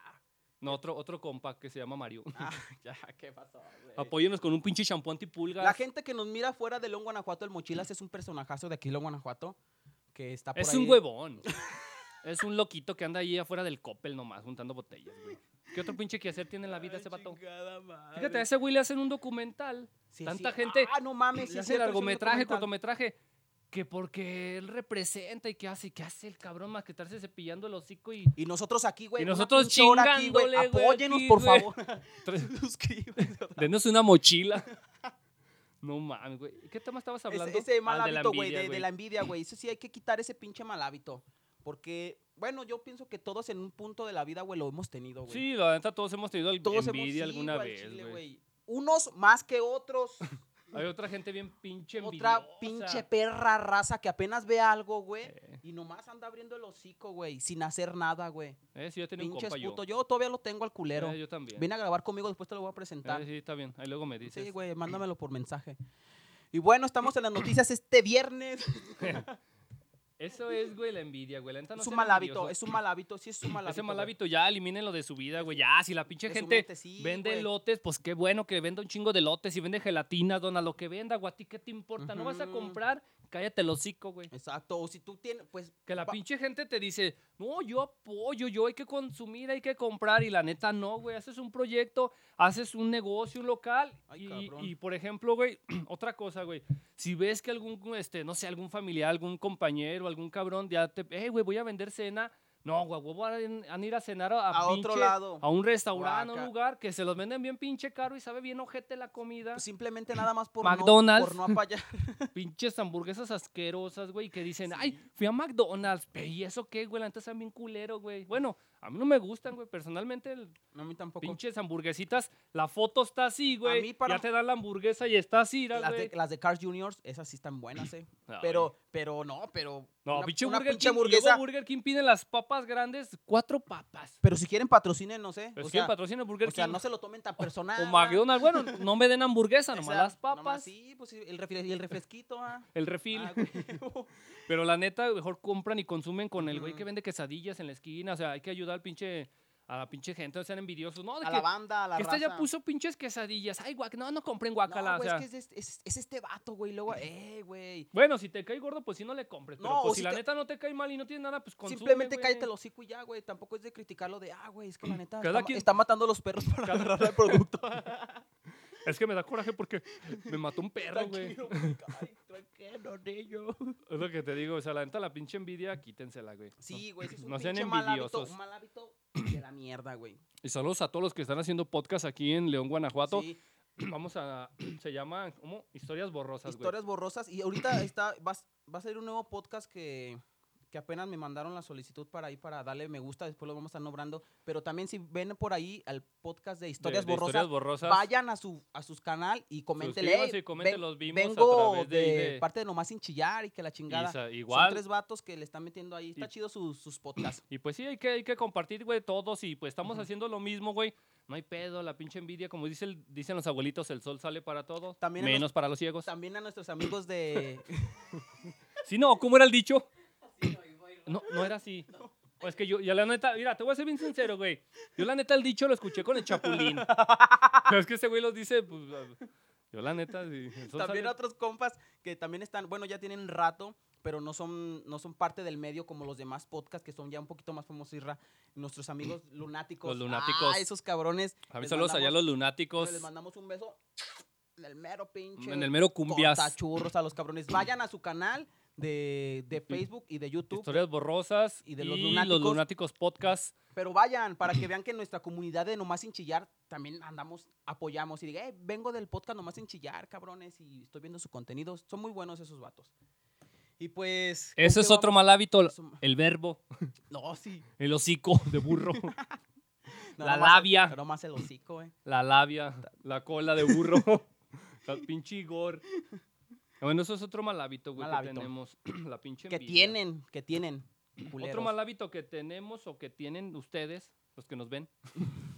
[SPEAKER 1] No, otro, otro compa que se llama Mario.
[SPEAKER 2] Ah, ya, ¿qué pasó, güey?
[SPEAKER 1] Apóyenos con un pinche shampoo antipulgas.
[SPEAKER 2] La gente que nos mira fuera de León, Guanajuato, el Mochilas es un personajazo de aquí, León, Guanajuato, que está por
[SPEAKER 1] Es
[SPEAKER 2] ahí.
[SPEAKER 1] un huevón. es un loquito que anda ahí afuera del Coppel nomás, juntando botellas, güey. ¿Qué otro pinche quehacer tiene en la vida
[SPEAKER 2] Ay,
[SPEAKER 1] ese vato?
[SPEAKER 2] chingada madre.
[SPEAKER 1] Fíjate, a ese güey le hacen un documental.
[SPEAKER 2] Sí,
[SPEAKER 1] Tanta
[SPEAKER 2] sí.
[SPEAKER 1] gente.
[SPEAKER 2] Ah, no mames. sí,
[SPEAKER 1] le
[SPEAKER 2] es
[SPEAKER 1] hace
[SPEAKER 2] cierto, es un
[SPEAKER 1] largometraje,
[SPEAKER 2] documental.
[SPEAKER 1] cortometraje. Que porque él representa y que hace, que hace el cabrón más que estarse cepillando el hocico y
[SPEAKER 2] Y nosotros aquí, güey.
[SPEAKER 1] Y
[SPEAKER 2] una
[SPEAKER 1] nosotros
[SPEAKER 2] pinche hora aquí, güey.
[SPEAKER 1] chingándole, güey,
[SPEAKER 2] Apóyenos,
[SPEAKER 1] aquí,
[SPEAKER 2] por
[SPEAKER 1] güey.
[SPEAKER 2] favor.
[SPEAKER 1] tres-
[SPEAKER 2] Suscríbete.
[SPEAKER 1] denos una mochila. No mames, güey. ¿Qué tema estabas hablando?
[SPEAKER 2] Ese, ese mal
[SPEAKER 1] Ah, de la
[SPEAKER 2] hábito, güey,
[SPEAKER 1] envidia,
[SPEAKER 2] de, de la envidia, güey. Eso sí, hay que quitar ese pinche mal hábito. Porque, bueno, yo pienso que todos en un punto de la vida, güey, lo hemos tenido, güey.
[SPEAKER 1] Sí, la neta, todos hemos tenido el-
[SPEAKER 2] todos
[SPEAKER 1] envidia
[SPEAKER 2] hemos sido
[SPEAKER 1] alguna
[SPEAKER 2] al
[SPEAKER 1] vez,
[SPEAKER 2] chile,
[SPEAKER 1] güey.
[SPEAKER 2] Unos más que otros.
[SPEAKER 1] Hay otra gente bien pinche envidiosa.
[SPEAKER 2] otra pinche perra raza que apenas ve algo, güey.
[SPEAKER 1] Eh,
[SPEAKER 2] Y nomás anda abriendo el hocico, güey, sin hacer nada, güey.
[SPEAKER 1] eh, sí, yo tenía un
[SPEAKER 2] Pinches
[SPEAKER 1] compa yo.
[SPEAKER 2] puto. Yo todavía lo tengo al culero.
[SPEAKER 1] Eh, yo también.
[SPEAKER 2] Viene a grabar conmigo, después te lo voy a presentar.
[SPEAKER 1] Eh, sí, está bien. Ahí luego me dices.
[SPEAKER 2] Sí, güey, mándamelo por mensaje. Y bueno, estamos en las noticias este viernes.
[SPEAKER 1] Eso es, güey, la envidia, güey. La neta no
[SPEAKER 2] es un
[SPEAKER 1] sean
[SPEAKER 2] mal hábito,
[SPEAKER 1] envidiosos.
[SPEAKER 2] es un mal hábito, sí es un mal hábito.
[SPEAKER 1] Ese mal
[SPEAKER 2] güey.
[SPEAKER 1] hábito ya elimínenlo de su vida, güey. Ya, si la pinche
[SPEAKER 2] De su
[SPEAKER 1] gente
[SPEAKER 2] mente, sí,
[SPEAKER 1] vende
[SPEAKER 2] güey.
[SPEAKER 1] lotes, pues qué bueno que venda un chingo de lotes. Si vende gelatina, dona lo que venda, güey. ¿A ti qué te importa? ¿No vas a
[SPEAKER 2] Ujú.
[SPEAKER 1] comprar? Cállate el hocico, güey.
[SPEAKER 2] Exacto, o si tú tienes, pues,
[SPEAKER 1] Que la
[SPEAKER 2] Va-
[SPEAKER 1] pinche gente te dice, no, yo apoyo, yo hay que consumir, hay que comprar. Y la neta, no, güey. Haces un proyecto, haces un negocio, un local.
[SPEAKER 2] Ay,
[SPEAKER 1] y-
[SPEAKER 2] cabrón.
[SPEAKER 1] y, por ejemplo, güey, otra cosa, güey. Si ves que algún, este, no sé, algún familiar, algún compañero, algún cabrón, ya te, hey, güey, voy a vender cena. No, güey, huevo, van a ir a cenar a,
[SPEAKER 2] A otro
[SPEAKER 1] pinche-
[SPEAKER 2] lado.
[SPEAKER 1] A un restaurante, a un
[SPEAKER 2] Guaca.
[SPEAKER 1] lugar que se los venden bien pinche caro y sabe bien ojete la comida.
[SPEAKER 2] pues, simplemente nada más por
[SPEAKER 1] Ah. McDonald's.
[SPEAKER 2] no, por no apoyar.
[SPEAKER 1] pinches hamburguesas asquerosas, güey, que dicen,
[SPEAKER 2] Sí.
[SPEAKER 1] ay, fui a McDonald's, pe, ¿y eso qué, güey? La neta están bien culero, güey. Bueno, a mí no me gustan, güey, personalmente, el-
[SPEAKER 2] No, a mí tampoco.
[SPEAKER 1] pinches hamburguesitas, la foto está así, güey.
[SPEAKER 2] mí para-
[SPEAKER 1] Ya te dan la hamburguesa y está así, mira,
[SPEAKER 2] Las
[SPEAKER 1] güey.
[SPEAKER 2] de, las de Cars Juniors, esas sí están buenas, eh.
[SPEAKER 1] Ay.
[SPEAKER 2] Pero, pero no, pero.
[SPEAKER 1] No,
[SPEAKER 2] una-
[SPEAKER 1] pinche
[SPEAKER 2] una
[SPEAKER 1] Burger
[SPEAKER 2] pinche
[SPEAKER 1] King, y luego
[SPEAKER 2] hamburguesa.
[SPEAKER 1] Burger King piden las papas grandes, cuatro papas.
[SPEAKER 2] Pero si quieren patrocinen, no sé.
[SPEAKER 1] Pero
[SPEAKER 2] o
[SPEAKER 1] si quieren
[SPEAKER 2] sea,
[SPEAKER 1] patrocina Burger
[SPEAKER 2] o sea,
[SPEAKER 1] King
[SPEAKER 2] no se lo tomen tan personal.
[SPEAKER 1] o McDonald's, bueno, no me den hamburguesa, nomás
[SPEAKER 2] Esa-
[SPEAKER 1] las
[SPEAKER 2] nomás
[SPEAKER 1] papas,
[SPEAKER 2] sí, pues sí, el, refre- y el refresquito, ah.
[SPEAKER 1] el refil.
[SPEAKER 2] Ah, güey.
[SPEAKER 1] Pero la neta, mejor compran y consumen con el güey que
[SPEAKER 2] Ujú.
[SPEAKER 1] vende quesadillas en la esquina. O sea, hay que ayudar al pinche, a la pinche gente, no sean envidiosos. No, de
[SPEAKER 2] a
[SPEAKER 1] que,
[SPEAKER 2] la banda, a la
[SPEAKER 1] que esta ya
[SPEAKER 2] raza.
[SPEAKER 1] puso pinches quesadillas. Ay, guac, no, no compren
[SPEAKER 2] No,
[SPEAKER 1] guacala. o
[SPEAKER 2] güey,
[SPEAKER 1] sea,
[SPEAKER 2] es que es, este- es- es este vato, güey. Luego, eh, güey.
[SPEAKER 1] Bueno, si te cae gordo, pues sí no le compres. Pero
[SPEAKER 2] No,
[SPEAKER 1] pues,
[SPEAKER 2] o
[SPEAKER 1] si,
[SPEAKER 2] si
[SPEAKER 1] la
[SPEAKER 2] te-
[SPEAKER 1] neta no te cae mal y no tienes nada, pues consume,
[SPEAKER 2] Simplemente
[SPEAKER 1] güey.
[SPEAKER 2] cállate el hocico y ya, güey. Tampoco es de criticarlo de, ah, güey, es que la neta
[SPEAKER 1] Cada
[SPEAKER 2] está, ma-
[SPEAKER 1] quien-
[SPEAKER 2] está matando a los perros para agarrar el producto.
[SPEAKER 1] Es que me da coraje porque me mató un perro, güey.
[SPEAKER 2] Tranquilo, güey. ay, tranquilo, niño.
[SPEAKER 1] Es lo que te digo. O sea, la neta, la pinche envidia, quítensela, güey.
[SPEAKER 2] Sí, güey, ese es un
[SPEAKER 1] No sean
[SPEAKER 2] pinche mal hábito,
[SPEAKER 1] envidiosos.
[SPEAKER 2] un mal hábito de la mierda, güey.
[SPEAKER 1] Y saludos a todos los que están haciendo podcast aquí en León, Guanajuato.
[SPEAKER 2] Sí,
[SPEAKER 1] Vamos a. Se llama, ¿cómo? Historias borrosas, güey.
[SPEAKER 2] historias borrosas y ahorita está va, a s- va a salir un nuevo podcast que, que apenas me mandaron la solicitud para ahí para darle me gusta, después lo vamos a estar nombrando. Pero también si ven por ahí al podcast de Historias
[SPEAKER 1] de
[SPEAKER 2] Borrosas,
[SPEAKER 1] historias borrosas.
[SPEAKER 2] vayan a su a sus canal y coméntenle. "Ey,
[SPEAKER 1] Suscríbanse y comenten,
[SPEAKER 2] ven-
[SPEAKER 1] los vimos a
[SPEAKER 2] vengo
[SPEAKER 1] través de-
[SPEAKER 2] de,
[SPEAKER 1] de-
[SPEAKER 2] parte de Nomás Sin Chillar y que la
[SPEAKER 1] Y
[SPEAKER 2] chingada.
[SPEAKER 1] sa-
[SPEAKER 2] Son
[SPEAKER 1] igual.
[SPEAKER 2] tres vatos que le están metiendo ahí. Está
[SPEAKER 1] Y-
[SPEAKER 2] chido sus, sus podcasts.
[SPEAKER 1] Y pues sí, hay que, hay que compartir, güey, todos. Y pues estamos
[SPEAKER 2] Ujú.
[SPEAKER 1] haciendo lo mismo, güey. No hay pedo, la pinche envidia. Como dice el- dicen los abuelitos, el sol sale para todos.
[SPEAKER 2] También en
[SPEAKER 1] menos para los ciegos.
[SPEAKER 2] También a nuestros amigos de...
[SPEAKER 1] Sí, no, ¿cómo era el dicho? No, no era así. O es que yo, ya la neta, mira, te voy a ser bien sincero, güey. Yo la neta el dicho lo escuché con el chapulín. Pero es que ese güey los dice, pues, yo la neta, sí, el sol
[SPEAKER 2] también
[SPEAKER 1] sale-
[SPEAKER 2] otros compas que también están, bueno, ya tienen rato, pero no son, no son parte del medio como los demás podcasts que son ya un poquito más famosos. Irra. Nuestros amigos lunáticos.
[SPEAKER 1] Los lunáticos.
[SPEAKER 2] Ah, esos cabrones.
[SPEAKER 1] A mí
[SPEAKER 2] Les
[SPEAKER 1] saludos allá a
[SPEAKER 2] mandamos-
[SPEAKER 1] los lunáticos.
[SPEAKER 2] Les mandamos un beso en el mero pinche.
[SPEAKER 1] En el mero cumbias.
[SPEAKER 2] Contachurros a los cabrones. Vayan a su canal de, de Facebook y de YouTube.
[SPEAKER 1] Historias borrosas
[SPEAKER 2] Y de los
[SPEAKER 1] los
[SPEAKER 2] lunáticos.
[SPEAKER 1] lunáticos podcast.
[SPEAKER 2] Pero vayan, para que vean que en nuestra comunidad de Nomás Sin Chillar también andamos, apoyamos y diga, "Eh, vengo del podcast Nomás Sin Chillar, cabrones, y estoy viendo su contenido. Son muy buenos esos vatos. Y pues. ¿con
[SPEAKER 1] Eso
[SPEAKER 2] qué
[SPEAKER 1] es otro
[SPEAKER 2] vamos?
[SPEAKER 1] mal hábito,
[SPEAKER 2] Eso-
[SPEAKER 1] el verbo,
[SPEAKER 2] No, sí.
[SPEAKER 1] el hocico de burro,
[SPEAKER 2] No,
[SPEAKER 1] La
[SPEAKER 2] nomás el-
[SPEAKER 1] labia.
[SPEAKER 2] pero más el hocico, eh.
[SPEAKER 1] la labia, la cola de burro, la pinche Igor. Bueno, eso es otro mal hábito, güey,
[SPEAKER 2] Mal
[SPEAKER 1] que
[SPEAKER 2] hábito.
[SPEAKER 1] tenemos. la pinche
[SPEAKER 2] Que
[SPEAKER 1] envidia.
[SPEAKER 2] tienen, que tienen. culeros.
[SPEAKER 1] Otro mal hábito que tenemos o que tienen ustedes, los que nos ven,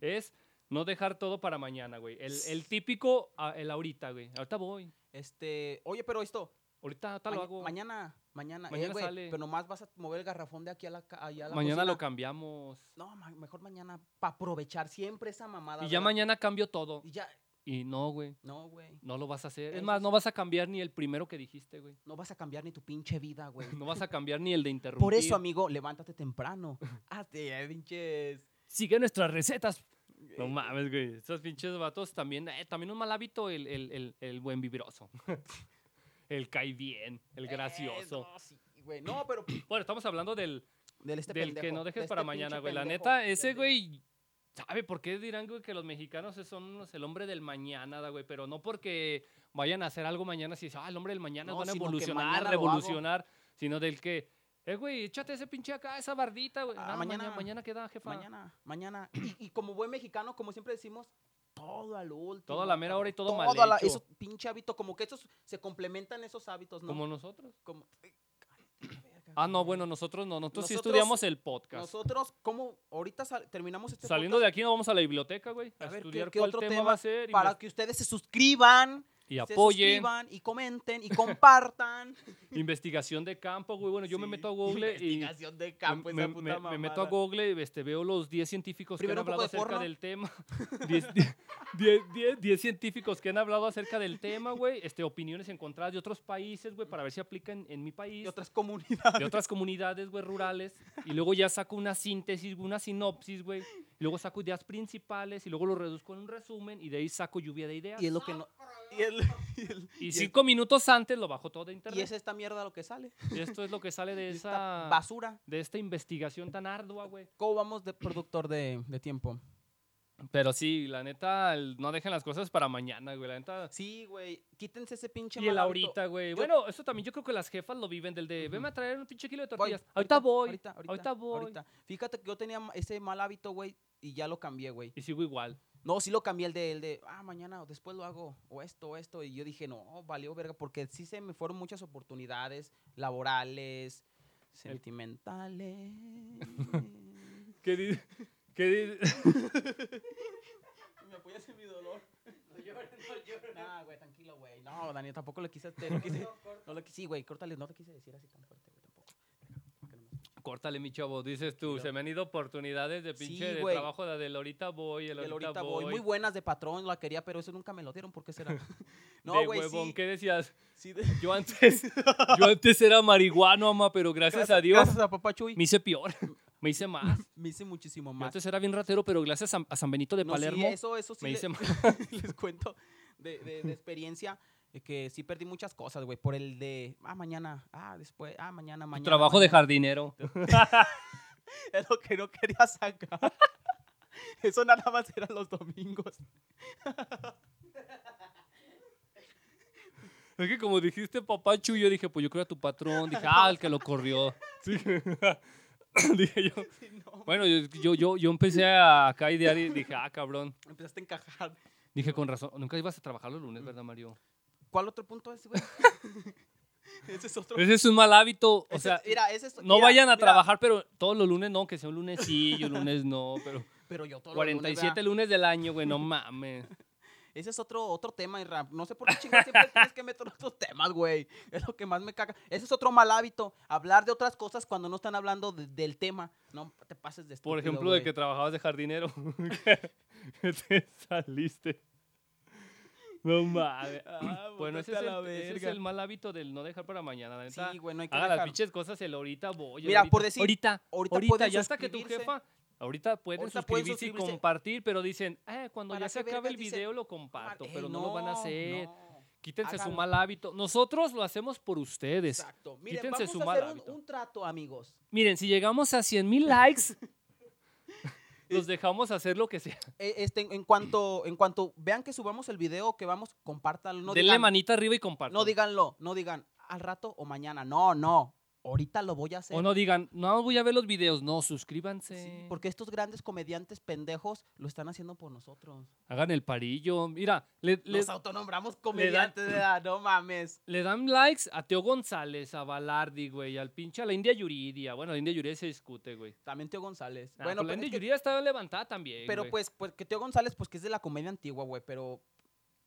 [SPEAKER 1] es no dejar todo para mañana, güey. El, el típico, ah, el ahorita, güey. Ahorita voy.
[SPEAKER 2] Este, oye, pero esto.
[SPEAKER 1] Ahorita ahorita lo
[SPEAKER 2] maña-
[SPEAKER 1] hago. Mañana,
[SPEAKER 2] Mañana, mañana. eh,
[SPEAKER 1] Mañana
[SPEAKER 2] güey,
[SPEAKER 1] sale.
[SPEAKER 2] Pero nomás vas a mover el garrafón de aquí a la, ca- allá a la
[SPEAKER 1] lo
[SPEAKER 2] cocina.
[SPEAKER 1] cambiamos.
[SPEAKER 2] No, ma- mejor mañana, para aprovechar siempre esa mamada.
[SPEAKER 1] Y ya
[SPEAKER 2] ¿verdad?
[SPEAKER 1] mañana cambio todo.
[SPEAKER 2] Y ya,
[SPEAKER 1] Y no, güey.
[SPEAKER 2] no, güey.
[SPEAKER 1] No lo vas a hacer. Es
[SPEAKER 2] Eso
[SPEAKER 1] más,
[SPEAKER 2] sí.
[SPEAKER 1] no vas a cambiar ni el primero que dijiste, güey.
[SPEAKER 2] No vas a cambiar ni tu pinche vida, güey.
[SPEAKER 1] No vas a cambiar ni el de interrumpir.
[SPEAKER 2] Por eso, amigo, levántate temprano. Hazte, eh, pinches.
[SPEAKER 1] Sigue nuestras recetas. No mames, güey. Esos pinches vatos también. eh, también un mal hábito el, el, el, el buen vibroso. el cae bien, el gracioso.
[SPEAKER 2] Eh, no, sí, güey. No, pero
[SPEAKER 1] Bueno, estamos hablando del,
[SPEAKER 2] del este
[SPEAKER 1] del
[SPEAKER 2] pendejo,
[SPEAKER 1] que no
[SPEAKER 2] de
[SPEAKER 1] dejes
[SPEAKER 2] este
[SPEAKER 1] para
[SPEAKER 2] pinche
[SPEAKER 1] mañana, güey. La
[SPEAKER 2] pendejo,
[SPEAKER 1] neta, ese
[SPEAKER 2] del de-
[SPEAKER 1] güey. ¿Sabe por qué dirán, güey, que los mexicanos son unos- el hombre del mañana, da, güey? Pero no porque vayan a hacer algo mañana, si dicen, ah, el hombre del mañana
[SPEAKER 2] No,
[SPEAKER 1] van a
[SPEAKER 2] sino que mañana
[SPEAKER 1] evolucionar,
[SPEAKER 2] lo hago.
[SPEAKER 1] revolucionar, sino del que, eh, güey, échate ese pinche acá, esa bardita, güey.
[SPEAKER 2] Ah,
[SPEAKER 1] No, mañana,
[SPEAKER 2] mañana.
[SPEAKER 1] mañana, queda, jefa.
[SPEAKER 2] Mañana, mañana. Y, y como buen mexicano, como siempre decimos, todo al último.
[SPEAKER 1] Todo a la mera hora y todo mal
[SPEAKER 2] a la-
[SPEAKER 1] hecho.
[SPEAKER 2] Eso pinche hábito, como que esos se complementan esos hábitos, ¿no?
[SPEAKER 1] Como nosotros.
[SPEAKER 2] Como- Ay, cállate, verga,
[SPEAKER 1] Ah, no,
[SPEAKER 2] güey.
[SPEAKER 1] bueno, nosotros no. Nosotros, sí
[SPEAKER 2] Nosotros-
[SPEAKER 1] estudiamos el podcast.
[SPEAKER 2] Nosotros, como ahorita sal- terminamos este
[SPEAKER 1] Saliendo de aquí nos vamos a la biblioteca, güey. A,
[SPEAKER 2] A ver, ¿qué-
[SPEAKER 1] estudiar
[SPEAKER 2] qué
[SPEAKER 1] cuál
[SPEAKER 2] otro
[SPEAKER 1] tema,
[SPEAKER 2] tema
[SPEAKER 1] va a ser y,
[SPEAKER 2] para
[SPEAKER 1] nos-
[SPEAKER 2] que ustedes se suscriban,
[SPEAKER 1] y
[SPEAKER 2] se
[SPEAKER 1] apoyen.
[SPEAKER 2] suscriban y comenten y compartan.
[SPEAKER 1] Investigación de campo, güey. Bueno, yo me
[SPEAKER 2] Sí,
[SPEAKER 1] meto a Google y...
[SPEAKER 2] investigación de
[SPEAKER 1] me-
[SPEAKER 2] campo,
[SPEAKER 1] me,
[SPEAKER 2] esa puta
[SPEAKER 1] me- me meto a
[SPEAKER 2] mamada.
[SPEAKER 1] Google y este, veo los 10 científicos
[SPEAKER 2] Primero un
[SPEAKER 1] que han
[SPEAKER 2] poco
[SPEAKER 1] hablado acerca
[SPEAKER 2] de porno.
[SPEAKER 1] del tema. 10 10 10 10 10 científicos que han hablado acerca del tema, güey. Este, opiniones encontradas de otros países, güey, para ver si aplican en mi país.
[SPEAKER 2] de otras comunidades.
[SPEAKER 1] de otras comunidades, güey, rurales. Y luego ya saco una síntesis, güey, una sinopsis, güey. Y luego saco ideas principales y luego lo reduzco en un resumen y de ahí saco lluvia de ideas.
[SPEAKER 2] Y
[SPEAKER 1] Y,
[SPEAKER 2] es lo que no y, es, y es- y es-
[SPEAKER 1] cinco minutos antes lo bajo todo de
[SPEAKER 2] y
[SPEAKER 1] internet.
[SPEAKER 2] es esta mierda lo que sale.
[SPEAKER 1] Y esto es lo que sale de
[SPEAKER 2] Esta
[SPEAKER 1] esa...
[SPEAKER 2] basura.
[SPEAKER 1] De esta investigación tan ardua, güey.
[SPEAKER 2] ¿Cómo vamos de productor de, de tiempo?
[SPEAKER 1] Pero sí, la neta, el- no dejen las cosas para mañana, güey. La neta...
[SPEAKER 2] Sí, güey. Quítense ese pinche
[SPEAKER 1] Y el
[SPEAKER 2] mal hábito.
[SPEAKER 1] ahorita, güey.
[SPEAKER 2] Yo-
[SPEAKER 1] Bueno, eso también yo creo que las jefas lo viven del de...
[SPEAKER 2] Ujú.
[SPEAKER 1] Veme a traer un pinche kilo de
[SPEAKER 2] Voy,
[SPEAKER 1] tortillas. ahorita, voy.
[SPEAKER 2] Ahorita, ahorita,
[SPEAKER 1] ahorita voy.
[SPEAKER 2] ahorita. Fíjate que yo tenía ma- ese mal hábito, güey, y ya lo cambié, güey.
[SPEAKER 1] Y sigo igual.
[SPEAKER 2] No, sí lo cambié el de, el de, ah, mañana o después lo hago, o esto, o esto. Y yo dije, no, valió verga, porque sí se me fueron muchas oportunidades laborales, sentimentales.
[SPEAKER 1] ¿Qué dices? ¿Qué dices?
[SPEAKER 2] me apoyas en mi dolor. No llores, no llores. No, güey, tranquilo, güey. No, Daniel, tampoco le quise, te- no quise, no le quise, sí, güey, córtale, no te quise decir así tan fuerte, güey, tampoco. Porque no me-
[SPEAKER 1] Córtale, mi chavo, dices tú.
[SPEAKER 2] Pero-
[SPEAKER 1] Se me han ido oportunidades de
[SPEAKER 2] Sí,
[SPEAKER 1] pinche de
[SPEAKER 2] güey.
[SPEAKER 1] trabajo de del ahorita voy, el
[SPEAKER 2] Del
[SPEAKER 1] ahorita,
[SPEAKER 2] ahorita
[SPEAKER 1] voy.
[SPEAKER 2] voy. Muy buenas de patrón, la quería, pero eso nunca me lo dieron, ¿por qué será?
[SPEAKER 1] de
[SPEAKER 2] No, güey,
[SPEAKER 1] huevón,
[SPEAKER 2] sí.
[SPEAKER 1] ¿qué decías?
[SPEAKER 2] sí de-
[SPEAKER 1] Yo antes, yo antes era marihuano, ama, pero gracias, a Dios
[SPEAKER 2] Gracias a papá Chuy.
[SPEAKER 1] me hice peor. Me hice más.
[SPEAKER 2] Me hice muchísimo
[SPEAKER 1] Yo
[SPEAKER 2] más.
[SPEAKER 1] antes era bien ratero, pero gracias a, a San Benito de
[SPEAKER 2] No, sí,
[SPEAKER 1] Palermo
[SPEAKER 2] eso, eso sí
[SPEAKER 1] me
[SPEAKER 2] le-
[SPEAKER 1] hice más.
[SPEAKER 2] les cuento de, de- de experiencia eh, que sí perdí muchas cosas, güey, por el de, ah, mañana, ah, después, ah, mañana, mañana.
[SPEAKER 1] Trabajo de
[SPEAKER 2] mañana.
[SPEAKER 1] jardinero.
[SPEAKER 2] Es lo que no quería sacar. Eso nada más era los domingos.
[SPEAKER 1] Es que como dijiste papachu, yo dije, pues yo creo a tu patrón. Dije, ah, el que lo corrió. Sí. dije yo. Bueno, yo, yo, yo, yo empecé a acá idear y dije, ah, cabrón.
[SPEAKER 2] Empezaste a encajar.
[SPEAKER 1] Dije, con razón. Nunca ibas a trabajar los lunes, ¿verdad, Mario?
[SPEAKER 2] ¿Cuál otro punto es, güey? Ese es otro.
[SPEAKER 1] Ese es un mal hábito. O
[SPEAKER 2] Ese-
[SPEAKER 1] sea,
[SPEAKER 2] mira, ese es-
[SPEAKER 1] no
[SPEAKER 2] mira,
[SPEAKER 1] vayan a
[SPEAKER 2] mira,
[SPEAKER 1] trabajar, pero todos los lunes no, que sea un lunes sí y un lunes no. Pero
[SPEAKER 2] Pero yo todos los lunes,
[SPEAKER 1] 47
[SPEAKER 2] ¿verdad?
[SPEAKER 1] lunes del año, güey, no mames.
[SPEAKER 2] Ese es otro, otro tema, Irra. No sé por qué chingados siempre tienes que meter otros temas, güey. Es lo que más me caga. Ese es otro mal hábito. Hablar de otras cosas cuando no están hablando de- del tema. No te pases de
[SPEAKER 1] Por
[SPEAKER 2] estúpido,
[SPEAKER 1] ejemplo, de
[SPEAKER 2] güey.
[SPEAKER 1] que trabajabas de jardinero. que te saliste. No mames. bueno, ese es,
[SPEAKER 2] bótate a
[SPEAKER 1] el,
[SPEAKER 2] la
[SPEAKER 1] ese es
[SPEAKER 2] verga.
[SPEAKER 1] el mal hábito del no dejar para mañana. La neta,
[SPEAKER 2] Sí, güey, no hay que
[SPEAKER 1] haga las
[SPEAKER 2] dejar.
[SPEAKER 1] pinches cosas el ahorita voy. el
[SPEAKER 2] Mira,
[SPEAKER 1] ahorita,
[SPEAKER 2] por decir,
[SPEAKER 1] Ahorita,
[SPEAKER 2] ahorita
[SPEAKER 1] ahorita,
[SPEAKER 2] pueden
[SPEAKER 1] ya hasta que tu
[SPEAKER 2] suscribirse.
[SPEAKER 1] jefa. Ahorita pueden
[SPEAKER 2] Ahorita pueden
[SPEAKER 1] suscribirse, y
[SPEAKER 2] suscribirse.
[SPEAKER 1] compartir, pero dicen, "Ah, cuando
[SPEAKER 2] ¿Para
[SPEAKER 1] ya se
[SPEAKER 2] qué
[SPEAKER 1] acabe el
[SPEAKER 2] vergas?" Dicen,
[SPEAKER 1] video lo comparto,
[SPEAKER 2] Ey,
[SPEAKER 1] pero no, lo van a hacer.
[SPEAKER 2] Eh, no.
[SPEAKER 1] Quítense su
[SPEAKER 2] háganlo.
[SPEAKER 1] mal hábito. Nosotros lo hacemos por ustedes.
[SPEAKER 2] Exacto. Miren,
[SPEAKER 1] Quítense
[SPEAKER 2] vamos
[SPEAKER 1] su
[SPEAKER 2] a
[SPEAKER 1] mal
[SPEAKER 2] hacer un,
[SPEAKER 1] hábito.
[SPEAKER 2] un trato, amigos.
[SPEAKER 1] Miren, si llegamos a 100 mil likes, los dejamos hacer lo que sea.
[SPEAKER 2] Eh, Este, en, en cuanto, en cuanto vean que subamos el video, que vamos, compártanlo. No
[SPEAKER 1] Denle
[SPEAKER 2] digan,
[SPEAKER 1] manita arriba y compartan.
[SPEAKER 2] no díganlo, no digan al rato o mañana. No, no. Ahorita lo voy a hacer.
[SPEAKER 1] O no digan, no voy a ver los videos. No,
[SPEAKER 2] Sí,
[SPEAKER 1] suscríbanse.
[SPEAKER 2] porque estos grandes comediantes pendejos lo están haciendo por nosotros.
[SPEAKER 1] Hagan el parillo. Mira, le, le-
[SPEAKER 2] Los autonombramos comediantes, ¿verdad? no mames.
[SPEAKER 1] le dan likes a Teo González, a Balardi, güey, al pinche, a la India Yuridia. Bueno, la India Yuridia se discute, güey.
[SPEAKER 2] También Teo González.
[SPEAKER 1] Ah,
[SPEAKER 2] bueno,
[SPEAKER 1] pero la
[SPEAKER 2] pero,
[SPEAKER 1] India
[SPEAKER 2] es que-
[SPEAKER 1] Yuridia estaba levantada también,
[SPEAKER 2] pero
[SPEAKER 1] güey.
[SPEAKER 2] pues, pues que Teo González, pues que es de la comedia antigua, güey, pero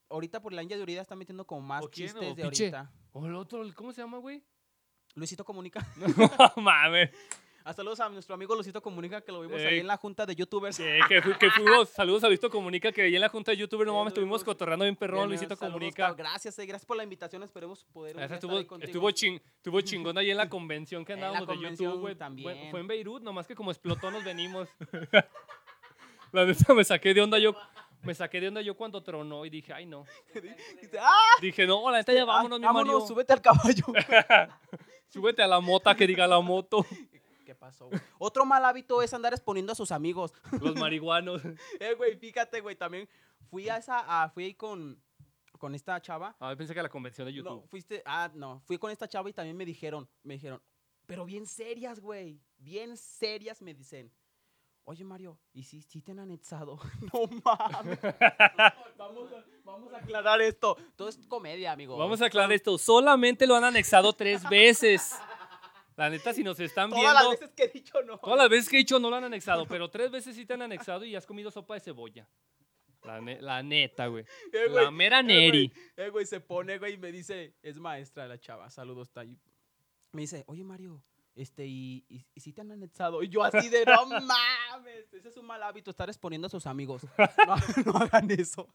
[SPEAKER 2] ahorita por la India de Urida está metiendo como más
[SPEAKER 1] ¿O quién?
[SPEAKER 2] chistes
[SPEAKER 1] ¿O
[SPEAKER 2] de
[SPEAKER 1] pinche?
[SPEAKER 2] ahorita.
[SPEAKER 1] O el otro, el- ¿cómo se llama, güey?
[SPEAKER 2] Luisito Comunica.
[SPEAKER 1] No, mames.
[SPEAKER 2] Ah, saludos a nuestro amigo Luisito Comunica que lo vimos
[SPEAKER 1] Eh,
[SPEAKER 2] ahí en la junta de youtubers.
[SPEAKER 1] Que, que, fu- que fuimos, saludos a Luisito Comunica, que ahí en la junta de YouTuber, no
[SPEAKER 2] Sí,
[SPEAKER 1] mames, estuvimos
[SPEAKER 2] estuvimos-
[SPEAKER 1] cotorreando bien perrón,
[SPEAKER 2] Bueno,
[SPEAKER 1] Luisito
[SPEAKER 2] saludos,
[SPEAKER 1] Comunica.
[SPEAKER 2] cabrón. Gracias, eh, gracias por la invitación. Esperemos poder. un
[SPEAKER 1] Ah, Esa
[SPEAKER 2] día estar
[SPEAKER 1] estuvo,
[SPEAKER 2] ahí contigo.
[SPEAKER 1] estuvo, chin- estuvo chingón ahí en la convención que
[SPEAKER 2] En la
[SPEAKER 1] andábamos de YouTube,
[SPEAKER 2] convención
[SPEAKER 1] güey.
[SPEAKER 2] también.
[SPEAKER 1] Fue, fue en Beirut, nomás que como explotó nos venimos. la neta me saqué de onda yo. Me saqué de onda yo cuando tronó y dije, ay no.
[SPEAKER 2] Dice, ¡Ah!
[SPEAKER 1] Dije, no, la neta ya vámonos, mi
[SPEAKER 2] vámonos,
[SPEAKER 1] Mario.
[SPEAKER 2] súbete al caballo.
[SPEAKER 1] Súbete a la mota que diga la moto.
[SPEAKER 2] ¿Qué pasó? güey? Otro mal hábito es andar exponiendo a sus amigos.
[SPEAKER 1] Los marihuanos.
[SPEAKER 2] Eh, güey, fíjate, güey, también fui a esa, a- fui ahí con, con esta chava.
[SPEAKER 1] Ah, pensé que a la convención de
[SPEAKER 2] No,
[SPEAKER 1] YouTube.
[SPEAKER 2] fuiste, ah, no, fui con esta chava y también me dijeron, me dijeron, pero bien serias, güey, bien serias me dicen. Oye, Mario, ¿y si, si te han anexado? No mames. vamos, a, vamos a aclarar esto. Todo es comedia, amigo.
[SPEAKER 1] Vamos a aclarar esto. Solamente lo han anexado tres veces. La neta, si nos están
[SPEAKER 2] Todas
[SPEAKER 1] viendo.
[SPEAKER 2] las veces que he dicho no.
[SPEAKER 1] Todas las veces que he dicho no lo han anexado, pero tres veces sí te han anexado y has comido sopa de cebolla. La, ne- la neta, güey.
[SPEAKER 2] Eh, güey,
[SPEAKER 1] La mera
[SPEAKER 2] Eh, güey,
[SPEAKER 1] neri.
[SPEAKER 2] eh, güey, se pone, güey, y me dice, es maestra la chava, saludos, está ahí. Me dice, oye, Mario, este, ¿y, y, y si te han anexado? Y yo así de, no mames, ese es un mal hábito, estar exponiendo a sus amigos. No, no hagan eso,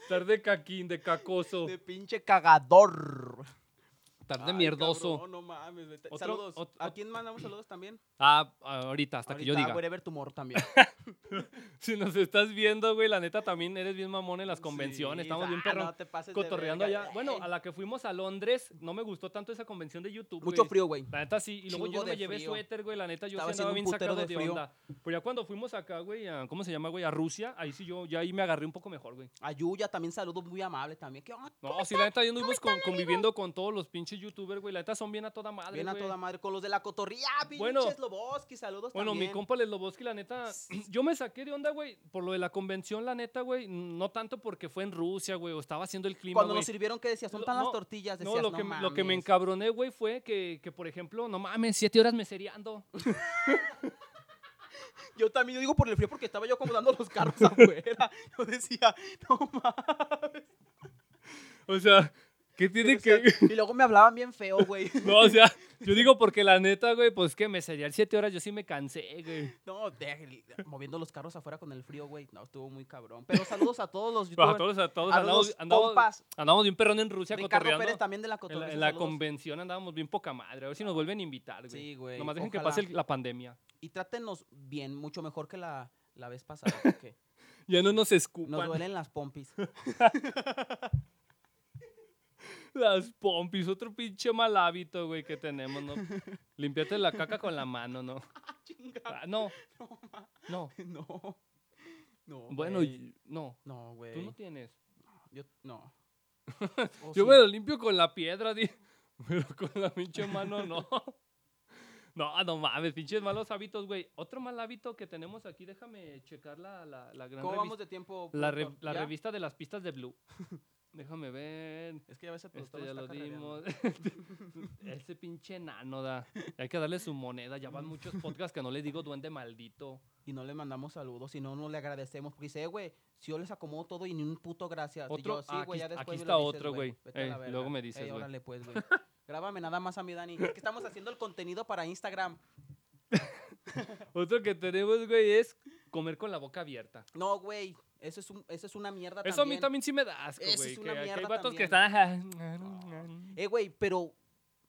[SPEAKER 1] Estar de caquín, de cacoso.
[SPEAKER 2] de pinche cagador.
[SPEAKER 1] Estar Oh. de
[SPEAKER 2] Ay,
[SPEAKER 1] mierdoso.
[SPEAKER 2] cabrón, no mames, güey.
[SPEAKER 1] Otro-
[SPEAKER 2] saludos.
[SPEAKER 1] ot-
[SPEAKER 2] ¿A
[SPEAKER 1] ot-
[SPEAKER 2] quién mandamos saludos también?
[SPEAKER 1] Ah, ahorita, hasta que yo
[SPEAKER 2] Ahorita,
[SPEAKER 1] diga.
[SPEAKER 2] Wherever Tomorrow también.
[SPEAKER 1] Si nos estás viendo, güey, la neta también eres bien mamón en las convenciones.
[SPEAKER 2] Sí,
[SPEAKER 1] Estamos bien
[SPEAKER 2] ah,
[SPEAKER 1] perros
[SPEAKER 2] no te pases de
[SPEAKER 1] cotorreando
[SPEAKER 2] verga.
[SPEAKER 1] allá. Bueno,
[SPEAKER 2] Ey,
[SPEAKER 1] a la que fuimos a Londres, no me gustó tanto esa convención de YouTube.
[SPEAKER 2] Mucho
[SPEAKER 1] güey.
[SPEAKER 2] frío, güey.
[SPEAKER 1] La neta sí, y luego
[SPEAKER 2] Chingo
[SPEAKER 1] yo no
[SPEAKER 2] de
[SPEAKER 1] me llevé
[SPEAKER 2] frío.
[SPEAKER 1] suéter, güey, la neta yo
[SPEAKER 2] Estaba
[SPEAKER 1] sí andaba
[SPEAKER 2] haciendo un
[SPEAKER 1] bien
[SPEAKER 2] putero
[SPEAKER 1] sacado
[SPEAKER 2] de
[SPEAKER 1] de,
[SPEAKER 2] frío.
[SPEAKER 1] onda. Pero ya cuando fuimos acá, güey, a- ¿cómo se llama, güey? A Rusia, ahí sí yo, ya ahí me agarré un poco mejor, güey.
[SPEAKER 2] A Yuya también saludos muy amables también. ¿Qué onda?
[SPEAKER 1] No, sí, la neta, yo anduvimos con- conviviendo con todos los pinches youtubers, güey. La neta son bien a toda madre,
[SPEAKER 2] Bien a
[SPEAKER 1] güey.
[SPEAKER 2] toda madre con los de la cotorría, ah, pinches
[SPEAKER 1] Bueno.
[SPEAKER 2] Loboski, saludos
[SPEAKER 1] Bueno,
[SPEAKER 2] también.
[SPEAKER 1] mi compa Lesloboski, la neta, yo me saqué de onda, güey, por lo de la convención, la neta, güey. No tanto porque fue en Rusia, güey, o estaba haciendo el clima,
[SPEAKER 2] Cuando
[SPEAKER 1] güey.
[SPEAKER 2] nos sirvieron, que decías? ¿Son
[SPEAKER 1] Lo-
[SPEAKER 2] tan las
[SPEAKER 1] no,
[SPEAKER 2] tortillas? Decías,
[SPEAKER 1] No, lo que, me- lo que me
[SPEAKER 2] mames.
[SPEAKER 1] encabroné, güey, fue que, que, por ejemplo, no mames, siete horas mesereando.
[SPEAKER 2] Yo también, yo digo por el frío porque estaba yo acomodando los carros afuera. Yo decía, no mames.
[SPEAKER 1] O sea, ¿qué tiene
[SPEAKER 2] O sea, Y luego me hablaban bien feo, güey.
[SPEAKER 1] No, o sea, yo digo porque la neta, güey, pues que me sería siete horas, yo sí me cansé, güey.
[SPEAKER 2] No, de- moviendo los carros afuera con el frío, güey. No, estuvo muy cabrón. Pero saludos a todos los
[SPEAKER 1] Pues,
[SPEAKER 2] youtubers.
[SPEAKER 1] a todos, a todos,
[SPEAKER 2] a
[SPEAKER 1] andamos,
[SPEAKER 2] los
[SPEAKER 1] andamos,
[SPEAKER 2] compas.
[SPEAKER 1] andamos de un perrón en Rusia
[SPEAKER 2] Ricardo
[SPEAKER 1] cotorreando.
[SPEAKER 2] Pérez también de la
[SPEAKER 1] En la,
[SPEAKER 2] cotorría.
[SPEAKER 1] en la
[SPEAKER 2] saludos.
[SPEAKER 1] convención andábamos bien poca madre, a ver si nos vuelven a invitar, güey.
[SPEAKER 2] Sí, güey.
[SPEAKER 1] Nomás dejen que
[SPEAKER 2] ojalá.
[SPEAKER 1] pase el- la pandemia.
[SPEAKER 2] Y trátenos bien, mucho mejor que la, la vez pasada. Porque
[SPEAKER 1] Ya no nos escupan
[SPEAKER 2] nos duelen las pompis.
[SPEAKER 1] las pompis, otro pinche mal hábito, güey, que tenemos, ¿no? Limpiarte la caca con la mano, ¿no?
[SPEAKER 2] Chinga.
[SPEAKER 1] Ah, no, no.
[SPEAKER 2] No. No.
[SPEAKER 1] Bueno,
[SPEAKER 2] güey.
[SPEAKER 1] y- no.
[SPEAKER 2] No, güey.
[SPEAKER 1] Tú no tienes.
[SPEAKER 2] Yo, no. Oh,
[SPEAKER 1] Yo
[SPEAKER 2] sí.
[SPEAKER 1] me lo limpio con la piedra, di- pero con la pinche mano no. No, no mames, pinches malos hábitos, güey. Otro mal hábito que tenemos aquí, déjame checar la, la, la gran
[SPEAKER 2] ¿Cómo
[SPEAKER 1] revis-
[SPEAKER 2] vamos de tiempo?
[SPEAKER 1] la,
[SPEAKER 2] productor?
[SPEAKER 1] re- la
[SPEAKER 2] ¿Ya?
[SPEAKER 1] revista de las pistas de Blue. déjame ver.
[SPEAKER 2] Es que ya ves el
[SPEAKER 1] Esto
[SPEAKER 2] productor
[SPEAKER 1] Este, ya
[SPEAKER 2] está
[SPEAKER 1] lo
[SPEAKER 2] carrereando.
[SPEAKER 1] dimos. Ese pinche nano da. Hay que darle su moneda. Ya van muchos podcasts que no le digo duende maldito.
[SPEAKER 2] Y no le mandamos saludos, sino no le agradecemos. Porque dice, "Eh, güey, si yo les acomodo todo y ni un puto gracias. Y
[SPEAKER 1] Otro-
[SPEAKER 2] yo, sí,
[SPEAKER 1] ah,
[SPEAKER 2] güey,
[SPEAKER 1] aquí
[SPEAKER 2] ya
[SPEAKER 1] est-
[SPEAKER 2] después
[SPEAKER 1] aquí
[SPEAKER 2] me
[SPEAKER 1] está
[SPEAKER 2] lo dices,
[SPEAKER 1] otro, güey.
[SPEAKER 2] Vete a la
[SPEAKER 1] Ey,
[SPEAKER 2] verga.
[SPEAKER 1] luego me dices,
[SPEAKER 2] Ey,
[SPEAKER 1] güey.
[SPEAKER 2] órale, pues, güey. Grábame nada más a mi, Dani. Es que estamos haciendo el contenido para Instagram.
[SPEAKER 1] Otro que tenemos, güey, es comer con la boca abierta.
[SPEAKER 2] No, güey. Eso es, un, eso es una mierda
[SPEAKER 1] Eso a
[SPEAKER 2] también.
[SPEAKER 1] mí también sí me da asco,
[SPEAKER 2] Eso
[SPEAKER 1] güey.
[SPEAKER 2] es
[SPEAKER 1] que
[SPEAKER 2] una
[SPEAKER 1] aquí hay
[SPEAKER 2] mierda
[SPEAKER 1] vatos que
[SPEAKER 2] también.
[SPEAKER 1] están.
[SPEAKER 2] Eh, güey, pero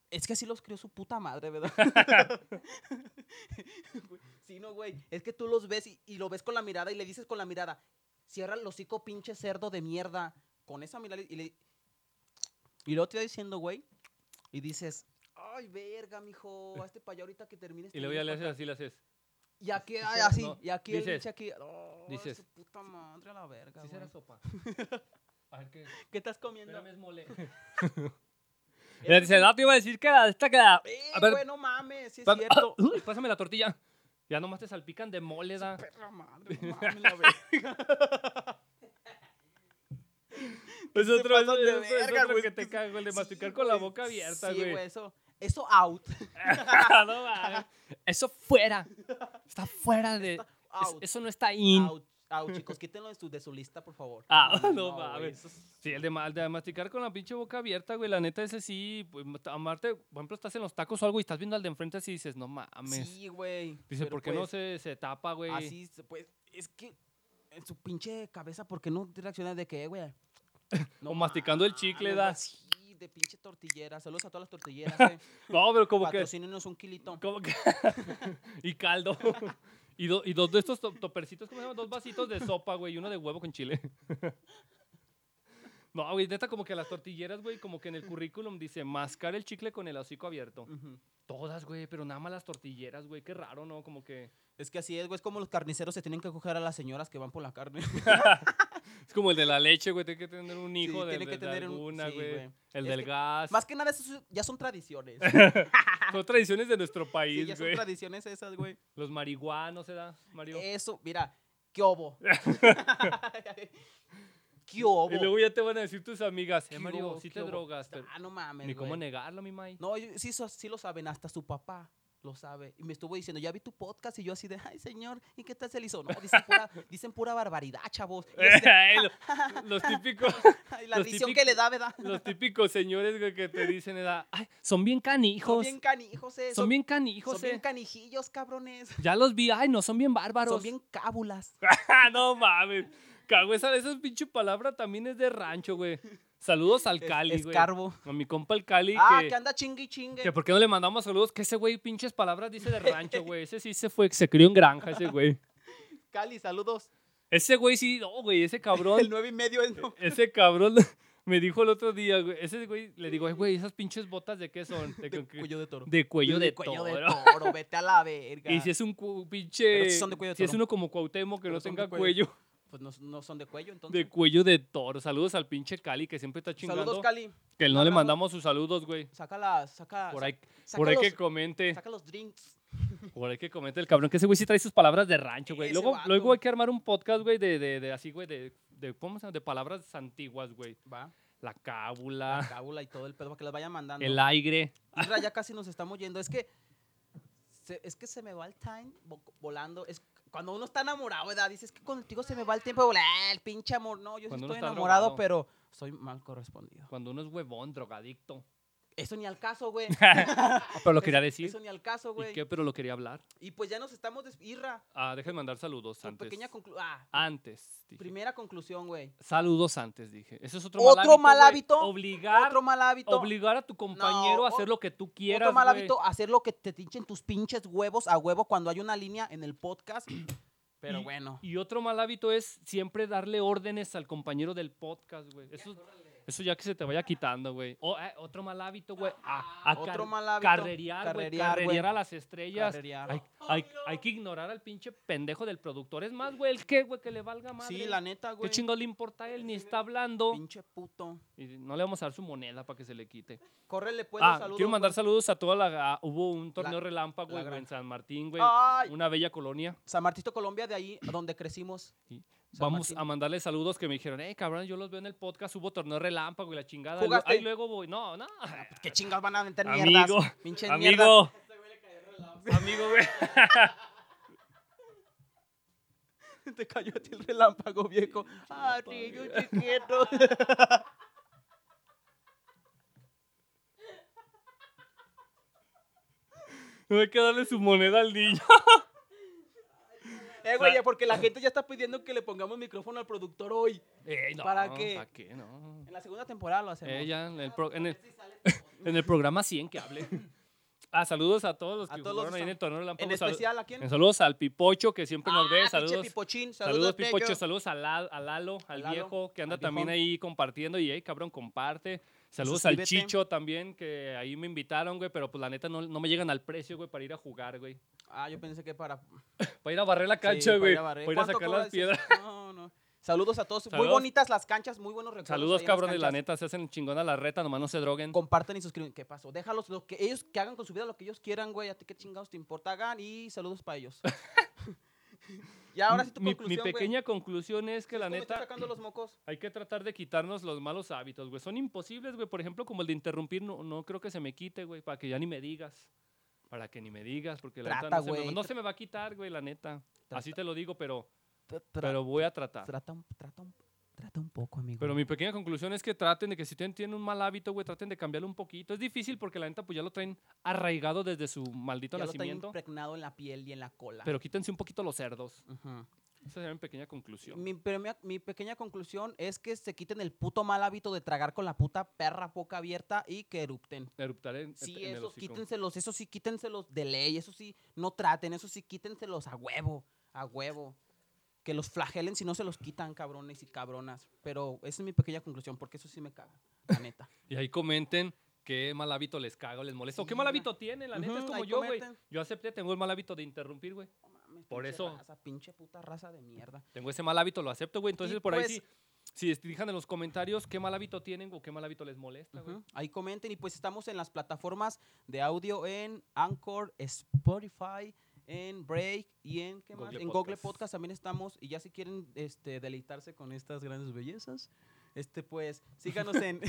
[SPEAKER 2] es que así los crió su puta madre, ¿verdad? sí, no, güey. Es que tú los ves y, y lo ves con la mirada y le dices con la mirada, cierra el hocico, pinche cerdo de mierda. Con esa mirada y le... Y luego te va diciendo, güey, y dices, ay, verga, mijo, hazte para allá ahorita que termines.
[SPEAKER 1] Y luego ya le haces
[SPEAKER 2] termines
[SPEAKER 1] así, le haces.
[SPEAKER 2] pa' acá". Y aquí, ay, así,
[SPEAKER 1] No,
[SPEAKER 2] y aquí el
[SPEAKER 1] dices-
[SPEAKER 2] pinche aquí, "Oh,
[SPEAKER 1] dices-
[SPEAKER 2] su puta madre a la verga,
[SPEAKER 1] ¿Sí
[SPEAKER 2] güey".
[SPEAKER 1] será sopa? A ver qué.
[SPEAKER 2] ¿Qué estás comiendo?
[SPEAKER 1] Espérame, es mole. Le dice, no, te iba a decir que la de esta que la.
[SPEAKER 2] Eh,
[SPEAKER 1] A ver.
[SPEAKER 2] güey, no mames, sí es
[SPEAKER 1] Pam-
[SPEAKER 2] cierto.
[SPEAKER 1] Uy, Pásame la tortilla. Ya nomás te salpican de mole, da.
[SPEAKER 2] Perra madre, no mames, la verga.
[SPEAKER 1] Es
[SPEAKER 2] se
[SPEAKER 1] otro,
[SPEAKER 2] pasan de
[SPEAKER 1] es otro- es
[SPEAKER 2] verga,
[SPEAKER 1] otro
[SPEAKER 2] güey,
[SPEAKER 1] que
[SPEAKER 2] es que
[SPEAKER 1] te
[SPEAKER 2] sí-
[SPEAKER 1] cago, el de
[SPEAKER 2] Sí,
[SPEAKER 1] masticar con la
[SPEAKER 2] güey,
[SPEAKER 1] boca abierta,
[SPEAKER 2] Sí, güey,
[SPEAKER 1] güey.
[SPEAKER 2] eso, eso out.
[SPEAKER 1] No mames. eso fuera. Está fuera de. es-
[SPEAKER 2] Out.
[SPEAKER 1] eso no está in.
[SPEAKER 2] out. out, chicos, quítenlo de su, de su lista, por favor.
[SPEAKER 1] Ah, no
[SPEAKER 2] güey,
[SPEAKER 1] mames.
[SPEAKER 2] eso es-
[SPEAKER 1] Sí, el de, ma- el de masticar con la pinche boca abierta, güey. La neta, ese sí. Pues, amarte, por ejemplo, estás en los tacos o algo y estás viendo al de enfrente así y dices, no mames.
[SPEAKER 2] Sí, güey.
[SPEAKER 1] Dice,
[SPEAKER 2] pero
[SPEAKER 1] ¿por qué no
[SPEAKER 2] pues,
[SPEAKER 1] se, se tapa, güey?
[SPEAKER 2] Así, se- pues, es que en su pinche cabeza, ¿por qué no te reaccionas de qué, güey?
[SPEAKER 1] O masticando el chicle,
[SPEAKER 2] mames,
[SPEAKER 1] da.
[SPEAKER 2] güey, Sí, de pinche tortillera. Saludos a todas las tortilleras, güey.
[SPEAKER 1] No, pero como que.
[SPEAKER 2] Patrocínenos un kilito.
[SPEAKER 1] Como que. y caldo. y, do- y dos de estos to- topercitos, ¿cómo se llama? Dos vasitos de sopa, güey. Y uno de huevo con chile. no, güey, neta, como que las tortilleras, güey, como que en el currículum dice mascar el chicle con el hocico abierto.
[SPEAKER 2] Ujú.
[SPEAKER 1] Todas, güey, pero nada más las tortilleras, güey. Qué raro, ¿no? Como que.
[SPEAKER 2] Es que así es, güey. Es como los carniceros se tienen que coger a las señoras que van por la carne.
[SPEAKER 1] Es como el de la leche, güey. Tiene que tener un hijo de,
[SPEAKER 2] tiene
[SPEAKER 1] de-
[SPEAKER 2] que
[SPEAKER 1] de
[SPEAKER 2] tener un-
[SPEAKER 1] alguna,
[SPEAKER 2] sí,
[SPEAKER 1] güey.
[SPEAKER 2] güey.
[SPEAKER 1] El
[SPEAKER 2] Es
[SPEAKER 1] del
[SPEAKER 2] que-
[SPEAKER 1] gas.
[SPEAKER 2] Más que nada, eso es- ya son tradiciones.
[SPEAKER 1] Son tradiciones de nuestro
[SPEAKER 2] Sí,
[SPEAKER 1] país,
[SPEAKER 2] ya son
[SPEAKER 1] güey.
[SPEAKER 2] tradiciones esas, güey.
[SPEAKER 1] Los marihuanos, ¿se da, Mario?
[SPEAKER 2] Eso, mira, qué obo. qué obo.
[SPEAKER 1] y luego ya te van a decir tus amigas, eh,
[SPEAKER 2] ¿Qué
[SPEAKER 1] Mario,
[SPEAKER 2] hubo?
[SPEAKER 1] sí
[SPEAKER 2] ¿Qué
[SPEAKER 1] te
[SPEAKER 2] hubo?
[SPEAKER 1] drogas, pero
[SPEAKER 2] Ah, no mames.
[SPEAKER 1] Ni cómo
[SPEAKER 2] güey.
[SPEAKER 1] negarlo, mi May.
[SPEAKER 2] No, yo- sí, so- sí lo saben, hasta su papá lo sabe. Y me estuvo diciendo, ya vi tu podcast y yo así de, ay, señor, ¿y qué tal se le hizo? No, dicen pura, dicen pura barbaridad, chavos. Y yo así de,
[SPEAKER 1] Ay, lo- los típicos,
[SPEAKER 2] ay, la
[SPEAKER 1] Eh, los
[SPEAKER 2] visión
[SPEAKER 1] típico-
[SPEAKER 2] que le da, ¿verdad?
[SPEAKER 1] los típicos señores güey, que te dicen edad, "Ay, son bien
[SPEAKER 2] Son
[SPEAKER 1] canijos,
[SPEAKER 2] bien canijos, eh,
[SPEAKER 1] son bien canijos,
[SPEAKER 2] son bien
[SPEAKER 1] eh.
[SPEAKER 2] canijillos, cabrones.
[SPEAKER 1] ya los vi, ay, no, son bien bárbaros.
[SPEAKER 2] Son bien cábulas.
[SPEAKER 1] Ah, no mames. Cago, esa, esa pinche palabra también es de rancho, güey. Saludos al Cali,
[SPEAKER 2] es,
[SPEAKER 1] güey.
[SPEAKER 2] carbo.
[SPEAKER 1] A mi compa el Cali
[SPEAKER 2] Ah,
[SPEAKER 1] que,
[SPEAKER 2] que anda chingue y chingue.
[SPEAKER 1] que por qué no le mandamos saludos, que ese güey pinches palabras dice de rancho, güey. Ese sí se fue, se crió en granja ese güey.
[SPEAKER 2] Cali, saludos.
[SPEAKER 1] Ese güey sí, no, güey, ese cabrón.
[SPEAKER 2] El nueve y medio es... no-
[SPEAKER 1] Ese cabrón me dijo el otro día, güey. Ese güey, le digo, "Ay, güey, esas pinches botas de qué son? De,
[SPEAKER 2] de
[SPEAKER 1] con que-
[SPEAKER 2] cuello de toro.
[SPEAKER 1] de cuello de,
[SPEAKER 2] cuello de
[SPEAKER 1] toro.
[SPEAKER 2] toro, vete a la verga.
[SPEAKER 1] Y si es un cu-
[SPEAKER 2] Pero
[SPEAKER 1] pinche.
[SPEAKER 2] sí son de cuello de
[SPEAKER 1] si es
[SPEAKER 2] toro.
[SPEAKER 1] uno como Cuauhtémoc que
[SPEAKER 2] Pero
[SPEAKER 1] no
[SPEAKER 2] son de
[SPEAKER 1] tenga
[SPEAKER 2] cuello.
[SPEAKER 1] cuello,
[SPEAKER 2] Pues no, no son de cuello, entonces.
[SPEAKER 1] de cuello de toro. Saludos al pinche Cali que siempre está chingando.
[SPEAKER 2] Saludos, Cali.
[SPEAKER 1] que no le
[SPEAKER 2] abrazo.
[SPEAKER 1] mandamos sus saludos, güey.
[SPEAKER 2] Saca la, saca,
[SPEAKER 1] Por
[SPEAKER 2] sa-
[SPEAKER 1] ahí,
[SPEAKER 2] saca
[SPEAKER 1] por ahí
[SPEAKER 2] los,
[SPEAKER 1] que comente,
[SPEAKER 2] saca los drinks.
[SPEAKER 1] por ahí que comente el cabrón, que ese güey sí trae sus palabras de rancho, güey.
[SPEAKER 2] Ese
[SPEAKER 1] Luego,
[SPEAKER 2] vato.
[SPEAKER 1] luego hay que armar un podcast, güey, de, de, de así, güey, de, de, ¿cómo se llama? De palabras antiguas, güey.
[SPEAKER 2] Va,
[SPEAKER 1] La cábula,
[SPEAKER 2] cábula y todo el pedo, para que las vayan mandando.
[SPEAKER 1] Ah. el aire.
[SPEAKER 2] Isra, ya casi nos estamos yendo. Es que, se- es que se me va el time vo- volando. Es cuando uno está enamorado, ¿verdad? Dices que contigo se me va el tiempo volar, el pinche amor. No, yo sí
[SPEAKER 1] Cuando uno
[SPEAKER 2] estoy
[SPEAKER 1] está
[SPEAKER 2] enamorado,
[SPEAKER 1] drogado.
[SPEAKER 2] pero soy mal correspondido.
[SPEAKER 1] Cuando uno es huevón, drogadicto.
[SPEAKER 2] Eso ni al caso, güey.
[SPEAKER 1] Ah, Pero lo quería decir.
[SPEAKER 2] Eso ni al caso,
[SPEAKER 1] ¿Y
[SPEAKER 2] güey.
[SPEAKER 1] qué? Pero lo quería hablar.
[SPEAKER 2] Y pues ya nos estamos des- Irra,
[SPEAKER 1] Ah, déjenme mandar saludos
[SPEAKER 2] tu
[SPEAKER 1] antes.
[SPEAKER 2] pequeña conclusión. Ah,
[SPEAKER 1] antes. dije.
[SPEAKER 2] primera conclusión, güey.
[SPEAKER 1] Saludos antes, dije. Eso es otro,
[SPEAKER 2] Otro mal
[SPEAKER 1] güey.
[SPEAKER 2] hábito,
[SPEAKER 1] Obligar,
[SPEAKER 2] Otro mal hábito.
[SPEAKER 1] obligar a tu compañero
[SPEAKER 2] No,
[SPEAKER 1] a hacer
[SPEAKER 2] o-
[SPEAKER 1] lo que tú quieras.
[SPEAKER 2] otro mal
[SPEAKER 1] güey.
[SPEAKER 2] hábito, hacer lo que te tinchen tus pinches huevos a huevo cuando hay una línea en el podcast. Pero
[SPEAKER 1] Y-
[SPEAKER 2] bueno.
[SPEAKER 1] Y otro mal hábito es siempre darle órdenes al compañero del podcast, güey. Eso, Eso ya que se te vaya quitando, güey. O, eh, otro mal hábito, güey. A, a
[SPEAKER 2] Otro
[SPEAKER 1] car-
[SPEAKER 2] mal hábito.
[SPEAKER 1] Carrerear, güey.
[SPEAKER 2] Carrerear, güey.
[SPEAKER 1] Carrerear a las estrellas.
[SPEAKER 2] Carrerear.
[SPEAKER 1] Hay, hay- hay que ignorar al pinche pendejo del productor. Es más, güey, el qué, güey, que le valga más.
[SPEAKER 2] Sí, la neta,
[SPEAKER 1] ¿Qué
[SPEAKER 2] güey.
[SPEAKER 1] chingo le importa a él? Ni está hablando.
[SPEAKER 2] Pinche puto.
[SPEAKER 1] Y no le vamos a dar su moneda para que se le quite.
[SPEAKER 2] Córrele, pues,
[SPEAKER 1] Ah,
[SPEAKER 2] los saludos.
[SPEAKER 1] quiero mandar
[SPEAKER 2] güey.
[SPEAKER 1] saludos a toda la... a- hubo un torneo
[SPEAKER 2] La-
[SPEAKER 1] relámpago
[SPEAKER 2] la
[SPEAKER 1] güey, en
[SPEAKER 2] granja.
[SPEAKER 1] San Martín, güey.
[SPEAKER 2] Ay.
[SPEAKER 1] Una bella colonia.
[SPEAKER 2] San Martito, Colombia, de ahí donde crecimos.
[SPEAKER 1] Sí.
[SPEAKER 2] San
[SPEAKER 1] Vamos
[SPEAKER 2] Martín.
[SPEAKER 1] a mandarle saludos que me dijeron, eh, cabrón, yo los veo en el podcast, hubo torneo relámpago y la chingada.
[SPEAKER 2] ¿Jugaste?
[SPEAKER 1] Ahí luego voy. No, no.
[SPEAKER 2] ¿Qué chingas van a meter mierdas?
[SPEAKER 1] Amigo,
[SPEAKER 2] Pinches mierdas.
[SPEAKER 1] amigo. Amigo, güey.
[SPEAKER 2] Te cayó a ti el relámpago, viejo. Ay, niño chiquito.
[SPEAKER 1] Hay que darle su moneda al niño.
[SPEAKER 2] Eh, güey, porque la gente ya está pidiendo que le pongamos micrófono al productor hoy.
[SPEAKER 1] Eh, no,
[SPEAKER 2] ¿Para qué?
[SPEAKER 1] ¿Para qué? No.
[SPEAKER 2] En la segunda temporada lo hacemos.
[SPEAKER 1] Eh, ya, en el, pro- en, el, en el programa 100 que hable. Ah, saludos a todos los
[SPEAKER 2] A
[SPEAKER 1] que
[SPEAKER 2] todos los
[SPEAKER 1] jugaron
[SPEAKER 2] que
[SPEAKER 1] ahí en
[SPEAKER 2] están-
[SPEAKER 1] el torneo relámpago.
[SPEAKER 2] En
[SPEAKER 1] Sal-
[SPEAKER 2] especial, ¿a quién?
[SPEAKER 1] en saludos al Pipocho que siempre nos ve.
[SPEAKER 2] Ah, pinche
[SPEAKER 1] Saludos.
[SPEAKER 2] Pipochín.
[SPEAKER 1] Saludos,
[SPEAKER 2] Saludos,
[SPEAKER 1] Pipocho.
[SPEAKER 2] Neyo.
[SPEAKER 1] Saludos a, La- a Lalo, al
[SPEAKER 2] Lalo,
[SPEAKER 1] viejo, que anda
[SPEAKER 2] al
[SPEAKER 1] también
[SPEAKER 2] viejón.
[SPEAKER 1] ahí compartiendo. Y, hey, cabrón, comparte. Saludos al
[SPEAKER 2] Suscríbete.
[SPEAKER 1] Chicho también, que ahí me invitaron, güey. Pero pues la neta no, no me llegan al precio, güey, para ir a jugar, güey.
[SPEAKER 2] Ah, yo pensé que para.
[SPEAKER 1] Para ir a barrer la
[SPEAKER 2] Sí,
[SPEAKER 1] cancha,
[SPEAKER 2] para
[SPEAKER 1] güey.
[SPEAKER 2] ir a
[SPEAKER 1] para,
[SPEAKER 2] barrer.
[SPEAKER 1] ir a
[SPEAKER 2] ¿Cuánto
[SPEAKER 1] sacar
[SPEAKER 2] cobra
[SPEAKER 1] las
[SPEAKER 2] ese?
[SPEAKER 1] piedras.
[SPEAKER 2] No, no. Saludos a todos. Muy
[SPEAKER 1] Saludos.
[SPEAKER 2] bonitas las canchas, muy buenos recuerdos.
[SPEAKER 1] Saludos,
[SPEAKER 2] ahí en las
[SPEAKER 1] cabrones. La
[SPEAKER 2] canchas.
[SPEAKER 1] neta se hacen chingona la reta, nomás no se droguen.
[SPEAKER 2] Compartan y suscriben. ¿Qué pasó? Déjalos lo que ellos que hagan con su vida lo que ellos quieran, güey. A ti qué chingados te importa. Hagan y saludos para ellos. y ahora sí tu
[SPEAKER 1] mi, mi
[SPEAKER 2] conclusión, güey.
[SPEAKER 1] pequeña conclusión es que la
[SPEAKER 2] Tú me estás
[SPEAKER 1] neta
[SPEAKER 2] sacando los mocos.
[SPEAKER 1] hay que tratar de quitarnos los malos hábitos, güey. Son imposibles, güey. Por ejemplo, como el de interrumpir, no, no creo que se me quite, güey. Para que ya ni me digas. Para que ni me digas, porque la
[SPEAKER 2] Trata,
[SPEAKER 1] neta no, se me,
[SPEAKER 2] güey,
[SPEAKER 1] no
[SPEAKER 2] tra-
[SPEAKER 1] se me va a quitar, güey, la neta. Así
[SPEAKER 2] Trata.
[SPEAKER 1] te lo digo, pero,
[SPEAKER 2] Tra-
[SPEAKER 1] pero voy a tratar.
[SPEAKER 2] trata, un, trata, un, trata un poco, amigo.
[SPEAKER 1] Pero mi pequeña conclusión es que traten de que si tienen, tienen un mal hábito, güey, traten de cambiarlo un poquito. Es difícil porque la neta pues ya lo traen arraigado desde su maldito
[SPEAKER 2] ya lo traen
[SPEAKER 1] nacimiento.
[SPEAKER 2] impregnado en la piel y en la cola.
[SPEAKER 1] Pero quítense un poquito los cerdos.
[SPEAKER 2] Ujú.
[SPEAKER 1] Esa sería mi pequeña conclusión.
[SPEAKER 2] Mi, pero mi- mi pequeña conclusión es que se quiten el puto mal hábito de tragar con la puta perra boca abierta y que erupten.
[SPEAKER 1] Eruptar en,
[SPEAKER 2] Sí,
[SPEAKER 1] en el
[SPEAKER 2] esos
[SPEAKER 1] hocico.
[SPEAKER 2] quítenselos, esos sí quítenselos de ley, esos sí no traten, esos sí quítenselos a huevo, a huevo. Que los flagelen si no se los quitan, cabrones y cabronas. Pero esa es mi pequeña conclusión, porque eso sí me caga, la neta.
[SPEAKER 1] Y ahí comenten qué mal hábito les cago, les molesta. o qué
[SPEAKER 2] Sí,
[SPEAKER 1] mal
[SPEAKER 2] güey.
[SPEAKER 1] hábito tienen, la neta es
[SPEAKER 2] Ujú,
[SPEAKER 1] como
[SPEAKER 2] ahí
[SPEAKER 1] yo, güey.
[SPEAKER 2] comenten.
[SPEAKER 1] Yo acepté, tengo el mal hábito de interrumpir, güey.
[SPEAKER 2] No mames,
[SPEAKER 1] Por
[SPEAKER 2] pinche
[SPEAKER 1] eso-
[SPEAKER 2] raza, pinche puta raza de mierda.
[SPEAKER 1] Tengo ese mal hábito, lo acepto, güey. Entonces,
[SPEAKER 2] Y
[SPEAKER 1] por
[SPEAKER 2] pues-
[SPEAKER 1] ahí sí, si es- dijan en los comentarios qué mal hábito tienen o qué mal hábito les molesta, güey.
[SPEAKER 2] Ujú, Ahí comenten y pues estamos en las plataformas de audio en Anchor, Spotify, en Break y en ¿qué más?
[SPEAKER 1] Google
[SPEAKER 2] en Google
[SPEAKER 1] Podcast.
[SPEAKER 2] Podcast también estamos y ya si quieren este deleitarse con estas grandes bellezas, este pues síganos en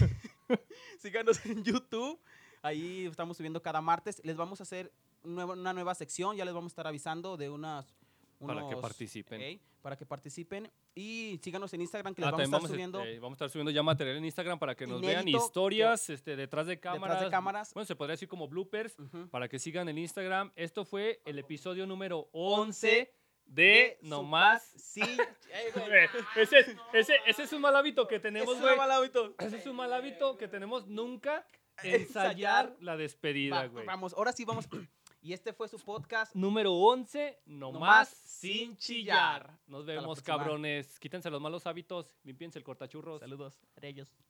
[SPEAKER 2] síganos en YouTube. Ahí estamos subiendo cada martes, les vamos a hacer nueva- una nueva sección, ya les vamos a estar avisando de unas
[SPEAKER 1] Para que
[SPEAKER 2] unos-
[SPEAKER 1] participen.
[SPEAKER 2] Ey, para que participen y síganos en Instagram que les
[SPEAKER 1] Ah,
[SPEAKER 2] vamos a
[SPEAKER 1] también vamos,
[SPEAKER 2] estar
[SPEAKER 1] a-
[SPEAKER 2] subiendo
[SPEAKER 1] eh, vamos a estar subiendo ya material en Instagram para que nos vean
[SPEAKER 2] Inédito,
[SPEAKER 1] historias este, detrás de cámaras.
[SPEAKER 2] cámaras.
[SPEAKER 1] Bueno, se podría decir como bloopers
[SPEAKER 2] Ujú.
[SPEAKER 1] para que sigan en Instagram. Esto fue el episodio número 11
[SPEAKER 2] 11
[SPEAKER 1] de Nomás.
[SPEAKER 2] Sí. Ey, güey.
[SPEAKER 1] Eh, Ese, es- ese, ese es un mal hábito que tenemos,
[SPEAKER 2] Es
[SPEAKER 1] güey.
[SPEAKER 2] un mal hábito.
[SPEAKER 1] Ese es un mal hábito que tenemos nunca ensayar
[SPEAKER 2] Ensayar.
[SPEAKER 1] la
[SPEAKER 2] Va-
[SPEAKER 1] despedida, güey.
[SPEAKER 2] vamos, ahora sí vamos. Y este fue su podcast.
[SPEAKER 1] Número 11, nomás
[SPEAKER 2] Nomás
[SPEAKER 1] sin
[SPEAKER 2] sin
[SPEAKER 1] chillar.
[SPEAKER 2] chillar.
[SPEAKER 1] Nos
[SPEAKER 2] la
[SPEAKER 1] vemos,
[SPEAKER 2] próxima.
[SPEAKER 1] cabrones. Quítense los malos hábitos, limpiense el cortachurros.
[SPEAKER 2] Saludos. Reyes.